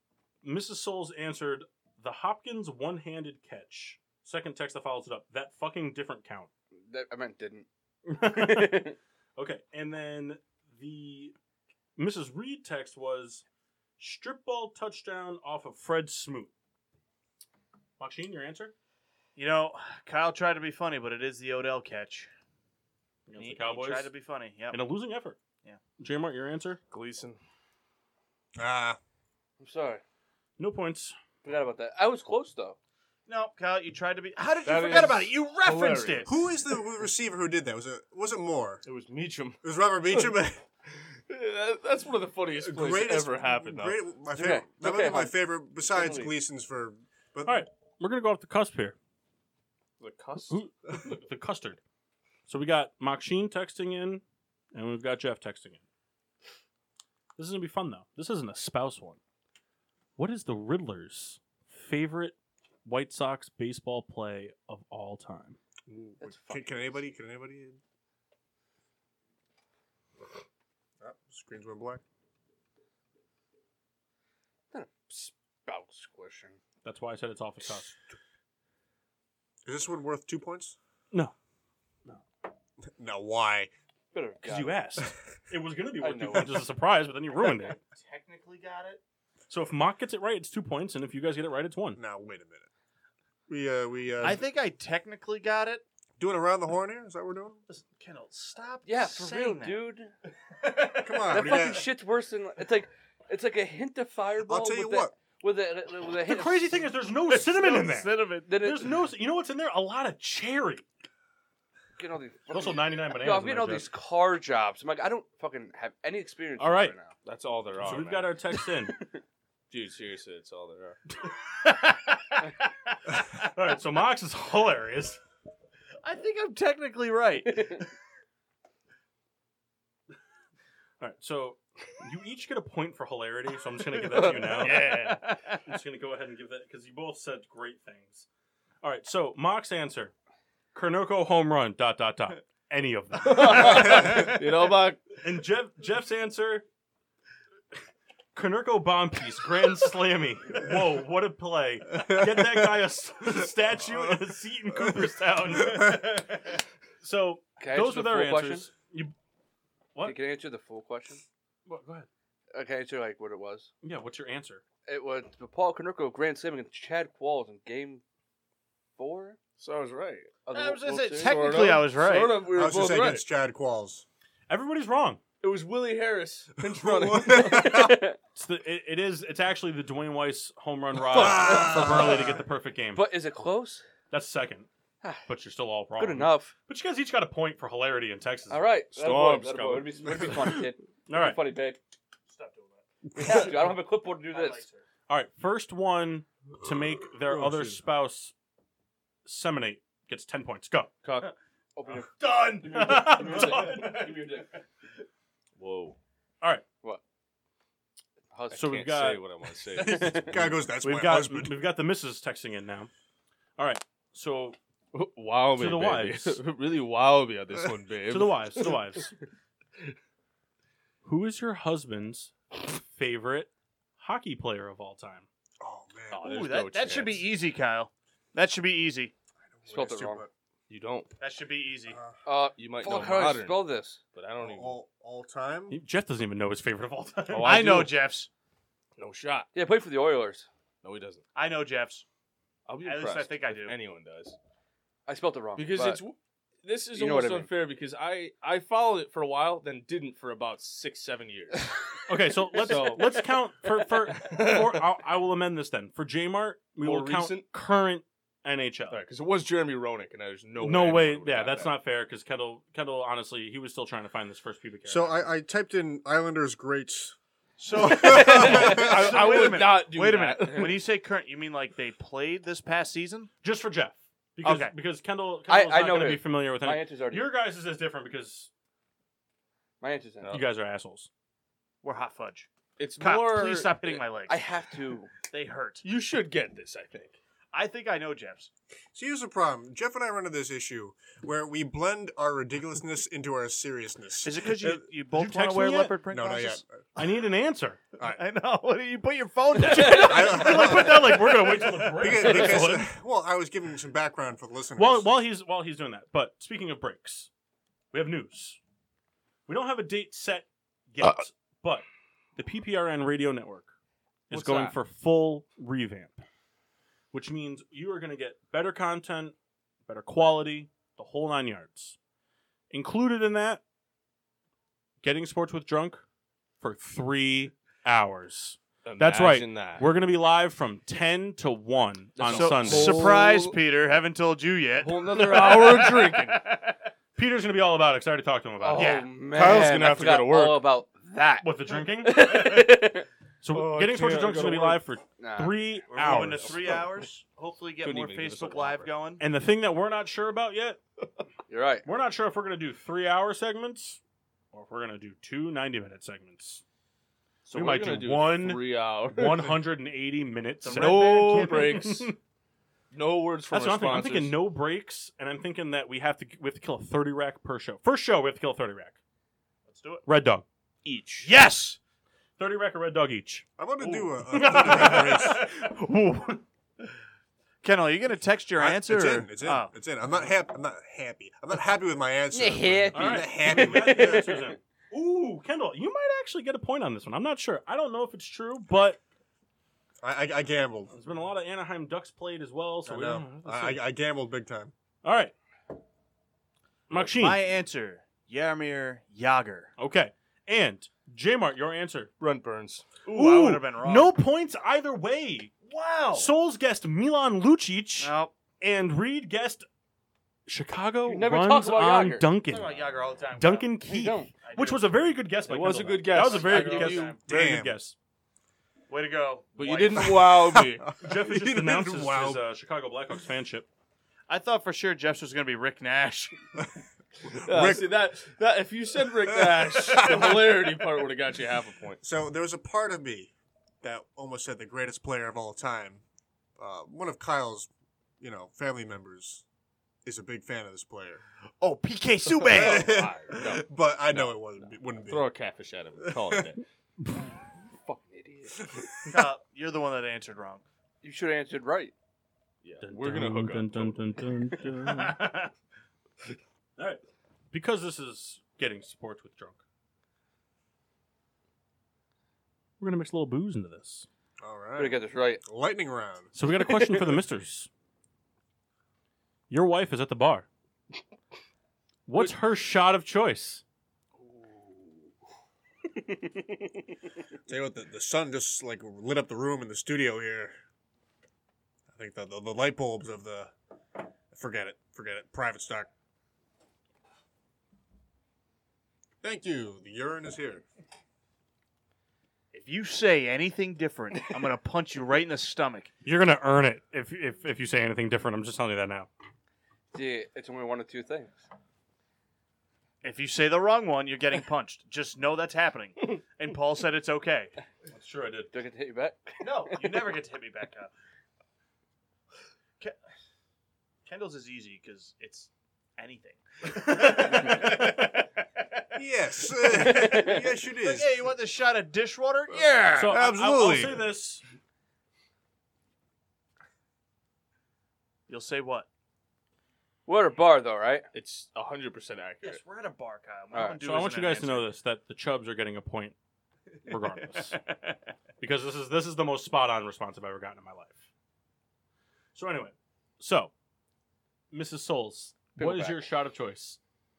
A: Mrs. Souls answered the Hopkins one-handed catch. Second text that follows it up. That fucking different count.
C: that, I meant didn't.
A: okay, and then the Mrs. Reed text was strip ball touchdown off of Fred Smoot. Machine, your answer?
B: You know, Kyle tried to be funny, but it is the Odell catch.
A: Against
B: He-
A: the Cowboys.
B: He tried to be funny. Yep.
A: In a losing effort.
B: Yeah.
A: J Mart, your answer?
E: Gleason.
D: Ah,
C: I'm sorry.
A: No points.
C: Forgot about that. I was close, though.
B: No, Kyle, you tried to be. How did you
E: That
B: forget
E: is
B: about it? You referenced
E: hilarious.
B: it.
D: who is the receiver who did that? Was it? Was it Moore?
E: It was Meacham.
D: It was Robert Beecham.
E: That's one of the funniest plays that ever happened. though.
D: Great, my favorite.
C: okay.
D: That
C: Okay,
D: might be my
C: hon.
D: favorite besides
C: Totally.
D: Gleason's for. But
A: All right. We're going to go off the cusp here.
E: The cuss.
A: Who- the custard. So we got Machine texting in, and we've got Jeff texting in. This is gonna be fun though. This isn't a spouse one. What is the Riddler's favorite White Sox baseball play of all time?
D: Ooh,
C: That's
D: can,
C: fucking
D: can anybody? Can anybody? Oh, screens went black.
C: Spout squishing.
A: That's why I said it's off the cuff.
D: Is this one worth two points?
A: No,
D: Now why?
C: Better
A: because you asked. It was gonna be
C: I
A: worth two
C: know.
A: points as a surprise, but then you ruined it.
B: Technically got it.
A: So if Mock gets it right, it's two points, and if you guys get it right, it's one.
D: Now wait a minute. We uh we uh
B: I think I technically got it.
D: doing around the horn here. Is that what we're doing?
B: Listen, Kendall, stop.
C: Yeah, for
B: saying
C: real,
B: that.
C: dude.
D: Come on,
C: That
D: we
C: fucking
D: got-
C: shit's worse than it's like it's like a hint of fireball.
D: I'll tell you
C: with
D: what.
C: A, with a with a
A: The
C: hint.
A: crazy thing is, there's no cinnamon in there.
C: cinnamon. Then it,
A: There's no. You know what's in there? A lot of cherry.
C: Getting all these.
A: There's also
C: fucking-
A: 99 bananas.
C: Yo, I'm
A: in there,
C: getting all
A: Jeff.
C: these car jobs. I'm like, I don't fucking have any experience.
A: All
C: with
A: right.
C: this now.
E: That's all there are.
A: So we've
E: man.
A: got our text in.
E: dude. Seriously, that's all there are.
A: all right. So Mox is hilarious.
B: I think I'm technically right.
A: All right, so you each get a point for hilarity, so I'm just gonna give that to you now. I'm just gonna go ahead and give that because you both said great things. All right, so Mock's answer: Kernoko home run. Dot dot dot. Any of them.
E: you know, Buck.
A: And Jeff Jeff's answer: Kernoko bomb piece, grand slammy. Whoa, what a play! Get that guy a s- statue and a seat in Cooperstown. So
C: Can I
A: those
C: answer
A: were
C: the
A: their
C: full
A: answers.
C: question?
A: You what?
C: Can I answer the full question?
A: What? Go ahead.
C: I can answer like what it was.
A: Yeah, what's your answer?
C: It was the Paul Konerko grand slam against Chad Qualls in Game Four.
E: So I was right.
C: of the
B: I was gonna
C: World
B: say,
C: Series?
B: technically,
E: Sort of.
B: I was right.
E: Sort of. We
D: I
E: were
D: was just
E: both
D: saying
E: right.
D: against Chad Qualls.
A: Everybody's wrong.
E: It was Willie Harris pinch running.
A: It's the, it, it is. It's actually the Dwayne Weiss home run
D: Fuck.
A: rod for Burley to get the perfect game.
C: but is it close?
A: That's second. But you're still all wrong.
C: Good enough.
A: But you guys each got a point for hilarity in Texas.
C: All right.
E: Storm's
C: that
E: coming.
C: would be, that'd be funny, kid.
A: All right.
C: Funny, babe.
B: Stop doing
C: We have to. I don't have a clipboard to do
B: that.
C: this.
A: All right. First one to make their
D: Oh,
A: other
D: shoot.
A: spouse seminate gets ten points. Go.
E: Cock.
C: Open your.
A: Done.
C: Give me your dick. Give me your
A: Done.
C: dick. Give me your dick.
E: Whoa.
C: How's-
E: I
A: So we've
E: can't
A: got-
E: say what I want to say. It's
D: Guy
E: weird.
D: goes, that's
A: We've
D: my
A: got
D: husband.
A: we've got the missus texting in now. All right. So
E: Wow,
A: To
E: me,
A: the
E: baby.
A: wives.
E: really wow me on this one, babe.
A: to the wives. To the wives. Who is your husband's favorite hockey player of all time?
D: Oh man,
E: Oh,
B: Ooh,
E: there's
B: that,
E: no
B: that should be
E: chance.
B: easy, Kyle. That should be easy.
C: Spelled it
D: Too
C: wrong.
D: much.
E: You don't.
B: That should be easy.
D: Uh,
C: Uh,
E: You might
C: fuck,
E: know
C: how do I
E: modern,
C: spell this?
E: but I don't even.
D: all, all time.
A: Jeff doesn't even know his favorite of all time.
E: Oh,
B: I,
E: I
B: know
E: do.
B: Jeff's.
E: No shot.
C: Yeah, play for the Oilers.
E: No, he doesn't.
B: I know Jeff's.
E: I'll be
B: At least I
E: impressed.
B: think I
E: if
B: do.
E: Anyone does
C: I spelled it wrong.
E: because
C: but-
E: it's. This is
C: You know what
E: almost
C: I mean.
E: unfair because I I followed it for a while, then didn't for about six seven years.
A: Okay, so let's
E: So-
A: let's count for for. for I'll, I will amend this then for Jmart. We
E: More
A: will count
E: recent?
A: current NHL.
E: All right, because it was Jeremy Roenick, and there's no
A: No way.
E: anyone would've
A: Yeah,
E: got
A: that's
E: that.
A: not fair because Kendall Kendall honestly he was still trying to find this first pubic hair.
D: So I, I typed in Islanders greats.
B: So,
E: I,
B: So
E: I
B: wait a
E: would
B: minute.
E: not do
B: wait a
E: that.
B: minute. When you say current, you mean like they played this past season?
A: just for Jeff because
B: Okay.
A: because Kendall
C: I-
A: Kendall's
C: I
A: not
C: know
A: going to be
C: his.
A: familiar with
C: my
A: any.
C: answer's already.
A: Your guys is different because
C: My answer's in.
E: No.
A: you guys are assholes.
B: We're hot fudge.
E: it's
B: Kyle,
E: more.
B: please stop hitting my legs.
C: I have to.
B: they hurt.
E: You should get this. I think.
B: I think I know Jeff's.
D: See, here's the problem. Jeff and I run into this issue where we blend our ridiculousness into our seriousness.
B: Is it because
E: Uh,
B: you, you
A: you
B: both want
A: text
B: to wear
A: me yet?
B: leopard print
D: no, not yet.
B: glasses?
A: I need an answer.
B: I know. You put your phone down.
D: I-
A: You like put that like we're going to wait till the break.
D: Because, because- well, I was giving some background for the listeners.
A: while while he's while he's doing that. But speaking of breaks, we have news. We don't have a date set yet,
E: Uh,
A: but the PPRN radio network is
E: What's
A: going
E: that?
A: for full revamp, which means you are going to get better content, better quality, the whole nine yards. Included in that, getting sports with drunk for three hours. That's right.
E: Imagine That.
A: We're going to be live from ten to one on
E: So-
A: Sunday.
E: so-
B: Surprise,
E: Whole-
B: Peter. Haven't told you yet.
E: whole another hour of drinking.
A: Peter's going to be all about it. 'cause I already talked to him about
C: Oh
A: it.
B: Yeah.
C: man,
E: Kyle's gonna
C: I
E: have to go to
C: forgot
E: work.
C: All about that.
A: What the drinking? So
E: Oh, I
A: getting sports
E: can't
A: drunk is
E: go
A: going
E: to
A: to be live for
C: Nah.
A: three
B: We're
A: hours.
B: moving to three hours. Hopefully, get
E: Couldn't
B: more
E: even give us a
B: Facebook Live
E: whopper.
B: going.
A: And the thing that we're not sure about yet,
C: You're right.
A: we're not sure if we're going to do three hour segments or if we're going to do two 90 minute segments. So
E: we
A: we
E: might
A: gonna
E: do,
A: do one,
E: one hour.
A: 180 minutes. of
B: Some red
A: that.
E: no
F: Kid.
E: breaks. No words from
A: That's what I'm thinking. I'm
E: responses.
A: thinking no breaks, and I'm thinking that we have to we have to kill a 30 rack per show. First show, we have to kill a 30 rack.
B: Let's do it.
A: Red dog each. Yes, 30 rack or red dog each.
D: I want to do a, a
A: Ooh.
B: Ken, are you gonna text your
D: I-
B: answer?
D: It's
B: or-
D: in. It's in.
B: Oh.
D: It's in. I'm not happy. I'm not happy. I'm not happy with my answer.
C: Yeah, happy.
D: I'm not
A: Alright.
D: happy
A: We
D: with
A: got the
D: it.
A: answers in. Ooh, Kendall, you might actually get a point on this one. I'm not sure. I don't know if it's true, but
D: I, I, I gambled.
A: there's been a lot of Anaheim Ducks played as well. So
D: I
A: we
D: know.
A: don't know.
D: I, I, I gambled big time.
A: All right, Maxine.
B: My answer, Yarmir Yager.
A: Okay, and J Mart, your answer.
E: Runt burns.
B: Ooh, I would have been wrong. Oh.
A: No points either way.
B: Wow.
A: Souls guessed Milan Lucic,
B: Nope.
A: and Reed guessed Chicago
C: You never talk
A: runs
C: about
A: on
C: Yager.
A: Duncan.
B: Yager all the time.
A: Duncan
C: We
A: Keith,
C: don't.
A: which was a very good guess. by
E: It was
A: Kendall,
E: a
A: though.
E: good guess.
A: That was a very
E: I
A: good
E: give
A: guess.
E: you-
A: Very good
D: Damn.
A: guess.
B: Way to go.
E: But you
B: White.
E: didn't wow me.
A: Jeff has
D: You
A: just
D: didn't
A: announced his,
D: wow.
A: his, uh, Chicago Blackhawks fanship.
B: I thought for sure Jeff's was gonna be Rick Nash.
E: Yeah,
D: Rick-
E: see that that if you said Rick Nash, the hilarity part would have got you half a point.
D: So there was a part of me that almost said the greatest player of all time. Uh, one of Kyle's, you know, family members is a big fan of this player.
B: oh, PK
E: Oh, no,
D: but I know it wasn't. it wouldn't be.
E: Throw a catfish at him. Call it that.
C: Fucking idiot.
B: Cup, you're the one that answered wrong.
C: You should have answered right.
E: Yeah, we're gonna hook up.
A: All right, because this is getting sports with drunk. We're gonna mix a little booze into this.
D: All
C: Would have
D: right.
C: got this right.
D: Lightning round.
A: So we got a question for the misters. Your wife is at the bar. What's her shot of choice?
D: Tell you what, the, the sun just like lit up the room in the studio here. I think the the, the light bulbs of the forget it, forget it. Private stock. Thank you. The urine is here.
B: If you say anything different, I'm gonna punch you right in the stomach.
A: You're gonna earn it if if, if you say anything different. I'm just telling you that now.
C: See, it's only one of two things.
B: If you say the wrong one, you're getting punched. Just know that's happening. And Paul said it's okay.
A: That's true. I did.
C: Do I get to hit you back?
B: No, you never get to hit me back up. Ke- Kendall's is easy because it's anything.
D: Yes. yes, it
B: Like,
D: is.
B: hey, you want this shot of dishwater? Yeah.
A: So I- I'll, I'll
D: absolutely.
A: say this.
B: You'll say what?
C: We're at a bar though, right?
E: It's hundred percent accurate.
B: we're at a bar, Kyle.
C: All right,
A: So I want you guys to know this that the Chubs are getting a point, regardless, because this is this is the most spot on response I've ever gotten in my life. So anyway, so Mrs. Souls, what is
C: Pickleback.
A: your shot of choice?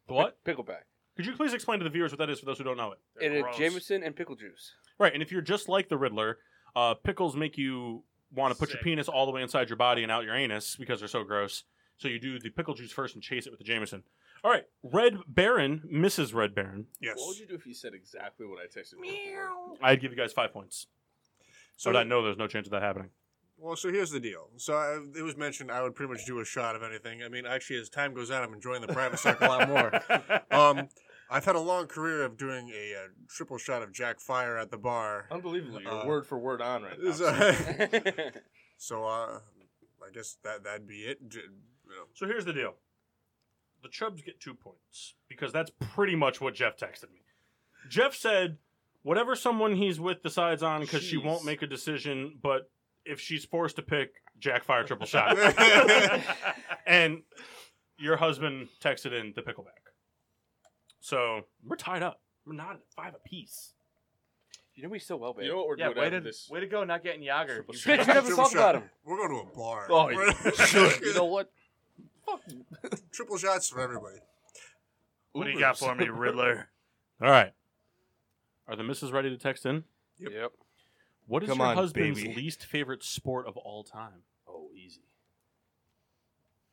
A: The what?
C: Pickleback.
A: Could you please explain to the viewers what that is for those who don't know it?
C: It is Jameson and pickle juice.
A: Right, and if you're just like the Riddler, uh, pickles make you want to put your
B: Sick.
A: penis all the way inside your body and out your anus because they're so gross. So you do the pickle juice first and chase it with the Jameson. All right, Red Baron, Mrs. Red Baron.
E: What would
D: yes.
E: you do if you said exactly what I texted? Meow.
A: I'd give you guys five points.
D: So
A: but I know there's no chance of that happening.
D: well, so here's the deal. So I, it was mentioned I would pretty much do a shot of anything. I mean, actually, as time goes on, I'm enjoying the private stock a lot more. Um, I've had a long career of doing a, uh triple shot of Jack Fire at the bar.
E: Oh, Unbelievable. You're
D: Uh,
E: word for word on right now.
D: So,
C: Pickleback.
D: so, uh, I guess that that'd be it. J- you know.
A: So here's the deal. The Chubs get two points because that's pretty much what Jeff texted me. Jeff said, whatever someone he's with decides on because she
E: Jeez.
A: won't make a decision, but if she's forced to pick, Jack Fire triple shot. and your husband texted in the pickleback. So we're tied up. We're not at five apiece.
C: you know me so well, babe.
E: You know what we're
B: yeah,
E: good
B: way
E: at
B: to,
E: with this?
B: way to go not getting Yager.
E: Triple
B: You
E: shot.
C: Bitch, we never
D: Triple
C: talked
D: shot.
C: about him.
D: We're going to a bar.
E: Oh, you should. You know what?
D: triple shots for everybody.
B: What do you got
E: Ubers.
B: for me, Riddler?
A: All right. Are the misses ready to text in?
C: Yep.
A: What is
E: Come
A: your
E: on,
A: husband's
E: baby.
A: least favorite sport of all time?
E: Oh, easy.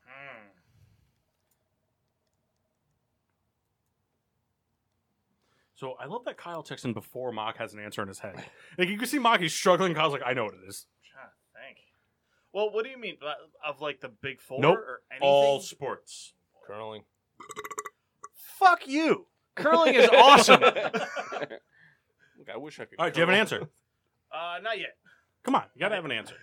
B: Mm,
A: So I love that Kyle texts in before Mock has an answer in his head. Like you can see Mock, he's struggling. Kyle's like, I know what it is.
B: God, thank. Well, what do you mean uh, of like the big four
A: Nope.
B: or anything?
A: All sports.
E: Curling.
B: Fuck you. Curling is awesome.
E: Look, I wish I could.
A: All right, do you have an answer?
B: Uh, not yet.
A: Come on, you gotta have an answer.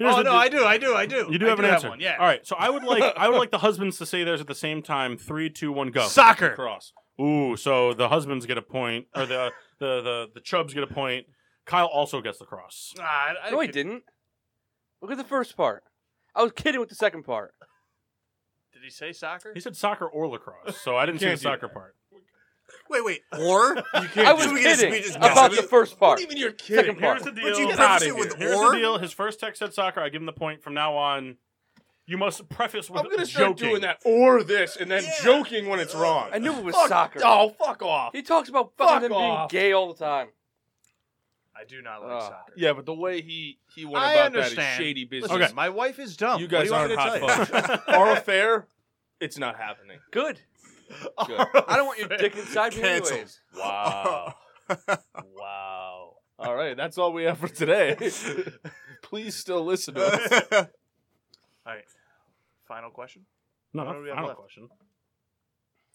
B: oh
A: the-
B: no, I do, I do, I do.
A: You do
B: I
A: have an answer.
B: one, yeah.
A: All right, so I would like I would like the husbands to say theirs at the same time. Three, two, one, go.
B: Soccer.
E: Cross.
A: Ooh, so the husbands get a point, or the the the the Chubs get a point. Kyle also gets the cross.
B: Ah, I, I
C: No, I
B: could-
C: didn't. Look at the first part. I was kidding with the second part.
B: Did he say soccer?
A: He said soccer or lacrosse, so I didn't see the
E: Can't do
A: soccer part.
D: Wait, wait. Or? you
C: I
D: do
C: was
D: it. We just-
C: kidding
D: we just
C: about
D: messed
C: the
D: it.
C: first part.
E: even you're
C: kidding. Second part.
A: Here's the deal.
D: Would you
A: Get outta
D: preface it with
A: here. Here's
D: or?
A: the deal. His first text said soccer. I give him the point from now on. You must preface with
E: I'm gonna start
A: joking.
E: doing that or this, and then
D: Yeah.
E: joking when it's wrong.
C: I knew it was
E: Fuck-
C: soccer.
E: Oh, fuck off.
C: He talks about fucking
E: Fuck
C: them
E: off.
C: being gay all the time.
B: I do not like
C: Ah.
B: soccer.
E: Yeah, but the way he he went
B: I
E: about that is
B: understand.
E: shady business.
B: Listen, my wife is dumb.
E: You
B: What do
E: guys
B: want
E: aren't
B: me to
E: hot
B: tell you?
E: fucks. Our affair, it's not happening.
C: Good.
E: Good.
C: I don't want your dick inside me
D: Cancel.
C: anyways.
E: Wow. wow. All right, that's all we have for today. Please still listen to us.
B: All right. Final question.
A: No,
B: What
A: not
B: do we have
A: final
B: left?
A: question.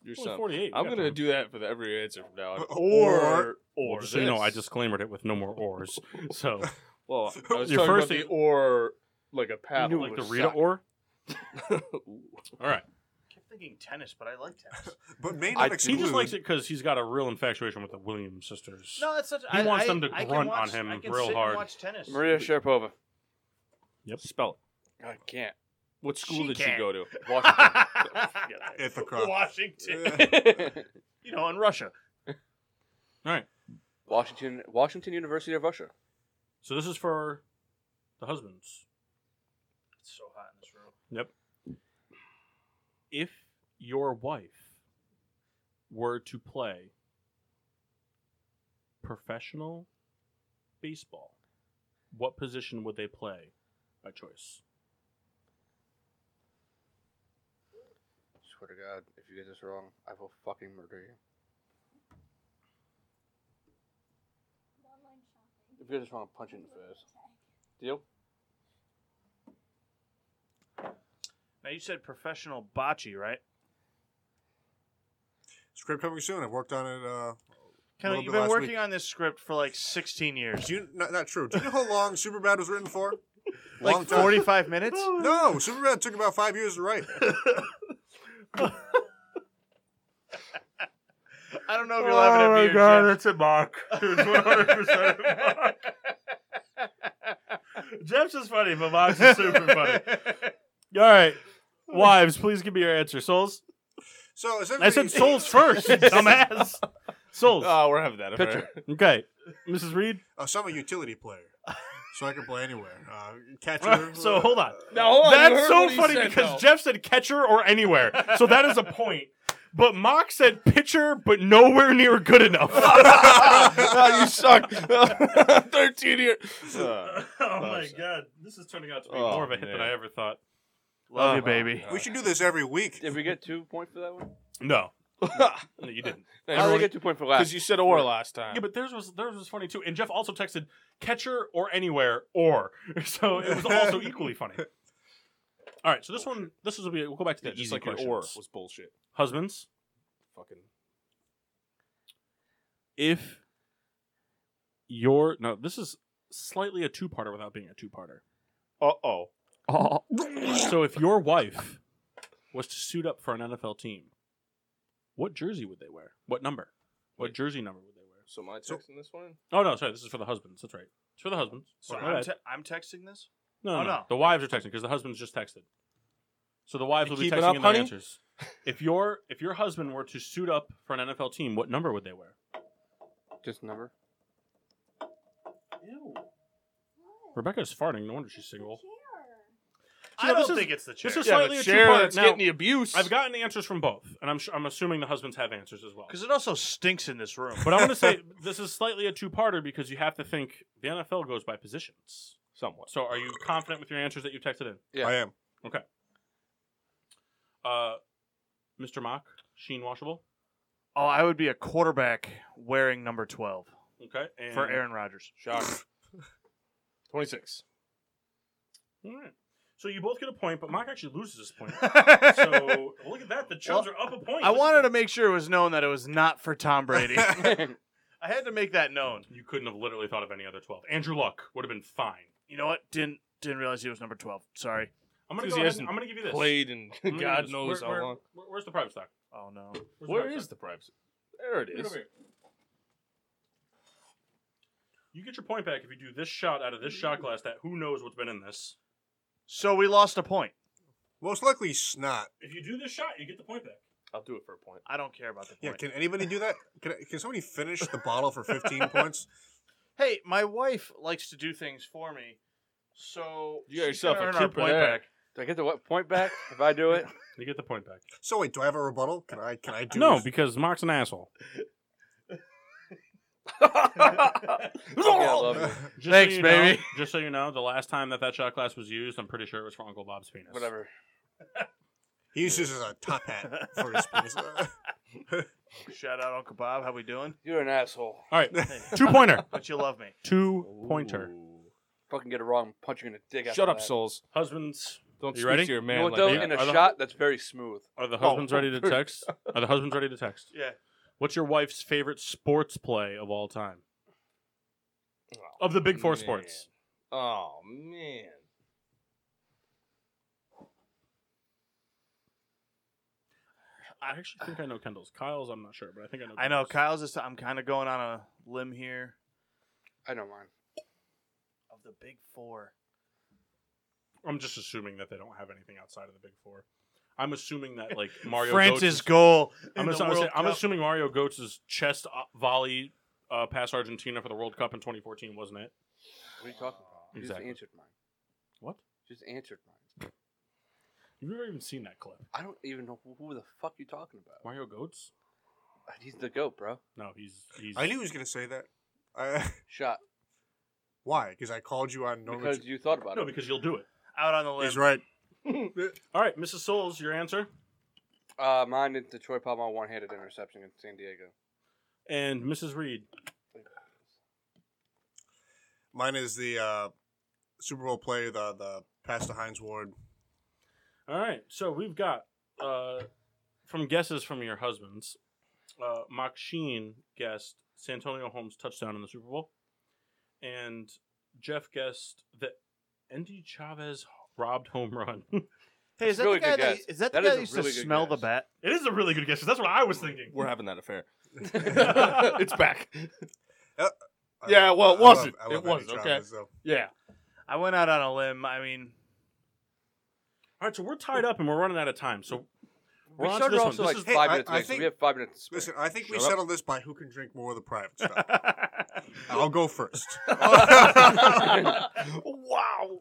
E: Your
A: Only
E: son.
A: 48.
E: I'm
A: We got
E: gonna
A: time.
E: do that for the, every answer from now on.
D: Or-
E: Or
A: Well,
E: or
A: just so you know, I
E: this.
A: disclaimed it with no more ors. So
E: well, I was
A: Your first
E: talking about the
A: thing-
E: or like a paddle,
A: like the
E: a
A: Rita
E: sack.
A: or. All right.
B: I kept thinking tennis, but I like tennis.
D: But may
A: I-
D: not
A: he
D: exclude.
A: just likes it because he's got a real infatuation with the Williams sisters.
B: no, that's such.
A: He
B: I,
A: wants
B: I,
A: them to
B: I can
A: grunt on
B: watch,
A: him
B: I can
A: real
B: sit
A: hard.
B: And watch tennis.
C: Maria Sharapova.
A: Yep.
E: Spell
C: I can't.
E: it. What school
B: She
E: did
B: can't.
E: she go to?
D: Ithaca.
B: Washington.
D: Yeah.
B: You know, in Russia.
C: Washington Washington University of Russia.
A: So this is for the husbands.
B: It's so hot in this room.
A: If your wife were to play professional baseball, what position would they play by choice?
C: Swear to God, if you get this wrong, I will fucking murder you. If you get this wrong, I'll punch you in the face. Deal?
B: Now you said professional bocce, right?
D: Script coming soon. I worked on it. Uh,
B: Kendall,
D: Little
B: you've
D: bit
B: been
D: last
B: working
D: week.
B: on this script for like 16 years.
D: do you, not, not true. Do you know how long Superbad was written for?
B: Like 45 minutes?
D: No, Superbad took about five years to write.
B: I don't know if you're laughing at me or Jeff.
F: it's a mock. It's 100% a mock. Jeff's is funny, but Mox is super funny. All right. Wives, please give me your answer. Souls?
D: So essentially,
A: I said souls first, dumbass. Uh, Souls.
E: Oh, we're having that
A: Pitcher.
E: affair.
A: Okay. Mrs. Reed?
D: Uh, so I'm a utility player, so I can play anywhere. Uh, catcher.
A: So hold on.
E: Now, hold on, you
A: That's
E: heard
A: so
E: what he
A: funny
E: said,
A: because
E: though.
A: Jeff said catcher or anywhere. So that is a point. But Mock said pitcher, but nowhere near good enough.
E: Ah, you suck. 13 years.
A: oh my god. This is turning out to be
E: Oh,
A: more of a hit
E: man.
A: than I ever thought.
B: Love
A: Uh,
E: Oh,
B: you, baby.
D: We should do this every week.
C: Did we get two points for that one?
A: No. No, you didn't.
C: I only get two points for last.
E: Because you said or last time.
A: Yeah, but theirs was theirs was funny too. And Jeff also texted catcher or anywhere or. So it was also equally funny. All right, so this one, this will be. We'll go back to
E: Yeah,
A: that.
E: just
A: Easy
E: like your
A: questions.
E: or was bullshit.
A: husbands.
E: Fucking.
A: if your no, this is slightly a two-parter without being a two-parter.
E: Uh oh.
A: So if your wife was to suit up for an NFL team, what jersey would they wear? What number? What jersey number would they wear?
E: So my
D: So-
E: text in this one?
A: Oh no, sorry, this is for the husbands. That's right. It's for the husbands.
B: So
A: My
B: I'm,
A: bad.
B: te- I'm texting this?
A: no, no,
B: oh,
A: no.
B: no.
A: The wives are texting because the husbands just texted. So the wives
E: You
A: will be texting
E: keeping up,
A: in their
E: honey?
A: answers. If your if your husband were to suit up for an NFL team, what number would they wear?
C: Just number.
A: Rebecca's farting. No wonder she's single.
B: I
A: now,
B: don't
A: this is-
B: think it's the chair.
A: this is
E: Yeah,
A: slightly
E: the
A: a
E: chair
A: two-part.
E: that's
A: Now-
E: getting the abuse.
A: I've gotten answers from both, and I'm sure, I'm assuming the husbands have answers as well.
B: Because it also stinks in this room.
A: But I want to say this is slightly a two-parter because you have to think the NFL goes by positions.
E: somewhat.
A: So are you confident with your answers that you texted in?
C: Yeah.
D: I am.
A: Uh, Mr. Mock, Sheen washable.
B: oh, I would be a quarterback wearing number 12
A: Okay. And
B: for Aaron Rodgers.
E: Shock. 26.
A: All right. So you both get a point, but Mock actually loses this point.
B: so,
A: So look at that. The Chubs are up a point.
B: I
A: Look at
B: wanted
A: that.
B: to make sure it was known that it was not for Tom Brady.
C: That's
B: I had to make that known.
A: You couldn't have literally thought of any other 12. Andrew Luck would have been fine.
B: You know what? Didn't didn't realize he was number twelve. Sorry.
A: I'm gonna
E: Because
A: go
E: he
A: ahead and, Mm-hmm.
E: hasn't
A: I'm gonna give you this.
E: Played and
A: I'm gonna give you
E: God
A: this.
E: knows
A: Where-
E: how
A: where-
E: long.
A: where- where's the private stock?
B: Oh no.
A: Where's
E: Where
A: private
E: is
A: stock?
E: the private? There it
A: Right
E: is.
A: over here. You get your point back if you do this shot out of this shot glass. That who knows what's been in this.
B: So we lost a point.
D: Most likely snot.
A: If you do this shot, you get the point back.
E: I'll do it for a point.
B: I don't care about the
D: Yeah,
B: point.
D: can anybody do that? Can, I- can somebody finish the bottle for 15 points?
B: hey, my wife likes to do things for me. So
E: You
B: she's
E: got yourself
B: gonna
E: a
B: earn our
E: keeper
B: point
E: there.
B: back.
C: Do I get the what point back if I do it?
A: You get the point back.
D: So wait, do I have a rebuttal? Can I can I do
A: No, because Mock's an asshole.
C: Okay, I love you.
A: Just
B: Thanks,
A: so you
B: baby.
A: know- just so you know, the last time that that shot glass was used, I'm pretty sure it was for Uncle Bob's penis.
C: Whatever.
D: He uses it as a top hat for his penis.
B: Shout out Uncle Bob. How we doing?
C: You're an asshole.
A: All right,
B: Hey,
A: two pointer,
B: but you love me.
A: two pointer.
C: Fucking get it wrong. I'm punching you in the dick. after
E: Shut up,
C: that.
E: souls.
A: Husbands
E: Don't
A: You
E: speak
A: ready?
E: to your
C: You
E: man.
C: know what
E: like
C: though?
E: that.
C: In a
A: Are the-
C: shot that's very smooth.
A: are
E: Oh.
A: the husbands ready to text? Are the husbands ready to text?
B: Yeah.
A: What's your wife's favorite sports play of all time? Of the big four
E: Man.
A: sports.
E: Oh man.
A: I actually think I know Kendall's. Kyle's, I'm not sure, but I think I know.
B: I know
A: Kendall's.
B: Kyle's is I'm kind of going on a limb here
C: I don't mind.
B: of the big 4.
A: I'm just assuming that they don't have anything outside of the big four. I'm assuming that like Mario Goetz
B: France's goal.
A: is- I'm,
B: in
A: ass-
B: the
A: I'm ass-
B: World
A: I'm
B: Cup.
A: assuming Mario Goetz's chest uh, volley uh, past Argentina for the World Cup in 2014 wasn't it?
C: What are you talking about? You
A: Exactly.
C: just answered mine.
A: What?
C: You Just answered mine.
A: You've never even seen that clip.
C: I don't even know who, who the fuck you talking about.
A: Mario Goetz?
C: He's the goat, bro.
A: No, he's he's.
D: I knew he was going to say that. I,
C: Shot
D: why? Because I called you on no
C: because you thought about
A: No,
C: it.
A: because you'll do it.
B: out on the limb.
D: He's right.
A: All right, Mrs. Souls, your answer,
C: Uh, mine is the Troy Palmer one-handed interception in San Diego.
A: and Mrs. Reed.
D: Mine is the uh, Super Bowl play, the the pass to Heinz Ward.
A: All right, so we've got uh, from guesses from your husbands. Uh, Machine guessed Santonio Holmes touchdown in the Super Bowl, and Jeff guessed that Andy Chavez robbed home run. it
B: Hey, is that
C: Really
B: the guy
C: good
B: that,
C: guess.
B: is that the guy
C: That is
B: that
C: a
B: used
C: really
B: to
C: good
B: smell the
C: guess.
B: bat?
A: is a really good guess. 'cause That's what I was thinking.
E: We're having that affair.
A: It's
E: back.
D: I
E: Yeah,
D: love-
E: well, it
D: I love-
E: wasn't.
D: I love
E: It
D: Andy
E: wasn't, okay.
D: Chavez, though.
E: Yeah.
B: I went out on a limb. I mean,
A: All right, so we're tied up and we're running out of time. So we're
C: We
A: on to
C: started
A: this
C: off
A: one.
C: to
A: This
C: like
A: is-
D: Hey,
C: five
D: I-
C: minutes
D: I
C: late, so
D: think-
C: we have five minutes. to
D: Listen,
C: spare.
D: I think we
C: Shut up.
D: settled this by who can drink more of the private stuff. I'll go first.
B: wow.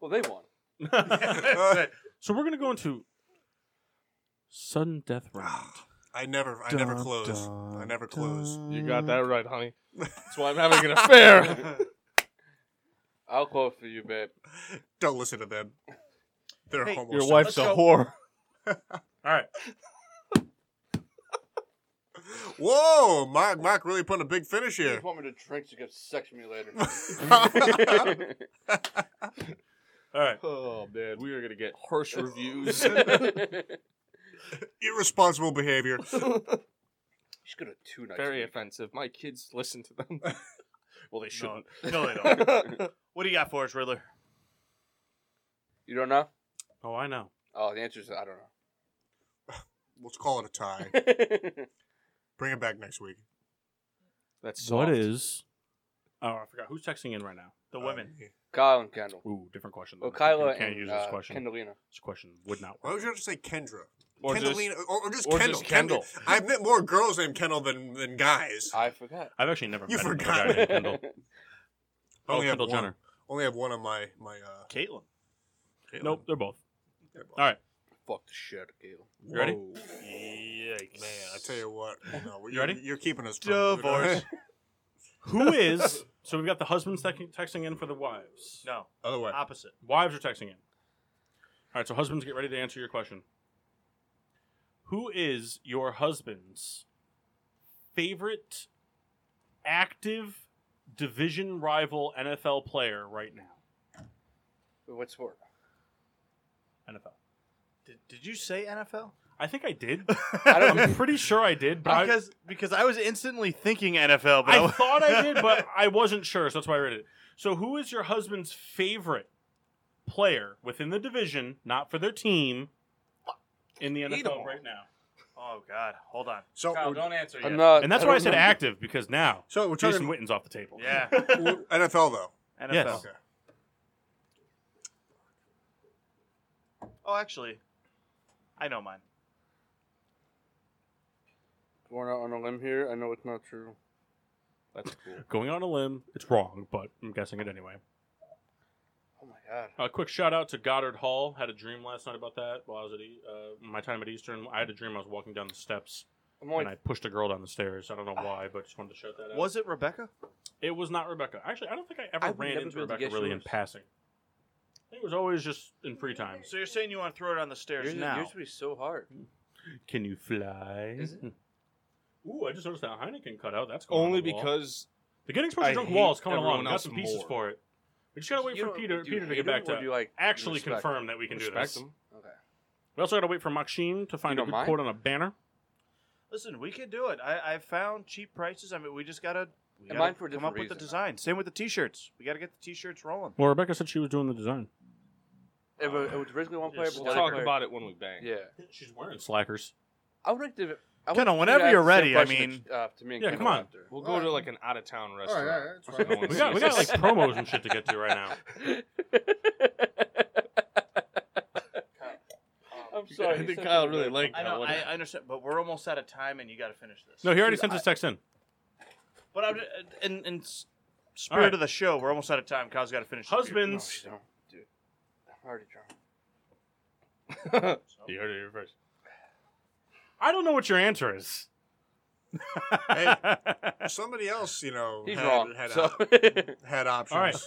C: Well, they won.
A: so we're gonna go into sudden death round.
D: I never, I never close. I never close.
E: You got that right, honey. That's why I'm having an affair.
C: I'll close for you, babe.
D: Don't listen to them. They're
B: Hey,
D: homo.
E: Your
D: Your
E: wife's
B: Let's
E: a
B: go.
E: whore.
A: All right,
D: Whoa, Mark, Mark really putting a big finish
C: You
D: here.
C: just want me to drink to get sex me later.
A: all right.
E: Oh man, we are gonna get harsh reviews.
D: Irresponsible behavior.
C: She's gonna two nights.
E: Very offensive. My kids listen to them. well, they
B: No,
E: shouldn't.
B: no, they don't. What do you got for us, Riddler?
C: You don't know?
A: Oh, I know.
C: Oh, the answer is I don't
D: Let's call it a tie.
C: know.
D: Bring it back next week.
E: That's
A: What
E: soft.
A: is? Oh, I forgot. Who's texting in right now?
B: The
D: Uh,
B: women.
D: yeah.
C: Kyle and Kendall.
A: Ooh, different question.
C: Well,
A: though.
C: Kyla
A: You can't
C: and
A: use
C: uh,
A: this question.
C: Kendallina.
A: This question would not
D: Why
A: work.
D: would you have to say Kendra?
E: Or just-
D: Kendallina, or, or just
E: or
D: Kendall.
E: just
D: Kendall.
E: Kendall.
D: I've met more girls named Kendall than, than guys.
C: I forgot.
A: I've actually never.
D: You
A: met another
D: forgot.
A: guy named Kendall.
D: I
A: Oh,
D: only have
A: Kendall
D: one.
A: Jenner.
D: Only have one on my my. Uh,
B: Caitlin.
D: Caitlin.
A: Nope, they're both.
D: They're both-
A: All right,
C: Fuck the shit, out of Gail.
A: you ready?
D: Whoa. Man, I tell you what. You know, you're,
A: ready?
D: You're keeping us from
B: Divorce.
A: Who is? So we've got the husbands tec- texting in for the wives.
B: No,
D: Other way.
B: opposite.
A: Wives are texting in. All right, so husbands, get ready to answer your question. Who is your husband's favorite active division rival NFL player right now?
C: What sport?
A: NFL.
B: Did, did you say NFL?
F: I think I did.
C: I don't-
F: I'm pretty sure I did, but I,
B: because because I was instantly thinking NFL, but
F: I thought I did, but I wasn't sure, so that's why I read it. So, who is your husband's favorite player within the division, not for their team, in the NFL right now?
B: oh god, hold on.
D: So,
E: Kyle,
D: we're,
E: don't answer yet.
C: I'm not.
F: And that's
C: I
F: why I
C: don't
F: said
C: know.
F: active because now
D: so we're
F: Jason
D: talking
F: Witten's off the table.
B: Yeah,
D: NFL though.
B: NFL.
F: Yes.
B: Oh, actually, I know mine.
C: Going out on a limb here. I know it's not true.
E: That's cool.
F: Going on a limb, it's wrong, but I'm guessing it anyway.
C: Oh my god.
A: A quick shout out to Goddard Hall. Had a dream last night about that while I was at E- uh, my time at Eastern. I had a dream I was walking down the steps
C: I'm only
A: and I pushed a girl down the stairs. I don't know why, but just wanted to shout that out.
B: Was it Rebecca?
A: It was not Rebecca. Actually, I don't think I ever
C: I would
A: ran
C: never
A: into
C: be able to
A: Rebecca
C: guess
A: really in
C: yours.
A: passing. I think it was always just in free time.
B: So you're saying you want to throw it on the stairs
C: yours,
B: now?
C: yours would be so hard.
A: Can you fly?
C: Is it?
A: Ooh, I just noticed that Heineken cut out. That's going on
E: Only
A: the wall.
E: because
A: the getting sports
E: I
A: drunk
E: hate
A: wall is coming along.
E: everyone
A: We got
E: else
A: some pieces
E: more.
A: for it. We just gotta wait
C: You
A: for
C: don't-
A: Peter
C: do you
A: Peter to
C: hate
A: get back
C: him,
A: to
C: or do you, like,
A: actually
C: respect him?
A: confirm that we can do
E: respect
A: this.
E: them.
C: Okay.
A: We also gotta wait for Maxine to find a
C: don't
A: good
C: mind?
A: quote on a banner.
B: Listen, we could do it. I, I found cheap prices. I mean, we just gotta, we gotta
C: And mine for a
B: come
C: different
B: up with the
C: reason.
B: design. Same with the t-shirts. We gotta get the t-shirts rolling.
A: Well, Rebecca said she was doing the design.
C: It, was, it was originally one player,
A: Yes,
C: but
E: We'll
C: the other
E: talk
C: player-
E: about it when we bang.
C: Yeah.
A: She's wearing slackers.
C: I would like to. I would
B: Kendall,
C: like to
B: whenever
C: ask
B: you're
C: the same
B: ready, I
C: question
B: mean-
C: to- uh, to me and
A: Yeah,
C: Kendall
A: come on.
C: after.
E: We'll go to like an out of town
D: All right,
E: restaurant.
D: all right, that's fine.
E: I wanna
A: We got
E: see
A: we
E: this.
A: got like promos and shit to get to right now.
C: I'm sorry.
E: I
C: he's
E: think
C: such
E: Kyle
C: a
E: really
C: nerd.
E: liked
B: I
E: that
B: know,
E: one.
B: I, I understand, but we're almost out of time, and you gotta finish this.
A: No, he already sent his text in.
B: But I'm, uh, in, in s- spirit
A: right.
B: of the show, we're almost out of time. Kyle's gotta finish. his beer.
C: No,
A: Husbands,
C: you don't, dude. I'm already drunk.
E: you heard it here first.
F: I don't know what your answer is.
D: Hey, somebody else, you know,
C: He's
D: had,
C: wrong.
D: Had,
C: so
D: op- had options.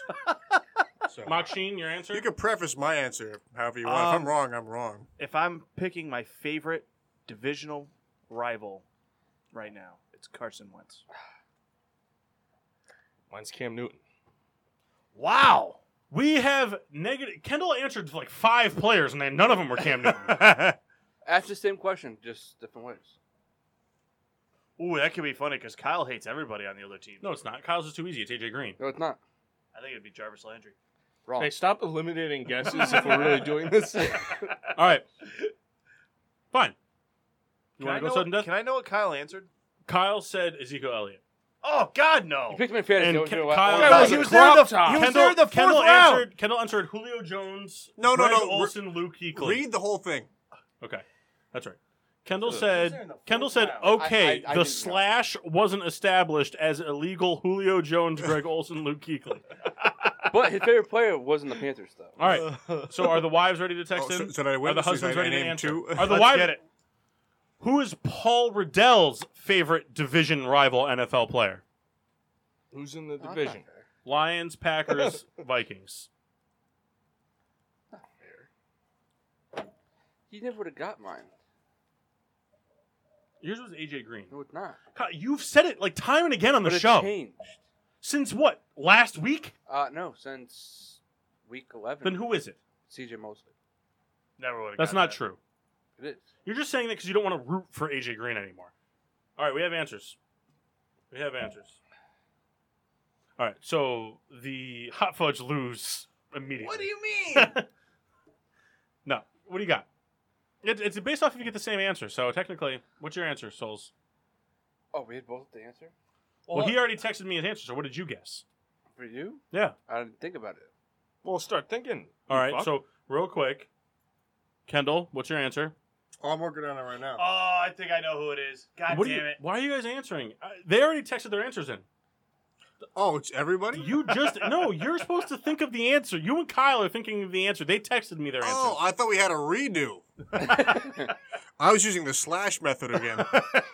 D: So,
A: Maxine, your answer.
D: you can preface my answer however you want. if
B: Um,
D: I'm wrong, I'm wrong.
B: If I'm picking my favorite divisional rival right now, it's Carson Wentz.
E: Mine's Cam Newton.
B: Wow.
F: We have negative. Kendall answered like five players, and then none of them were Cam Newton.
C: ask the same question, just different ways.
B: Ooh, that could be funny because Kyle hates everybody on the other team.
A: No, it's not. Kyle's is too easy. It's AJ Green.
C: No, it's not
B: I think it'd be Jarvis Landry.
C: wrong.
E: Hey, stop eliminating guesses if we're really doing this.
A: All right, fine. You
B: Can I,
A: want to go
B: know
A: sudden
B: what,
A: death?
B: can I know what Kyle answered?
A: Kyle said Ezekiel Elliott.
B: Oh God, no!
C: You picked me in fantasy.
F: And
C: don't
F: Ke-
C: do it.
F: Kyle-
C: Oh,
F: Okay,
C: no.
F: well, he
B: was there in the-
E: top.
B: he was there in the
F: Kendall
B: fourth round.
F: answered. Kendall answered Julio Jones.
D: No, no,
F: Greg
D: no, re-
F: Olson, Luke Kuechly.
D: Read the whole thing.
A: Okay, that's right. Kendall
C: Ugh.
A: said. Kendall said,
C: I-
A: "Okay,
C: I
A: the
C: didn't know.
A: slash wasn't established as illegal. Julio Jones, Greg Olson, Luke Kuechly.
C: but his favorite player wasn't the Panthers, though.
A: All right. So are the wives ready to text
D: Oh, so,
A: him?
D: so did I win?
A: Are the
D: Since I-
A: husbands
D: I
A: ready to
D: named
A: answer?
D: two?
A: Are the
F: Let's
A: wives?
F: get it.
A: Who is Paul Riddell's favorite division rival NFL player?
E: Who's in the
C: Oh, that's
E: division?
C: not fair.
A: Lions, Packers, Vikings.
C: He never would have got mine.
A: Yours was AJ Green.
C: No, it's not.
F: God, You've said it like time and again on the
C: but
F: show
C: It changed.
F: since what last week.
C: Uh, no, since week 11.
A: Then who is it?
C: CJ Mosley.
B: Never would.
A: That's not true.
C: It is.
A: You're just saying that because you don't want to root for AJ Green anymore. All right, we have answers. We have answers. All right, so the hot fudge lose immediately.
B: What do you mean?
A: no. What do you got? It, it's based off if you get the same answer. So technically, what's your answer, Souls?
C: Oh, we had both the answer?
A: Well, he already texted me his answer. So what did you guess?
C: For you?
A: Yeah.
C: I didn't think about it.
E: Well, start thinking.
A: All right.
E: Fuck.
A: So real quick, Kendall, what's your answer?
D: Oh, I'm working on it right now.
B: Oh, I think I know who it is. God
A: what do
B: damn
A: you,
B: it!
A: Why are you guys answering? Uh, they already texted their answers in.
D: Oh, it's everybody.
A: You just no. You're supposed to think of the answer. You and Kyle are thinking of the answer. They texted me their answer.
D: Oh, I thought we had a redo.
C: Uh,
D: I was using the slash method again.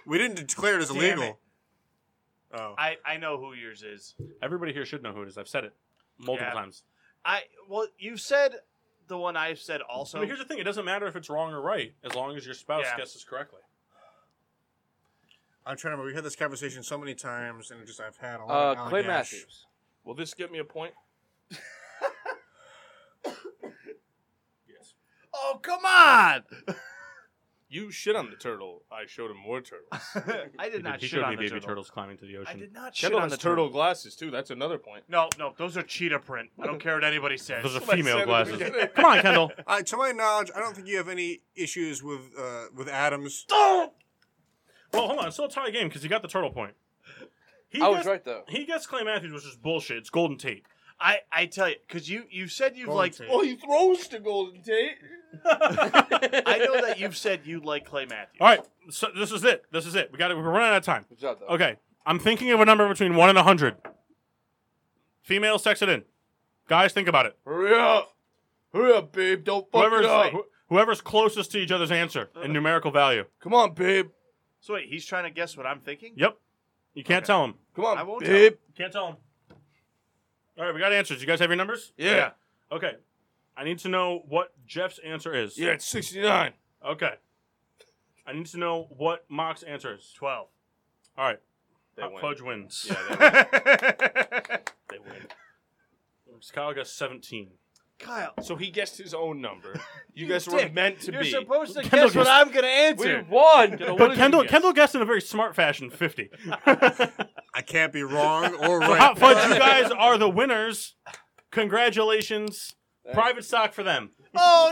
D: we didn't declare it as
B: Damn
D: illegal. Oh,
B: I I know who yours is.
A: Everybody here should know who it is. I've said it multiple
B: Yeah.
A: times.
B: I well, you said the one I've said also.
A: I mean, here's the thing: it doesn't matter if it's wrong or right, as long as your spouse
B: Yeah.
A: guesses correctly.
D: I'm trying to remember. We had this conversation so many times, and it just I've had a lot.
C: Uh,
D: of
C: Clay
D: allagash.
C: Matthews.
E: Will this get me a point?
A: Yes.
B: oh come on!
E: You shit on the turtle. I showed him more turtles.
B: I did
A: He
B: not
A: he
B: shit
A: showed
B: on
A: me
B: the
A: baby
B: turtle.
A: turtles climbing to the
B: I
A: ocean.
B: did not shit
E: Kendall
B: on
E: has
B: the
E: turtle
B: turtle.
E: glasses too. That's another point.
B: No, no, those are cheetah print. I don't care what anybody says.
A: Those are
E: Somebody said
A: female
E: it
A: glasses.
E: again.
A: Come on, Kendall.
D: I, to my knowledge, I don't think you have any issues with uh, with Adams.
A: Well, hold on. It's still a tie game because you got the turtle point.
F: He
C: I
F: guessed-
C: was right though.
A: He guessed Clay Matthews, which is bullshit. It's Golden Tate.
B: I, I tell you, because you, you said you
D: Golden
B: liked.
D: Tate.
E: Oh, he throws to Golden Tate.
B: I know that you've said you like Clay Matthews.
A: All right. So this is it. This is it. We got it. We're running out of time.
C: Good job though.
A: Okay. I'm thinking of a number between one and a hundred. Females text it in. Guys, think about it.
E: Hurry up! Hurry up, babe! Don't fuck
A: Whoever's
E: it up!
A: wh- whoever's closest to each other's answer in numerical value.
E: Come on, babe!
B: So wait, he's trying to guess what I'm thinking.
A: Yep. You can't
B: Okay.
A: tell him.
E: Come on,
B: I won't
E: babe!
A: Can't tell him. All right, we got answers. You guys have your numbers?
E: Yeah,
A: Okay. I need to know what Jeff's answer is.
E: yeah, it's sixty-nine.
A: Okay. I need to know what Mock's answer is.
B: Twelve.
A: All right.
E: They
A: Hot
E: win.
A: Fudge wins.
E: Yeah, they
A: they win. Kyle got 17.
B: Kyle,
E: So he guessed his own number. You,
B: You
E: guys were
B: dick.
E: meant to
B: you're
E: be.
B: supposed to
A: Kendall
B: guess what
A: guessed-
B: I'm gonna
E: we
B: answer.
E: won. What
A: But
E: did
A: Kendall
E: you guess?
A: Kendall guessed in a very smart fashion, 50.
D: I can't be wrong or
A: So
D: right.
A: Hot Fudge, you guys are the winners. Congratulations.
C: Thanks.
A: Private stock for them.
B: Oh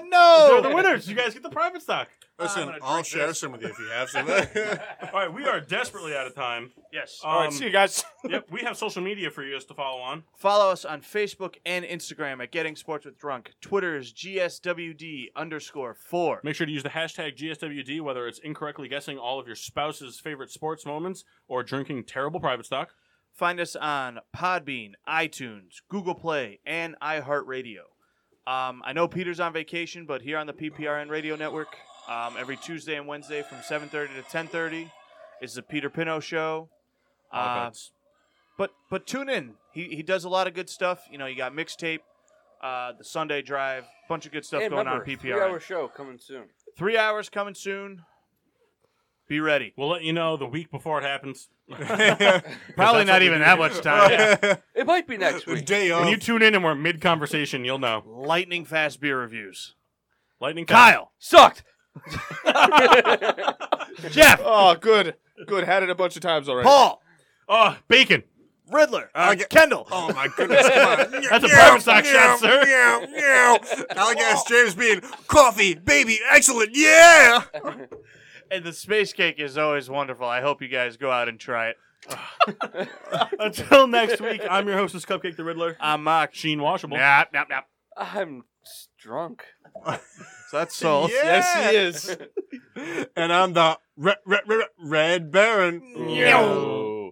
A: They're the
B: no!
A: winners. You guys get the private stock.
B: I'm
D: Listen,
B: gonna
D: I'll
B: drink
D: share
B: this.
D: some with you if you have some.
A: All right, we are desperately out of time.
B: yes.
A: Um,
E: All right, see you guys.
A: yep, we have social media for you guys to follow on.
B: Follow us on Facebook and Instagram at Getting Sports with Drunk. Twitter is GSWD underscore four.
A: Make sure to use the hashtag GSWD, whether it's incorrectly guessing all of your spouse's favorite sports moments or drinking terrible private stock.
B: Find us on Podbean, iTunes, Google Play, and iHeartRadio. Um, I know Peter's on vacation, but here on the PPRN Radio Network, um, every Tuesday and Wednesday from 7:30 to 10:30 is the Peter Pino Show. Uh, but but tune in. He he does a lot of good stuff. You know, you got mixtape, uh, the Sunday Drive, bunch of good stuff
C: Hey,
B: going
C: remember,
B: on. PPR.
C: Three-hour show coming soon.
B: Three hours coming soon. Be ready.
A: We'll let you know the week before it happens.
B: Probably
A: that's what
B: not
A: we
B: even
A: do here.
B: that much time.
C: It might be next
D: the
C: week.
D: day of.
A: When you tune in and we're mid conversation, you'll know.
B: Lightning fast beer reviews.
A: Lightning Kyle.
B: Kyle,
C: Sucked.
B: Jeff,
E: Oh, good, good. Had it a bunch of times already.
B: Paul,
A: Oh, bacon.
B: Riddler, uh,
D: I get-
B: Kendall.
D: Oh my goodness! Come on.
A: That's a
D: Meow,
A: private stock
D: meow,
A: shot, sir.
D: Meow, meow. Allagash James being coffee, baby, excellent, yeah.
B: And the space cake is always wonderful. I hope you guys go out and try it.
A: Until next week, I'm your hostess, Cupcake the Riddler.
B: I'm Mark.
A: Sheen Washable.
B: Nap, nap, nap.
C: I'm s- drunk.
B: So that's soul.
E: Yes, he is.
D: is. And I'm the re- re- re- Red Baron.
E: Yo.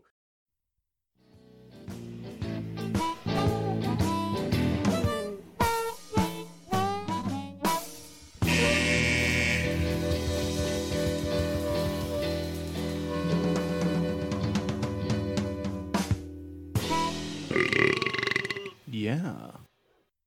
B: Yeah.